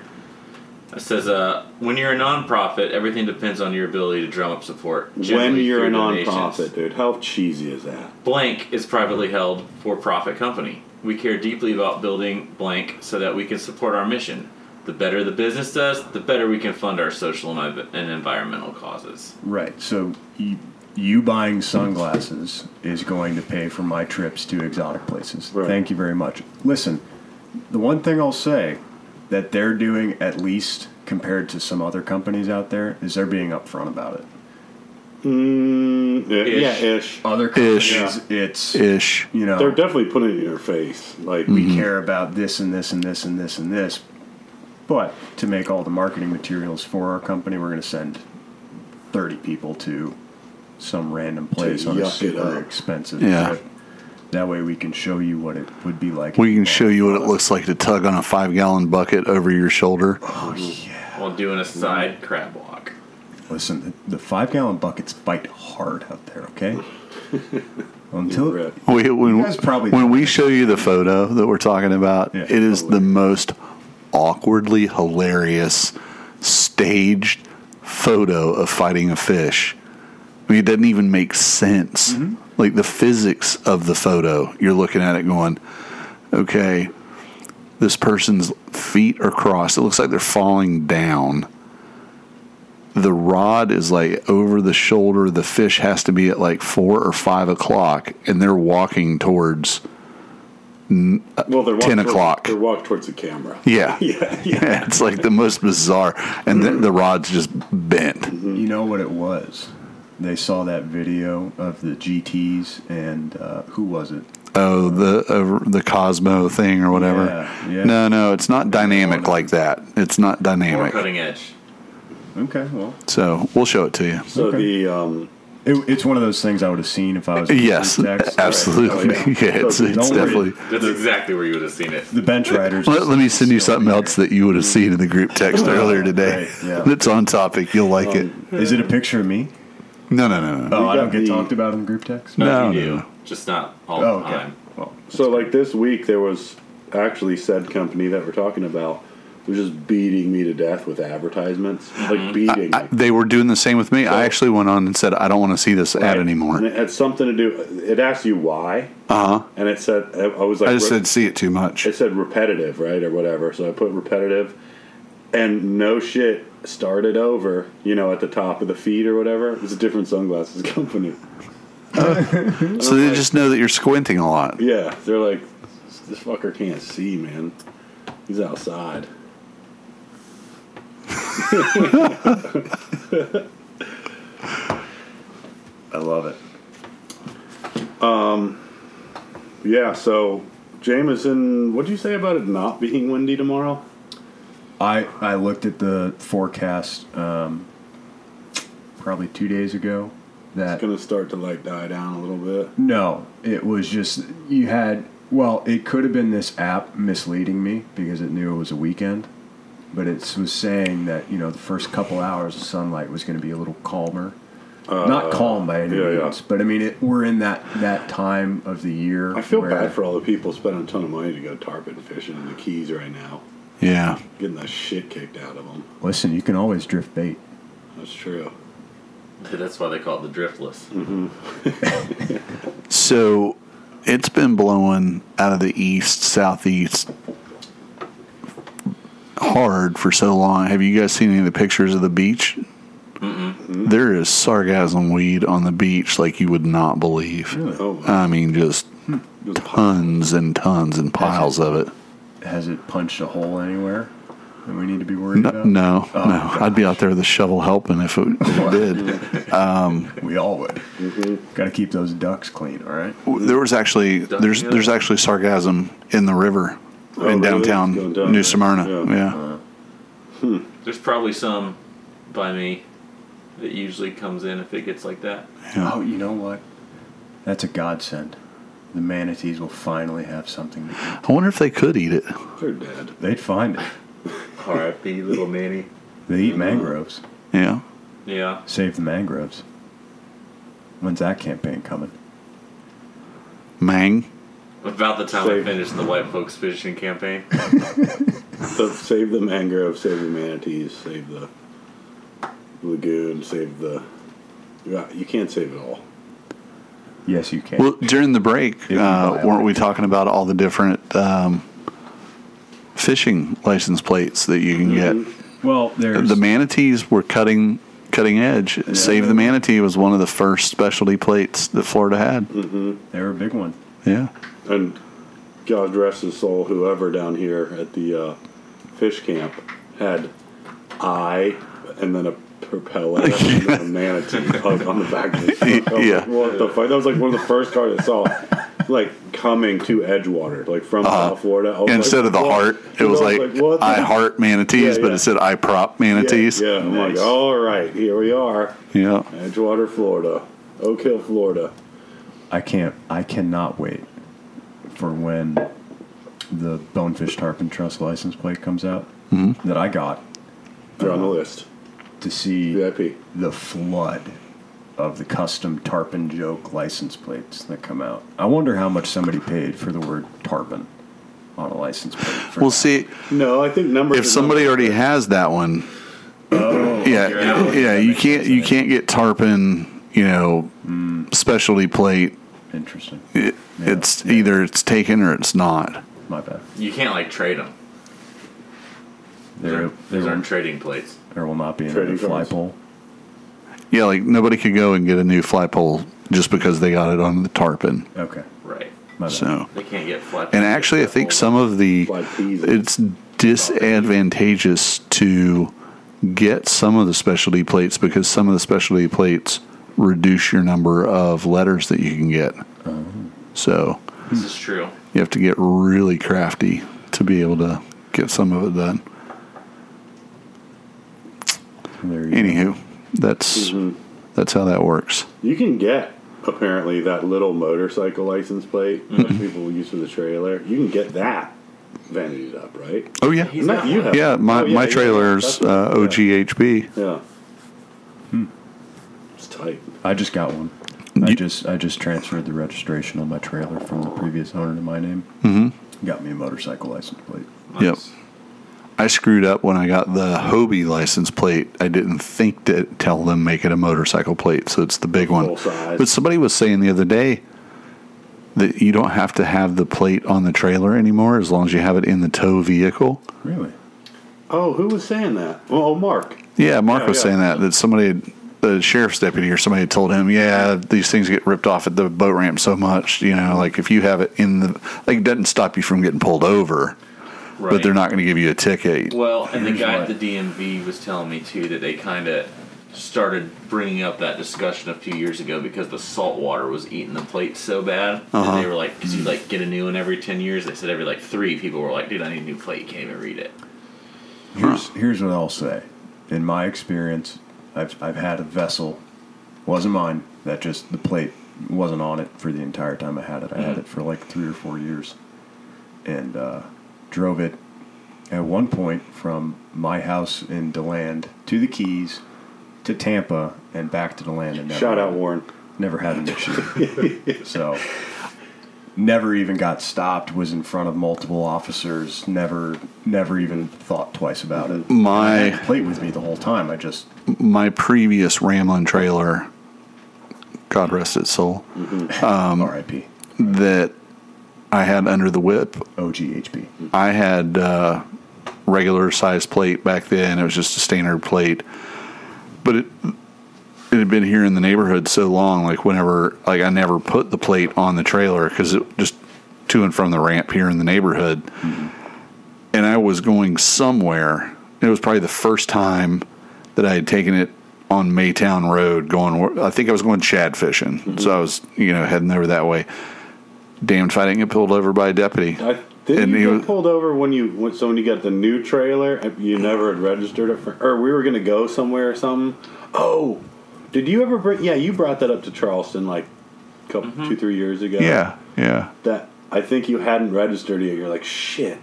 A: It says, uh, when you're a nonprofit, everything depends on your ability to drum up support.
H: when
A: generally
H: you're a
A: through
H: nonprofit,
A: donations.
H: dude, how cheesy is that?
A: Blank is privately held for profit company. We care deeply about building blank so that we can support our mission. The better the business does, the better we can fund our social and env- and environmental causes.
D: Right. So you, you buying sunglasses is going to pay for my trips to exotic places.
H: Right.
D: Thank you very much. Listen, the one thing I'll say that they're doing at least compared to some other companies out there is they're being upfront about it.
H: Mm, yeah,
A: Ish. Oh,
H: yeah, ish.
D: Other companies,
B: Ish.
D: it's
B: Ish.
D: you know
H: They're definitely putting it in your face. Like
B: Mm.
D: we care about this and this and this and this and this. But to make all the marketing materials for our company, we're going to send 30 people to some random place on a
H: yuck it
D: super
H: up.
D: expensive
B: Yeah.
D: trip. That way we can show you what it would be like.
B: We can show you what it looks like to tug on a five gallon bucket over your shoulder.
A: While doing a side crab walk.
D: Listen, the, the five gallon buckets bite hard out there, okay? Until
H: rip.
B: We, when,
D: You guys probably-
B: when we show you the photo that we're talking about,
D: Yeah.
B: it is the most awkwardly hilarious staged photo of fighting a fish. I mean, it doesn't even make sense. Like the physics of the photo, you're looking at it going, okay, this person's feet are crossed. It looks like they're falling down. The rod is like over the shoulder. The fish has to be at like four or five o'clock, and they're walking towards.
H: well, they're
B: 10
H: walk-
B: o'clock.
H: They're walk towards the camera.
B: Yeah.
H: Yeah, yeah.
B: it's like the most bizarre. And the, the rod's just bent.
D: You know what it was? They saw that video of the GTs and uh, who was it?
B: Oh, the uh, the Cosmo thing or whatever.
D: Yeah, yeah.
B: No, no, it's not dynamic like that. It's not
A: Or
B: dynamic.
A: cutting edge.
D: Okay, well,
B: So we'll show it to you.
H: So
D: Okay.
H: the um,
D: It, it's one of those things I would have seen if I was
B: Yes,
D: text.
B: absolutely.
H: Right. Oh,
B: Yeah,
H: yeah.
B: it's,
H: So
B: it's
D: don't worry.
B: definitely.
A: That's exactly where you would have seen it.
D: The bench riders.
B: Let, let me send you something else that you would have seen in the group text earlier today.
D: right, yeah. Um,
B: That's on topic. You'll like it.
D: Is it a picture of me?
B: No, no, no, no.
D: Oh, I
H: got
D: don't get
H: the-
D: talked about in the group text.
B: No,
A: you
B: no,
A: do, just not all
D: Oh,
A: the
D: okay.
A: time.
D: Well,
H: so like this week there was actually said company that we're talking about was just beating me to death with advertisements, like beating.
B: Mm-hmm.
D: uh,
B: I, they were doing the same with me. I actually went on and said, I don't want to see this ad
H: And
B: anymore.
H: it had something to do. It asked you why,
B: Uh huh.
H: and it said I I was like
B: I just
H: re-
B: said, see it too much.
H: it said repetitive, right, or whatever. So I put repetitive, and no shit started over. You know, at the top of the feed or whatever. It was a different sunglasses company.
B: So they just know that you're squinting a lot.
H: Yeah, they're like, this fucker can't see, man. He's outside.
D: I love it.
H: Um, Yeah. So, Jameson, what'd you say about it not being windy tomorrow?
D: I I looked at the forecast um, probably two days ago. That
H: It's gonna start to like die down a little bit.
D: No, it was just you had. Well, it could have been this app misleading me because it knew it was a weekend, but it was saying that you know the first couple hours of sunlight was going to be a little calmer. Not calm by any
H: Uh, yeah, yeah.
D: means, but I mean it, we're in that that time of the year.
H: I feel
D: where-
H: bad for all the people spending a ton of money to go tarpon fishing in the Keys right now,
B: Yeah.
H: getting the shit kicked out of them.
D: Listen, you can always drift bait.
H: That's true.
A: That's why they call it the driftless.
B: So it's been blowing out of the east, southeast hard for so long. Have you guys seen any of the pictures of the beach? There is sargasm weed on the beach like you would not believe.
H: Oh,
B: I mean, just
H: Just-
B: tons and tons and piles of it.
D: Has it punched a hole anywhere? that we need to be worried
B: No,
D: about?
B: no,
D: Oh,
B: no. I'd be out there with a shovel helping if it, if it did.
D: We all would.
H: Mm-hmm.
D: Got to keep those ducks clean, all right?
B: There was actually there's there's actually sarcasm in the river
H: Oh,
B: in
H: really?
B: downtown
H: Going down
B: New
H: there.
B: Smyrna.
H: Yeah. Uh-huh.
B: Yeah.
A: There's probably some by me that usually comes in if it gets like that.
B: Yeah.
D: Oh, you know what? That's a godsend. The manatees will finally have something to eat.
B: I wonder if they could eat it.
H: They're dead.
D: They'd find it.
A: R.I.P. Little Manny.
D: They eat mangroves.
B: Yeah.
A: Yeah.
D: Save the mangroves. When's that campaign coming?
B: Mang.
A: About the time I
H: Save.
A: finished the white folks fishing campaign.
H: So save the mangrove, save the manatees, save the lagoon, save the. Yeah, you can't save it all.
D: Yes, you can.
B: Well, during the break,
D: you
B: uh,
D: buy
B: weren't we talking about all the different um, fishing license plates that you can
H: Mm-hmm.
B: get?
D: Well, there's
B: The manatees were cutting cutting edge. Save the manatee was one of the first specialty plates that Florida had.
H: Mm.
D: they were a big one.
B: Yeah.
H: And God rest his soul, whoever down here at the uh, fish camp had I and then a propeller and then a manatee like, on the back of it.
B: Yeah.
H: What the fuck? That was like one of the first cars I saw. Like coming to Edgewater, like from South Florida. I was
B: Uh-huh. Instead
H: like,
B: of the
H: what?
B: heart, it
H: I
B: was like,
H: what the
B: I heart manatees,
H: Yeah,
B: but
H: yeah.
B: it said I prop manatees.
H: Yeah, yeah. I'm like, all right, here we are,
B: Yeah.
H: Edgewater, Florida, Oak Hill, Florida.
D: I can't. I cannot wait for when the Bonefish Tarpon Trust license plate comes out
B: Mm-hmm.
D: that I got
H: You're on the
B: Uh-huh.
H: list,
D: to see
H: VIP.
D: the flood of the custom tarpon joke license plates that come out. I wonder how much somebody paid for the word tarpon on a license plate. For
B: Well, see,
H: No, I think numbers.
B: if
H: are
B: somebody already has that one, yeah, yeah, you can't you can't get tarpon, you know, specialty plate.
D: interesting.
B: It, It's either it's taken or it's not.
D: My bad.
A: You can't like trade them.
D: There, there,
A: These
D: will,
A: aren't trading plates.
D: there will not be another
H: Trading
D: fly
H: cards.
D: pole.
B: Yeah, like nobody could go and get a new fly pole just because they got it on the tarpon.
D: Okay.
A: Right.
D: My bad.
B: So,
A: They can't get flat.
B: and actually, I think some of the
H: Like peas.
B: it's disadvantageous to get some of the specialty plates because some of the specialty plates reduce your number of letters that you can get. So
A: This is true.
B: you have to get really crafty to be able to get some of it done.
D: There you
B: Anywho, that's
H: Mm-hmm.
B: that's how that works.
H: You can get apparently that little motorcycle license plate
B: Mm-hmm.
H: that people use for the trailer. You can get that vanityed up, right?
B: Oh yeah,
A: He's not-
H: you have
B: yeah. My
H: Oh,
B: my
H: yeah,
B: trailer's
H: yeah.
B: uh, OGHB.
H: Yeah. It's tight.
D: I just got one. I
B: You-
D: just I just transferred the registration on my trailer from the previous owner to my name. Mm-hmm. Got me a motorcycle license plate.
B: Yep. I screwed up when I got the Hobie license plate. I didn't think to tell them make it a motorcycle plate, so it's the big one.
H: Full size.
B: But somebody was saying the other day that you don't have to have the plate on the trailer anymore as long as you have it in the tow vehicle.
D: Really?
H: Oh, who was saying that? Well, oh, Mark.
B: Yeah, Mark
H: Yeah,
B: was
H: yeah.
B: saying that that somebody, had- the sheriff's deputy or somebody, had told him, yeah, these things get ripped off at the boat ramp so much. You know, like if you have it in the, like it doesn't stop you from getting pulled over,
A: Right.
B: but they're not going to give you a ticket.
A: Well, and the
D: Here's
A: guy
D: what-
A: at the DMV was telling me too that they kind of started bringing up that discussion a few years ago because the salt water was eating the plates so bad. And they were like, "Cause you like get a new one every ten years." They said every like three people were like, "Dude, I need a new plate. You can't even read it."
D: Here's here's what I'll say. In my experience, I've I've had a vessel, wasn't mine. That just the plate wasn't on it for the entire time I had it. I
H: Mm-hmm.
D: had it for like three or four years, and uh, drove it at one point from my house in Deland to the Keys to Tampa and back to Deland. And never
H: Shout out Warren.
D: never had an issue. so never even got stopped, was in front of multiple officers, never never even thought twice about it. I
B: My
D: had the plate with me the whole time. I just
B: my previous Ramblin' trailer, God rest its soul, Um,
D: RIP.
B: that I had under the whip.
D: OGHB.
B: I had uh, regular size plate back then. It was just a standard plate, but it it had been here in the neighborhood so long. Like whenever, like I never put the plate on the trailer because it just to and from the ramp here in the neighborhood. And I was going somewhere It was probably the first time that I had taken it on Maytown Road going. where- I think I was going shad fishing, so I was you know heading over that way. Damned if I didn't get pulled over by a deputy.
H: I, didn't
B: And he
H: you get
B: was-
H: pulled over when you when, so when you got the new trailer? uh, You never had registered it, for, or we were gonna go somewhere or something. Oh, did you ever bring? Yeah, you brought that up to Charleston like a couple two three years ago.
B: yeah, yeah,
H: that I think you hadn't registered it. You're like shit.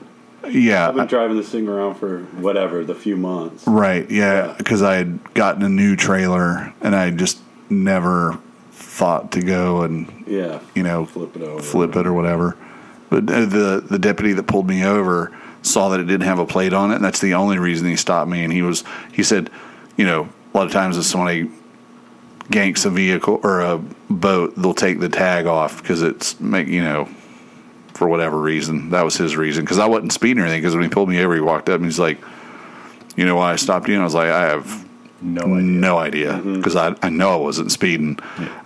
B: yeah. uh,
H: I've been driving this thing around for whatever the few months.
B: Right, yeah, because I had gotten a new trailer and I just never thought to go and
H: Yeah,
B: you know
H: Flip it over.
B: flip it or whatever. But uh, the the deputy that pulled me over saw that it didn't have a plate on it, and that's the only reason he stopped me. And he was he said, you know, a lot of times if somebody ganks a vehicle or a boat, they'll take the tag off because it's make you know for whatever reason. That was his reason because I wasn't speeding or anything. Because when he pulled me over, he walked up and he's like, you know why I stopped you? And I was like, I have
D: No
B: no
D: idea.
B: idea because I, I know I wasn't speeding.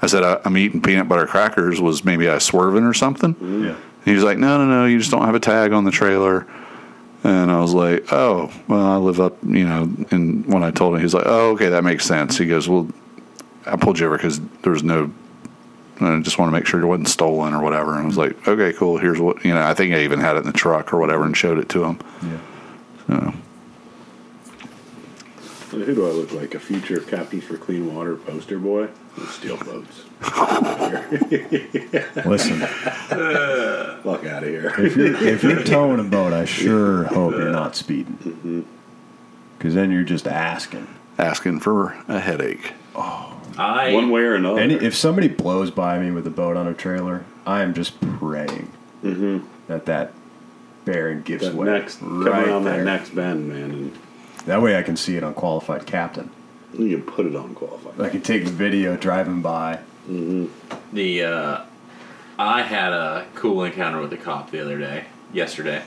B: I said I, I'm eating peanut butter crackers. Was maybe I swerving or something?
D: Yeah.
B: And he was like, no, no, no, you just don't have a tag on the trailer. And I was like, oh, well, I live up, you know. And when I told him, he was like, oh, okay, that makes sense. He goes, well, I pulled you over because there was no, I just want to make sure it wasn't stolen or whatever. And I was like, okay, cool. Here's what, you know, I think I even had it in the truck or whatever and showed it to him.
D: Yeah.
H: And who do I look like? A future captain for clean water poster boy? Steel boats.
D: Listen,
H: Fuck out of
D: if
H: here.
D: you're, if you're towing a boat, I sure hope you're not speeding. Because then you're just asking.
B: Asking for a headache.
A: I
H: One way or another.
D: And if somebody blows by me with a boat on a trailer, I am just praying that that bearing gives
H: Mm-hmm. that
D: way.
H: next
D: right
H: coming on
D: there.
H: that next bend, man,
D: That way I can see it on qualified captain.
H: and you can put it on qualified.
D: I can take a video driving by.
A: the uh, I had a cool encounter with a cop the other day. Yesterday,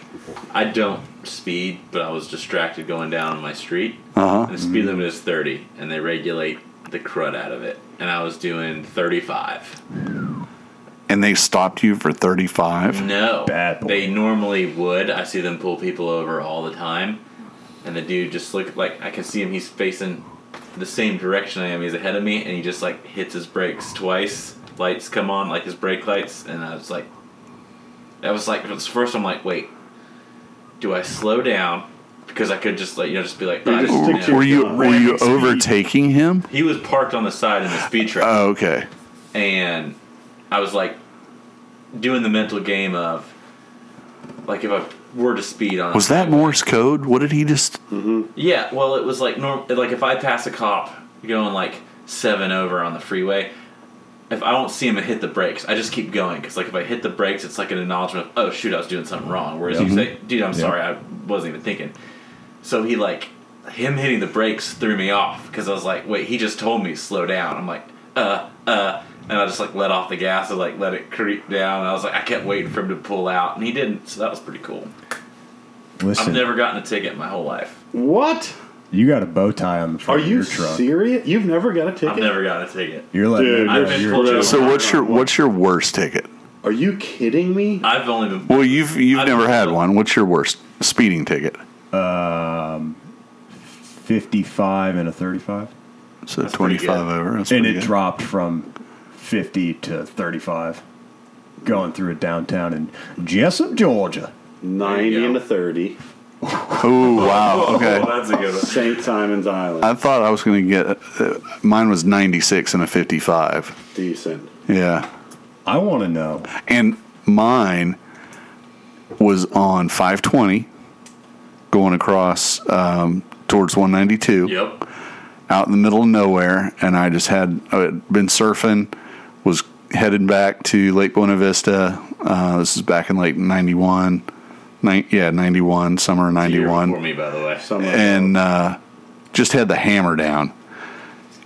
A: I don't speed, but I was distracted going down my street.
B: Uh huh.
A: And the speed limit is thirty, and they regulate the crud out of it. And I was doing thirty-five.
B: And they stopped you for 35.
A: No,
D: Bad boy.
A: they normally would. I see them pull people over all the time, and the dude just look like I can see him. He's facing the same direction I am. He's ahead of me, and he just like hits his brakes twice. Lights come on, like his brake lights, and I was like, that was like it was first. I'm like, wait, do I slow down? Because I could just like you know just be like, I
H: just
A: just-
H: stick to
A: yeah.
B: Were you were you
D: Random
B: overtaking him?
A: he was parked on the side in the speed trap.
B: Oh, okay.
A: and I was like doing the mental game of like if I were to speed on
B: Was that Morse code? What did he just?
A: yeah well it was like norm like if I pass a cop going like seven over on the freeway if I don't see him and hit the brakes I just keep going because like if I hit the brakes it's like an acknowledgement of oh shoot I was doing something wrong whereas you say dude I'm sorry I wasn't even thinking so he like him hitting the brakes threw me off because I was like, wait, he just told me to slow down. I'm like, uh, uh, and I just like let off the gas and like let it creep down. And I was like, I kept waiting for him to pull out, and he didn't. So that was pretty cool. I've
D: Listen,
A: never gotten a ticket in my whole life.
H: What?
D: you got a bow tie on the
H: Are
D: front of
H: you
D: your truck.
H: serious? You've never got a ticket?
A: I've never gotten a ticket.
D: You're like,
H: Dude,
A: I've been pulled over.
B: So what's your what's your worst ticket?
H: Are you kidding me?
A: I've only been
B: Well, you've you've
A: I've-
B: never had one. What's your worst speeding ticket?
D: 55 and a 35.
B: So
A: That's
B: twenty
A: pretty
B: five
A: good.
B: over. That's
D: and
B: pretty
D: it
B: good.
D: dropped from 50 to 35 going through a downtown in Jessup, Georgia.
H: 90
A: go.
H: and a 30.
B: Oh wow. Okay.
A: that's a good one.
H: St. Simon's Island.
B: I thought I was going to get. Uh, mine was ninety six and a fifty five.
H: Decent.
B: Yeah.
D: I want to know.
B: And mine was on five twenty, going across um, towards one ninety two.
A: Yep.
B: out in the middle of nowhere, and I just had uh, been surfing, was headed back to Lake Buena Vista. Uh, this is back in like 91, ni- yeah, 91, summer of
A: You're for
B: 91.
A: me, by the way.
H: Some of
B: And uh, just had the hammer down.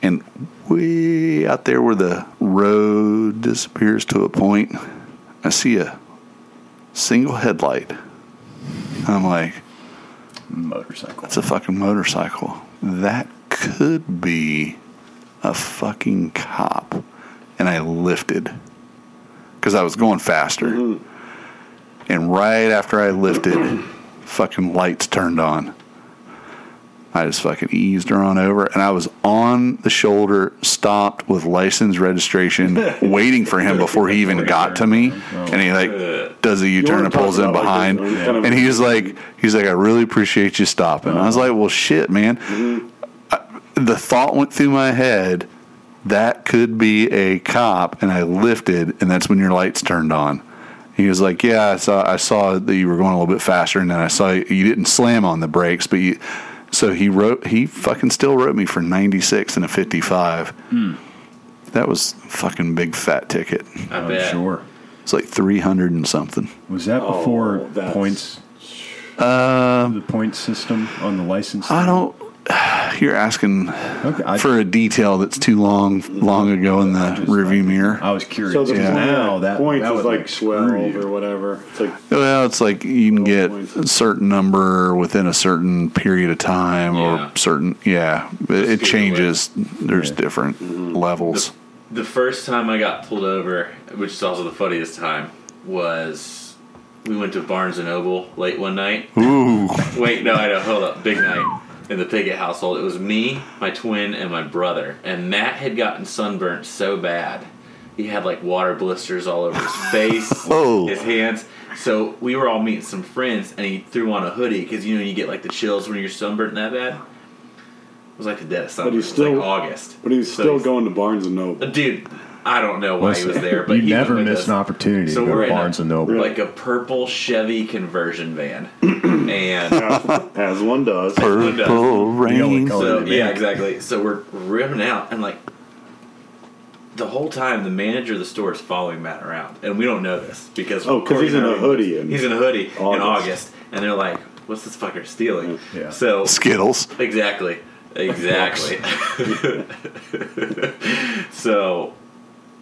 B: And way out there where the road disappears to a point, I see a single headlight. I'm like,
D: Motorcycle.
B: it's a fucking motorcycle. That could be a fucking cop. And I lifted because I was going faster. And right after I lifted, fucking lights turned on. I just fucking eased her on over, and I was on the shoulder, stopped with license registration, waiting for him before he even got to me. And he like does a U turn
H: wanna
B: and pulls
H: talk
B: in
H: about like
B: behind,
H: this, kind of-
B: and he's like, he's like, I really appreciate you stopping. I was like, well, shit, man.
H: Mm-hmm.
B: I- the thought went through my head that could be a cop, and I lifted, and that's when your lights turned on. He was like, "Yeah, I saw, I saw that you were going a little bit faster, and then I saw you, you didn't slam on the brakes, but you." So he wrote, he fucking still wrote me for ninety six and a fifty five.
H: Hmm.
B: That was fucking big fat ticket.
A: I
D: I'm
A: bet.
D: sure.
B: It's like three hundred and something.
D: Was that
A: Oh,
D: before
H: that's-
D: points? the point system on the license.
B: Uh, I don't. You're asking
D: Okay, I,
B: for a detail that's too long, long ago in the review mirror.
D: I was curious.
H: So the
D: because
H: point-
D: now that
H: points
D: that
H: is
D: would,
H: like
D: screw
H: twelve
D: you.
H: or whatever. It's like
B: Well, it's like you can get a certain number within a certain period of time
A: Yeah.
B: or certain, yeah, it, it
A: get
B: changes. There's different levels.
A: The first time I got pulled over, which is also the funniest time, was we went to Barnes and Noble late one night.
B: Ooh,
A: Wait, no, I know. Hold up. Big night in the Piggott household. It was me, my twin, and my brother. And Matt had gotten sunburnt so bad. He had like water blisters all over his face,
B: Whoa.
A: his hands. So we were all meeting some friends, and he threw on a hoodie because you know you get like the chills when you're sunburnt that bad. It was like the dead of summer. it
H: he's
A: was
H: still-
A: like August.
H: But he's
A: So
H: still
A: he's-
H: going to Barnes and Noble.
A: Dude, I don't know why he was there, but
D: you
A: he
D: never
A: went with
D: miss
A: us.
D: an opportunity
A: So
D: to go
A: we're
D: to
A: in a-
D: Barnes and Noble.
A: Like a purple Chevy conversion van, and
H: As one does.
B: purple rain.
D: color.
A: so
D: Oh,
A: yeah,
D: man.
A: exactly. So we're ripping out, and like the whole time, the manager of the store is following Matt around, and we don't know this because
H: Oh, 'cause he's in a hoodie in
A: he's in a hoodie in
H: August.
A: August, and they're like, "What's this fucker stealing?"
D: Yeah.
A: So
B: Skittles.
A: exactly, exactly. so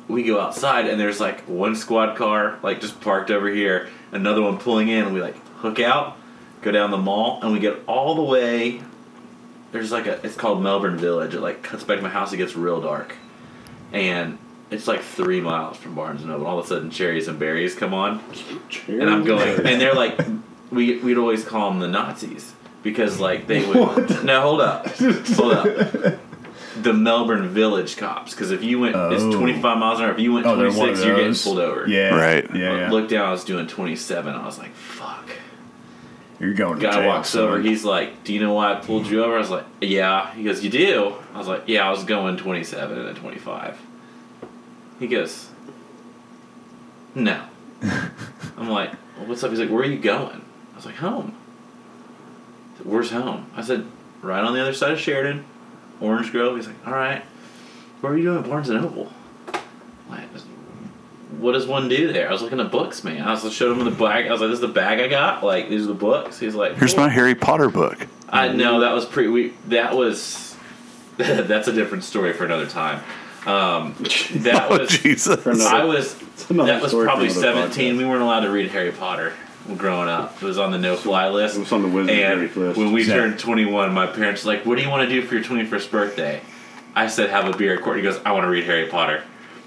A: we go outside, and there's like one squad car like just parked over here, another one pulling in, and we like hook out, go down the mall, and we get all the way there's like a it's called Melbourne Village. It like cuts back to my house. It gets real dark, and it's like three miles from Barnes and Noble. All of a sudden, cherries and berries come on, and I'm going, and they're like, we we'd always call them the Nazis because like they would. Now hold up, hold up. The Melbourne Village cops, because if you went,
D: Oh.
A: it's 25 miles an hour. If you went
D: Oh, they're
A: 26,
D: one of
A: you're getting
D: those?
A: pulled over.
D: Yeah.
B: Right.
D: Yeah. yeah.
A: Look down, I was doing 27. I was like, fuck.
D: You're going to
A: Guy
D: jail,
A: walks
D: son.
A: over. He's like, "Do you know why I pulled you over?" I was like, "Yeah." He goes, "You do?" I was like, "Yeah, I was going 27 and then 25." He goes, "No." I'm like, well, "What's up?" He's like, "Where are you going?" I was like, "Home." He said, Where's home? I said, "Right on the other side of Sheridan, Orange Grove." He's like, "All right." What are you doing at Barnes and Noble? Like, what does one do there? I was looking at books, man. I was showed him the bag. I was like, "This is the bag I got. Like, these are the books." He's like,
B: Here's
A: "Cool."
B: my Harry Potter book.
A: I know that was pretty. We that was that's a different story for another time. Um, that
B: Oh,
A: was
B: Jesus.
H: For another-
A: I was
H: another
A: that was
H: story for
A: probably
H: another
A: seventeen.
H: podcast.
A: We weren't allowed to read Harry Potter growing up. It was on the no fly list.
H: It was on the wizardry
A: and
H: list.
A: When we
D: Exactly.
A: turned twenty one, my parents were like, "What do you want to do for your twenty first birthday?" I said, "Have a beer at court." He goes, "I want to read Harry Potter."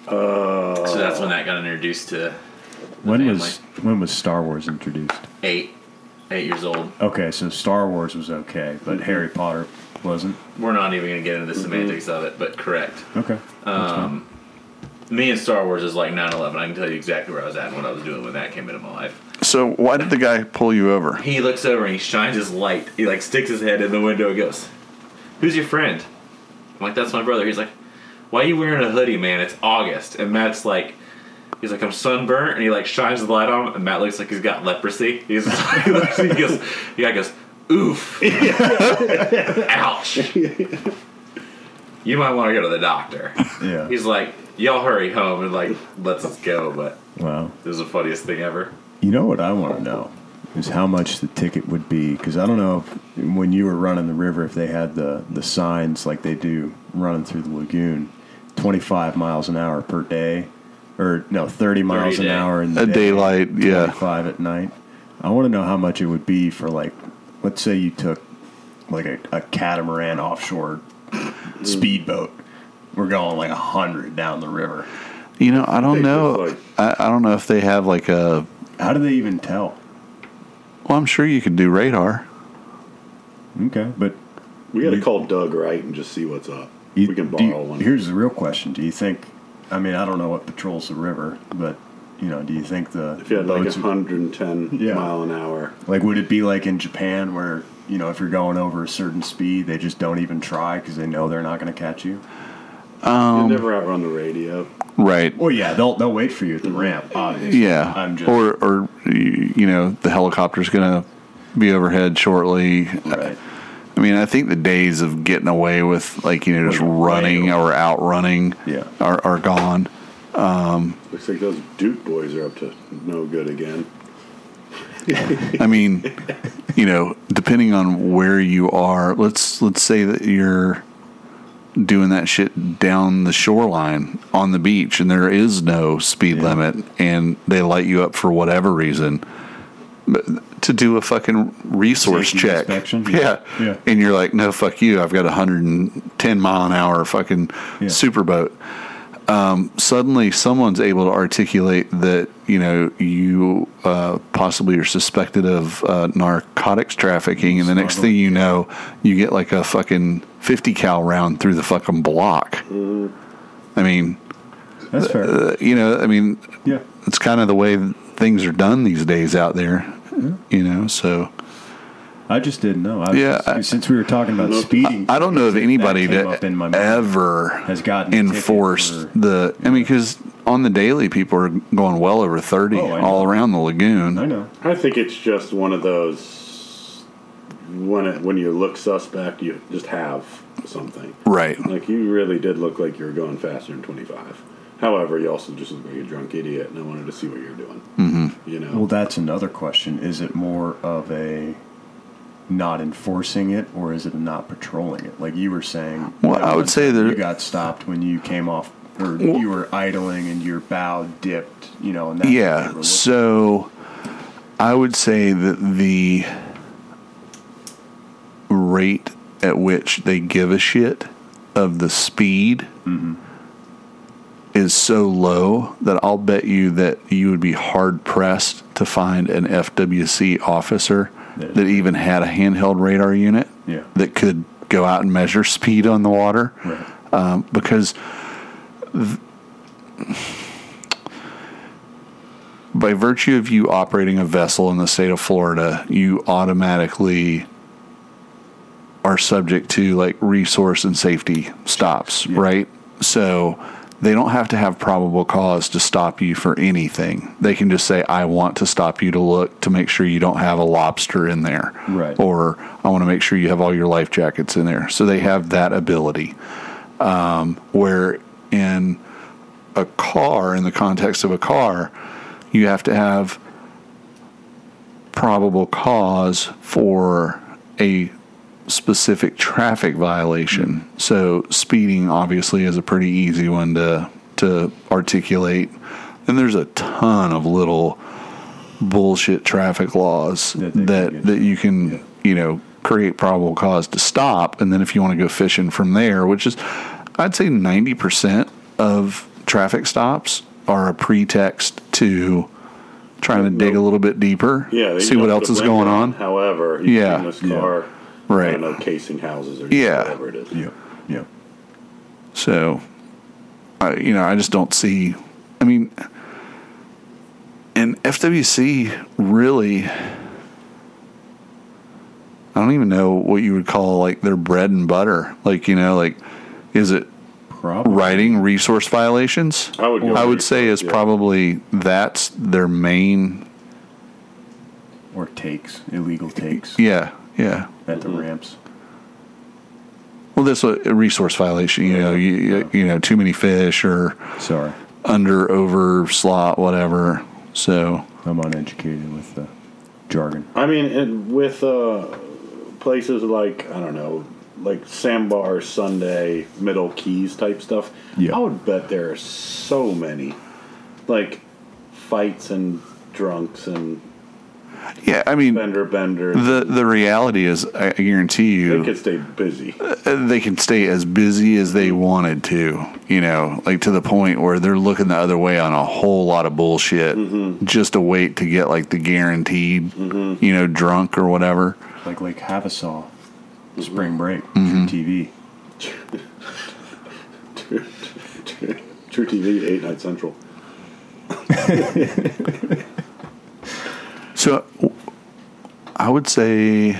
H: Uh,
A: so that's when that got introduced to
D: When
A: family.
D: was when was Star Wars introduced?
A: eight, eight years old.
D: Okay, so Star Wars was okay, but
A: Mm-hmm.
D: Harry Potter wasn't.
A: We're not even going to get
H: Mm-hmm.
A: into the semantics of it, but correct.
D: Okay.
A: Um, me and Star Wars is like 9/11. I can tell you exactly where I was at and what I was doing when that came into my life.
B: So why did the guy pull you over?
A: He looks over and he shines his light. He like sticks his head in the window and goes, "Who's your friend?" I'm like, "That's my brother." He's like, "Why are you wearing a hoodie, man? It's August." And Matt's like. He's like, I'm sunburnt, and he like shines the light on, him, and Matt looks like he's got leprosy. He's he looks, he goes, yeah, he goes, oof, ouch. You might want to go to the doctor.
D: yeah.
A: He's like, y'all hurry home and like lets us go, but
D: Wow.
A: it was the funniest thing ever.
D: You know what I want to know is how much the ticket would be because I don't know if, when you were running the river if they had the the signs like they do running through the lagoon, twenty five miles an hour per day, or no thirty miles an
A: day.
D: hour in the
B: A daylight, yeah.
D: five at night. I want to know how much it would be for like, let's say you took like a, a catamaran offshore speedboat. We're going like a hundred down the river.
B: You know, I don't
H: think
B: know.
H: it's
B: I, I don't know if they have like a.
D: How do they even tell?
B: Well, I'm sure you could do radar.
D: Okay, but
H: We got to call Doug Wright and just see what's up.
D: You-
H: we can
D: do you-
H: borrow one.
D: Here's the real question: Do you think? I mean, I don't know what patrols the river, but you know, do you think the
H: if you had like
D: boats would-
H: 110
D: Yeah.
H: mile an hour,
D: like would it be like in Japan where you know if you're going over a certain speed, they just don't even try because they know they're not going to catch you?
H: you never outrun the radio.
B: Right.
D: Well, yeah, they'll they'll wait for you
H: Mm-hmm.
D: at the ramp. Obviously,
B: Yeah.
D: I'm just
B: or or y- you know the helicopter's gonna be overhead shortly.
D: right.
B: I mean, I think the days of getting away with like you know just
D: Like,
B: running
D: way-
B: or outrunning
D: Yeah.
B: are are gone.
H: Looks like those Duke boys are up to no good again.
B: I mean, you know, depending on where you are, let's let's say that you're doing that shit down the shoreline on the beach and there is no speed limit and they light you up for whatever reason but to do a fucking resource
D: Safety
B: check
D: inspection?
B: Yeah.
D: Yeah.
B: and you're like no fuck you i've got a 110 mile an hour fucking
D: Yeah.
B: super boat suddenly someone's able to articulate that you know you uh, possibly are suspected of uh, narcotics trafficking, and the next thing you know, you get like a fucking fifty cal round through the fucking block.
D: Mm-hmm.
B: I mean,
D: That's fair.
B: uh, you know, I mean,
D: yeah,
B: it's kind of the way that things are done these days out there.
D: Mm-hmm.
B: You know, so
D: I just didn't know. I was
B: Yeah,
D: just-
B: I-
D: since we were talking about speeding,
B: I don't know of anybody
D: came up
B: that
D: in my mind.
B: ever
D: Has gotten a ticket
B: enforced
D: for-
B: the. I mean, because on the daily, people are going well over thirty
D: Oh, I know.
B: all around the lagoon.
D: I know.
H: I think it's just one of those when it, when you look suspect, you just have something.
B: Right.
H: Like you really did look like you were going faster than 25. However, you also just look like a drunk idiot, and I wanted to see what you were doing. Mm-hmm. You know,
D: Well, that's another question. Is it more of a not enforcing it, or is it not patrolling it? Like you were saying.
B: Well,
D: you know,
B: I would say
D: you
B: there-
D: got stopped when you came off, or you were idling and your bow dipped. You know, and that
B: Yeah. So I would say that the rate at which they give a shit of the speed is so low that I'll bet you that you would be hard pressed to find an FWC officer
D: That-
B: that even had a handheld radar unit
D: Yeah.
B: that could go out and measure speed on the water
D: Right.
B: um, because th- by virtue of you operating a vessel in the state of Florida, you automatically are subject to like resource and safety stops, right? So they don't have to have probable cause to stop you for anything. They can just say, I want to stop you to look to make sure you don't have a lobster in there.
D: Right.
B: Or I want to make sure you have all your life jackets in there. So they have that ability um, where in a car, in the context of a car, you have to have probable cause for a specific traffic violation. So speeding obviously is a pretty easy one to to articulate. And there's a ton of little bullshit traffic laws
D: That
B: that
D: they can
B: that,
D: get.
B: you can, you know, create probable cause to stop and then if you want to go fishing from there, which is I'd say 90% of traffic stops are a pretext to trying to dig a little bit deeper,
H: yeah. they
B: see what
H: jumped
B: else
H: the
B: is going
H: window.
B: on.
H: However, you
B: Yeah.
H: yeah, this car, I
B: Right.
H: don't know, casing houses or
B: Yeah.
H: whatever it is.
D: Yeah. Yeah.
B: So, I, you know, I just don't see. I mean, and FWC really, I don't even know what you would call like their bread and butter. Like, you know, like, is it
D: Probably.
B: writing resource violations?
H: I would go
B: I would
H: resource,
B: say is
H: yeah.
B: probably that's their main.
D: Or takes illegal takes
B: Yeah, yeah.
D: at the ramps.
B: Well, that's what a resource violation. You know, you you know, too many fish or
D: Sorry,
B: under over slot whatever. So
D: I'm uneducated with the jargon.
H: I mean, and with uh, places like I don't know, like Sandbar, Sunday, Middle Keys type stuff.
D: Yeah.
H: I would bet there are so many, like fights and drunks and
B: yeah, I mean,
H: bender benders.
B: the the reality is, I I guarantee
H: they
B: you,
H: could stay busy.
B: uh, they can stay as busy as they wanted to. You know, like to the point where they're looking the other way on a whole lot of bullshit
H: Mm-hmm.
B: just to wait to get like the guaranteed, you know, drunk or whatever.
D: Like Lake Havasaw,
B: Mm-hmm.
D: spring break, True TV.
H: True, True- True TV, eight night central.
B: So I would say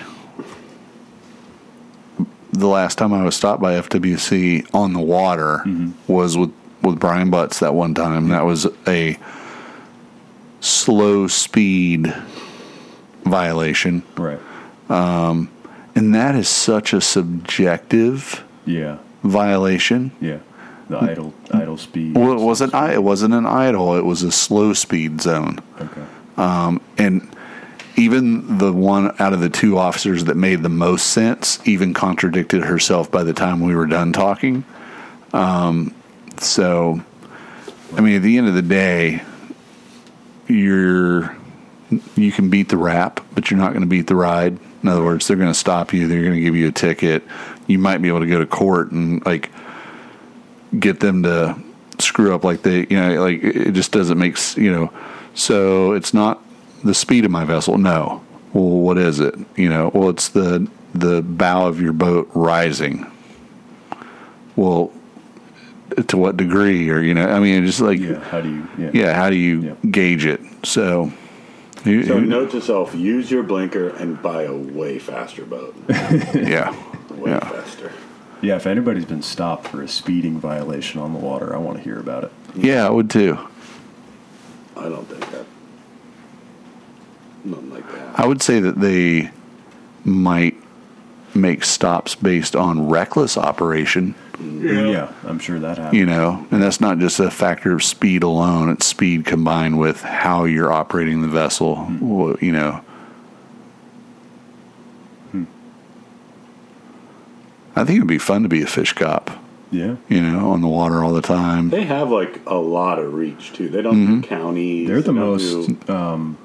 B: the last time I was stopped by FWC on the water was with, with Brian Butts that one time. That was a slow speed violation.
D: Right.
B: And that is such a subjective
D: Yeah.
B: violation.
D: Yeah. The idle idle speed.
B: Well, it wasn't I. It wasn't an idle. It was a slow speed zone.
D: Okay.
B: and even the one out of the two officers that made the most sense even contradicted herself by the time we were done talking. Um, so, I mean, at the end of the day, you're you can beat the rap, but you're not going to beat the ride. In other words, they're going to stop you. They're going to give you a ticket. You might be able to go to court and like get them to screw up like they you know like it just doesn't make s- you know so it's not the speed of my vessel no well what is it you know well it's the the bow of your boat rising well to what degree or you know i mean it's just like
D: Yeah.
B: yeah,
D: How do you? Yeah.
B: how do you
D: Yeah.
B: gauge it so you-
H: So
B: you-
H: note to self: use your blinker and buy a way faster boat.
B: yeah
H: Way
B: Yeah.
H: faster.
D: Yeah. If anybody's been stopped for a speeding violation on the water, I want to hear about it.
B: yeah i would too
H: I don't think that. Nothing like that.
B: I would say that they might make stops based on reckless operation,
D: Yeah. I'm sure that happened.
B: you know, and that's not just a factor of speed alone, it's speed combined with how you're operating the vessel, wh- you know. I think it would be fun to be a fish cop,
D: Yeah.
B: you know, on the water all the time.
H: They have like a lot of reach too. They don't do counties.
D: Mm-hmm. They're the
H: they don't
D: most.
H: do-
D: Um,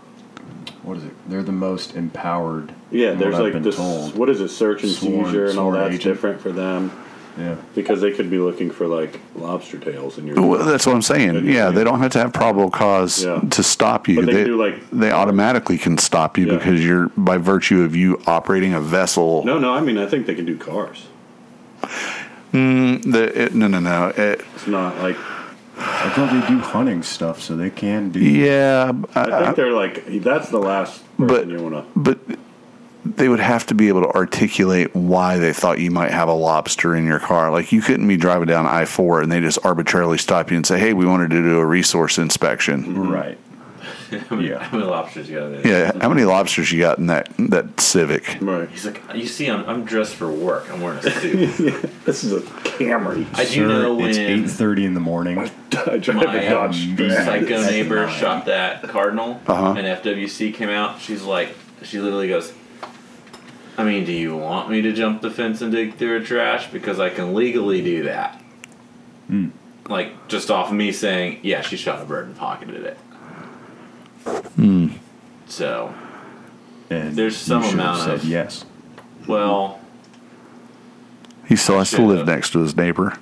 D: what is it? They're the most empowered.
H: yeah,
D: from
H: there's
D: what I've
H: like
D: been
H: this.
D: told.
H: What is it? Search and
D: Sworn-
H: seizure and all
D: sworn
H: that's
D: agent.
H: different for them
D: Yeah.
H: because they could be looking for like lobster tails in your.
B: Well, that's what I'm saying. Yeah, they don't have to have probable cause
H: Yeah.
B: to stop you.
H: But they do, like-
B: they automatically can stop you
H: Yeah.
B: because you're by virtue of you operating a vessel.
H: no, no. I mean, I think they can do cars.
B: The, it, no, no, no. It,
H: It's not like
D: I thought they do hunting stuff, so they can do.
B: yeah, I-
D: Uh,
H: I think they're like that's the last person
B: But-
H: you want to.
B: but they would have to be able to articulate why they thought you might have a lobster in your car. Like you couldn't be driving down I four and they just arbitrarily stop you and say, "Hey, we wanted to do a resource inspection."
H: Mm-hmm.
D: Right.
A: How many lobsters you got there?
B: Yeah, how many lobsters you got in that that Civic?
H: Right.
A: He's like, you see, I'm, I'm dressed for work. I'm wearing a suit.
H: This is a Camry.
A: I do know when
D: it's eight thirty in the morning.
H: I drive
A: my um,
H: a Dodge Stratus.
A: psycho neighbor shot that cardinal, and FWC came out. She's like, she literally goes, "I mean, do you want me to jump the fence and dig through a trash because I can legally do that?" Like just off me saying, "Yeah, she shot a bird and pocketed it." So
D: And
A: There's some
D: you should have
A: amount
D: said
A: of-
D: yes.
A: well.
B: He still has to
A: Yeah.
B: live next to his neighbor.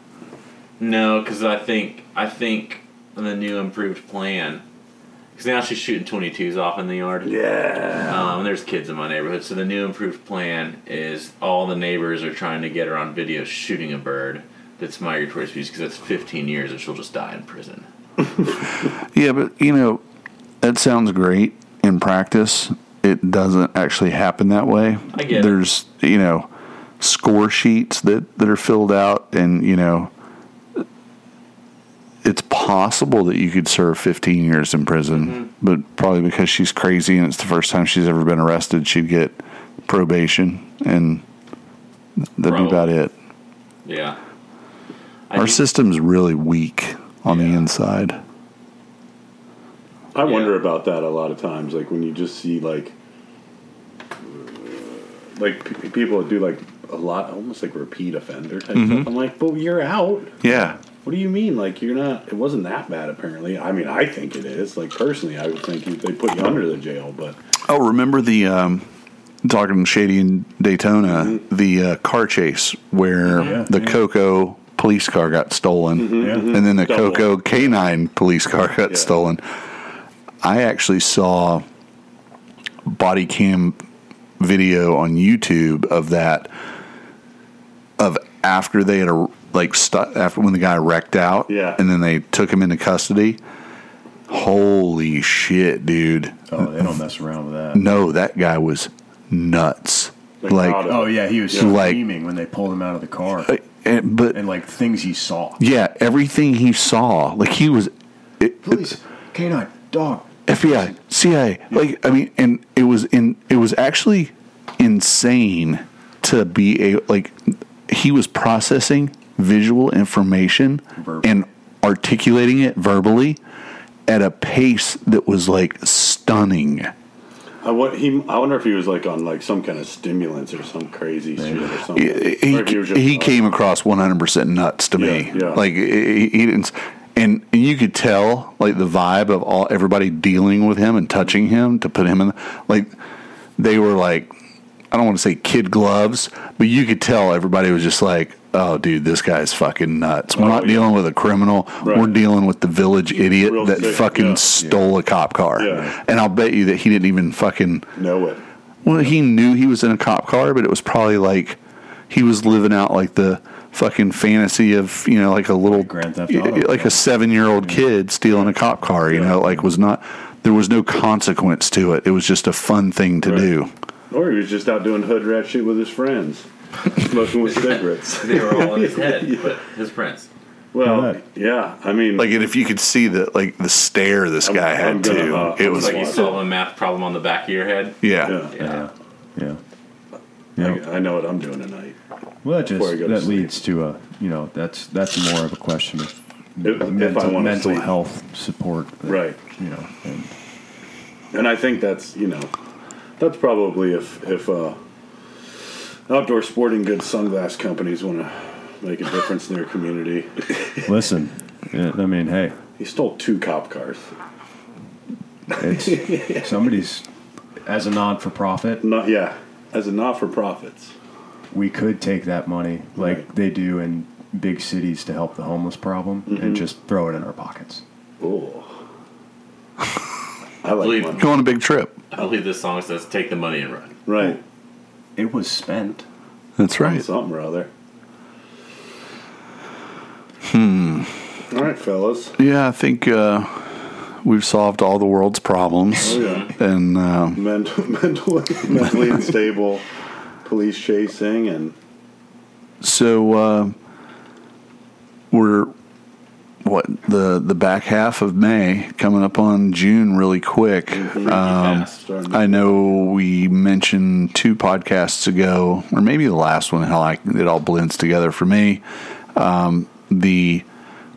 A: No, because I think I think in the new improved plan, because now she's shooting twenty twos off in the yard.
H: Yeah.
A: Um, and there's kids in my neighborhood, so the new improved plan is all the neighbors are trying to get her on video shooting a bird that's migratory species because that's fifteen years and she'll just die in prison.
B: Yeah, but you know, that sounds great in practice. It doesn't actually happen that way.
A: I get it.
B: There's, you know, score sheets that, that are filled out, and, you know, it's possible that you could serve 15 years in prison,
A: Mm-hmm.
B: but probably because she's crazy and it's the first time she's ever been arrested, she'd get probation, and that'd
A: Probably.
B: be about it.
A: Yeah. I
B: Our
A: do-
B: system's really weak on the
A: Yeah.
B: inside.
H: I wonder
A: Yeah.
H: about that a lot of times. Like when you just see like like p- people that do like a lot, almost like repeat offender type
B: Mm-hmm.
H: stuff. I'm like, but you're out.
B: Yeah.
H: What do you mean? Like you're not? It wasn't that bad, apparently. I mean, I think it is. Like personally, I would think you- they put you under the jail, but
B: Oh, remember the um, talking shady in Daytona,
H: Mm-hmm.
B: the uh, car chase where
D: Yeah,
B: the
D: yeah.
B: Coco police car got stolen,
D: Yeah.
A: Mm-hmm.
B: and then the
H: Mm-hmm. Double.
B: Coco canine police car got
H: Yeah.
B: stolen. I actually saw body cam video on YouTube of that, of after they had a, like stu- after when the guy wrecked out,
H: Yeah.
B: and then they took him into custody. Holy shit, dude!
D: Oh, they don't mess around with that.
B: No, that guy was nuts.
H: They
B: like,
H: caught
D: Oh yeah, he was
B: Like-
D: screaming when they pulled him out of the car,
B: and, but
D: and like things he saw.
B: yeah, everything he saw, like he was
D: Police, canine, dog.
B: FBI, CIA. Like I mean, and it was in it was actually insane to be a like he was processing visual information
D: Verbal.
B: and articulating it verbally at a pace that was like stunning.
H: I, what, he, I wonder if he was like on like some kind of stimulants or some crazy shit or something.
B: He,
H: Or if
B: he,
H: was just-
B: he came across 100% nuts to me.
H: Yeah, yeah.
B: Like he, he didn't and, and you could tell like the vibe of all everybody dealing with him and touching him to put him in like they were like I don't want to say kid gloves, but you could tell everybody was just like, "Oh, dude, this guy's fucking nuts. We're
H: Oh,
B: not
H: yeah.
B: dealing with a criminal.
H: Right.
B: We're dealing with the village idiot
H: Real
B: that
H: sick,
B: fucking
H: yeah.
B: stole a cop car."
H: Yeah.
B: And I'll bet you that he didn't even fucking
H: know it.
B: well, he knew he was in a cop car, but it was probably like he was living out like the fucking fantasy of you know like a little
D: Grand Theft
B: y-
D: Auto.
B: like a seven year old kid stealing a cop car. You know, like was not there was no consequence to it. It was just a fun thing to
H: Right.
B: do.
H: Or he was just out doing hood rat shit with his friends, smoking with cigarettes.
A: They were all in his head, but his friends.
H: Well,
D: Right.
H: yeah. I mean,
B: Like, and if you could see the like the stare this
H: I'm-
B: guy
H: I'm
B: had
H: gonna,
B: too,
H: uh,
B: it
H: I'm
B: was
A: It's like you
H: Wow.
A: solve a math problem on the back of your head.
B: yeah.
H: yeah,
A: Yeah.
D: Yeah.
H: I, I know what I'm doing tonight.
D: Well, that just
H: Before I go to
D: that
H: sleep.
D: leads to a you know that's that's more of a question of
H: If- if I
D: mental,
H: wanna
D: mental
H: sleep.
D: health support, that,
H: Right.
D: You know, and
H: and I think that's you know, that's probably if if uh, outdoor sporting goods sunglass companies want to make a difference in their community.
D: listen, yeah, I mean, hey,
H: he stole two cop cars.
D: it's somebody's as a non for profit.
H: Not yeah, as a not for profits.
D: we could take that money like
H: Right.
D: they do in big cities to help the homeless problem
H: Mm-hmm.
D: and just throw it in our pockets.
H: Oh, I like
A: Believe-
H: money.
B: Go on a big trip.
A: I believe this song says, "Take the money and run."
H: Right,
D: It was spent.
B: That's right.
H: something or other. Hmm. All right, fellas.
B: Yeah, I think uh, we've solved all the world's problems,
H: Oh yeah.
B: and uh,
H: Mental, mentally, mentally unstable, police chasing, and
B: so uh, we're what the the back half of May coming up on June really quick.
H: Mm-hmm.
A: Fast.
H: starting
B: I know we mentioned two podcasts ago, or maybe the last one, how I, it all blends together for me. Um, the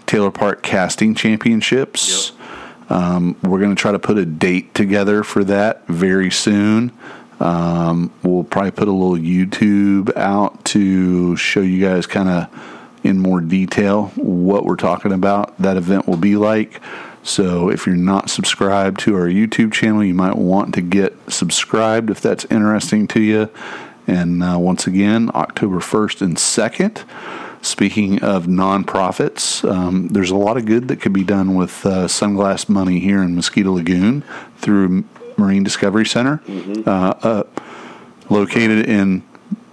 B: Taylor Park Casting Championships. Um, we're going to try to put a date together for that very soon. Um, we'll probably put a little YouTube out to show you guys kind of in more detail what we're talking about that event will be like. So if you're not subscribed to our YouTube channel, you might want to get subscribed if that's interesting to you. And uh, once again, October 1st and 2nd. Speaking of nonprofits, um, there's a lot of good that could be done with uh, sunglass money here in Mosquito Lagoon through Marine Discovery Center located in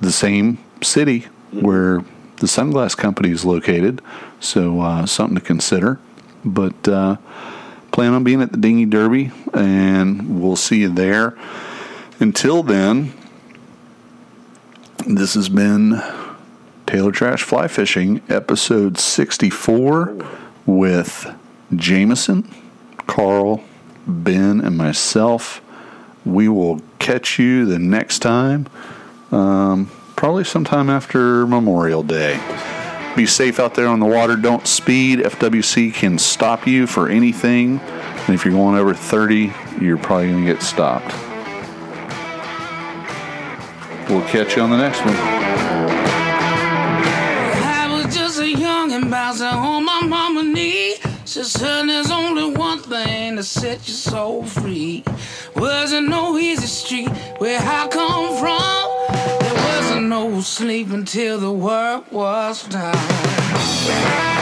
B: the same city where the sunglass company is located. So uh, something to consider. But uh, plan on being at the Dinghy Derby, and we'll see you there. Until then, this has been Taylor Trash Fly Fishing, episode 64, with Jameson, Carl, Ben, and myself we will catch you the next time, um, probably sometime after Memorial Day. Be safe out there on the water. Don't speed. FWC can stop you for anything. And if you're going over 30, you're probably going to get stopped. We'll catch you on the next one.
E: I was just a young and bouncer on my mama knee. She said there's only one thing to set your soul free. Wasn't no easy street where I come from. There wasn't no sleep until the work was done.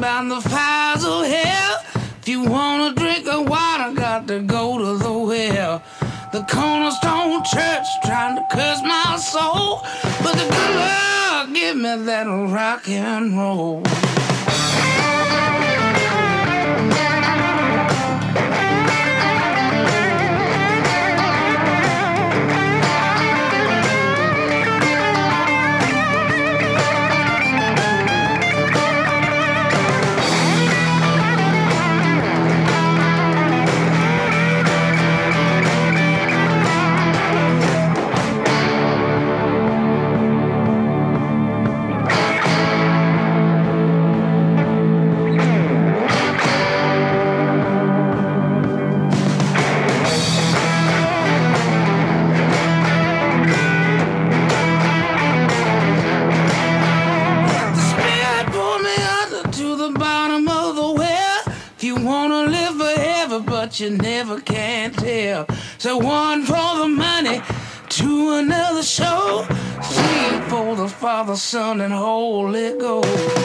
E: the hell. If you wanna drink of water, got to go to the well. The cornerstone church trying to curse my soul, but the good Lord give me that rock and roll. The spirit pulled me under to the bottom of the well. If you wanna live forever, but you never can tell. So one for the money, two another show, three for the Father, Son, and Holy Ghost.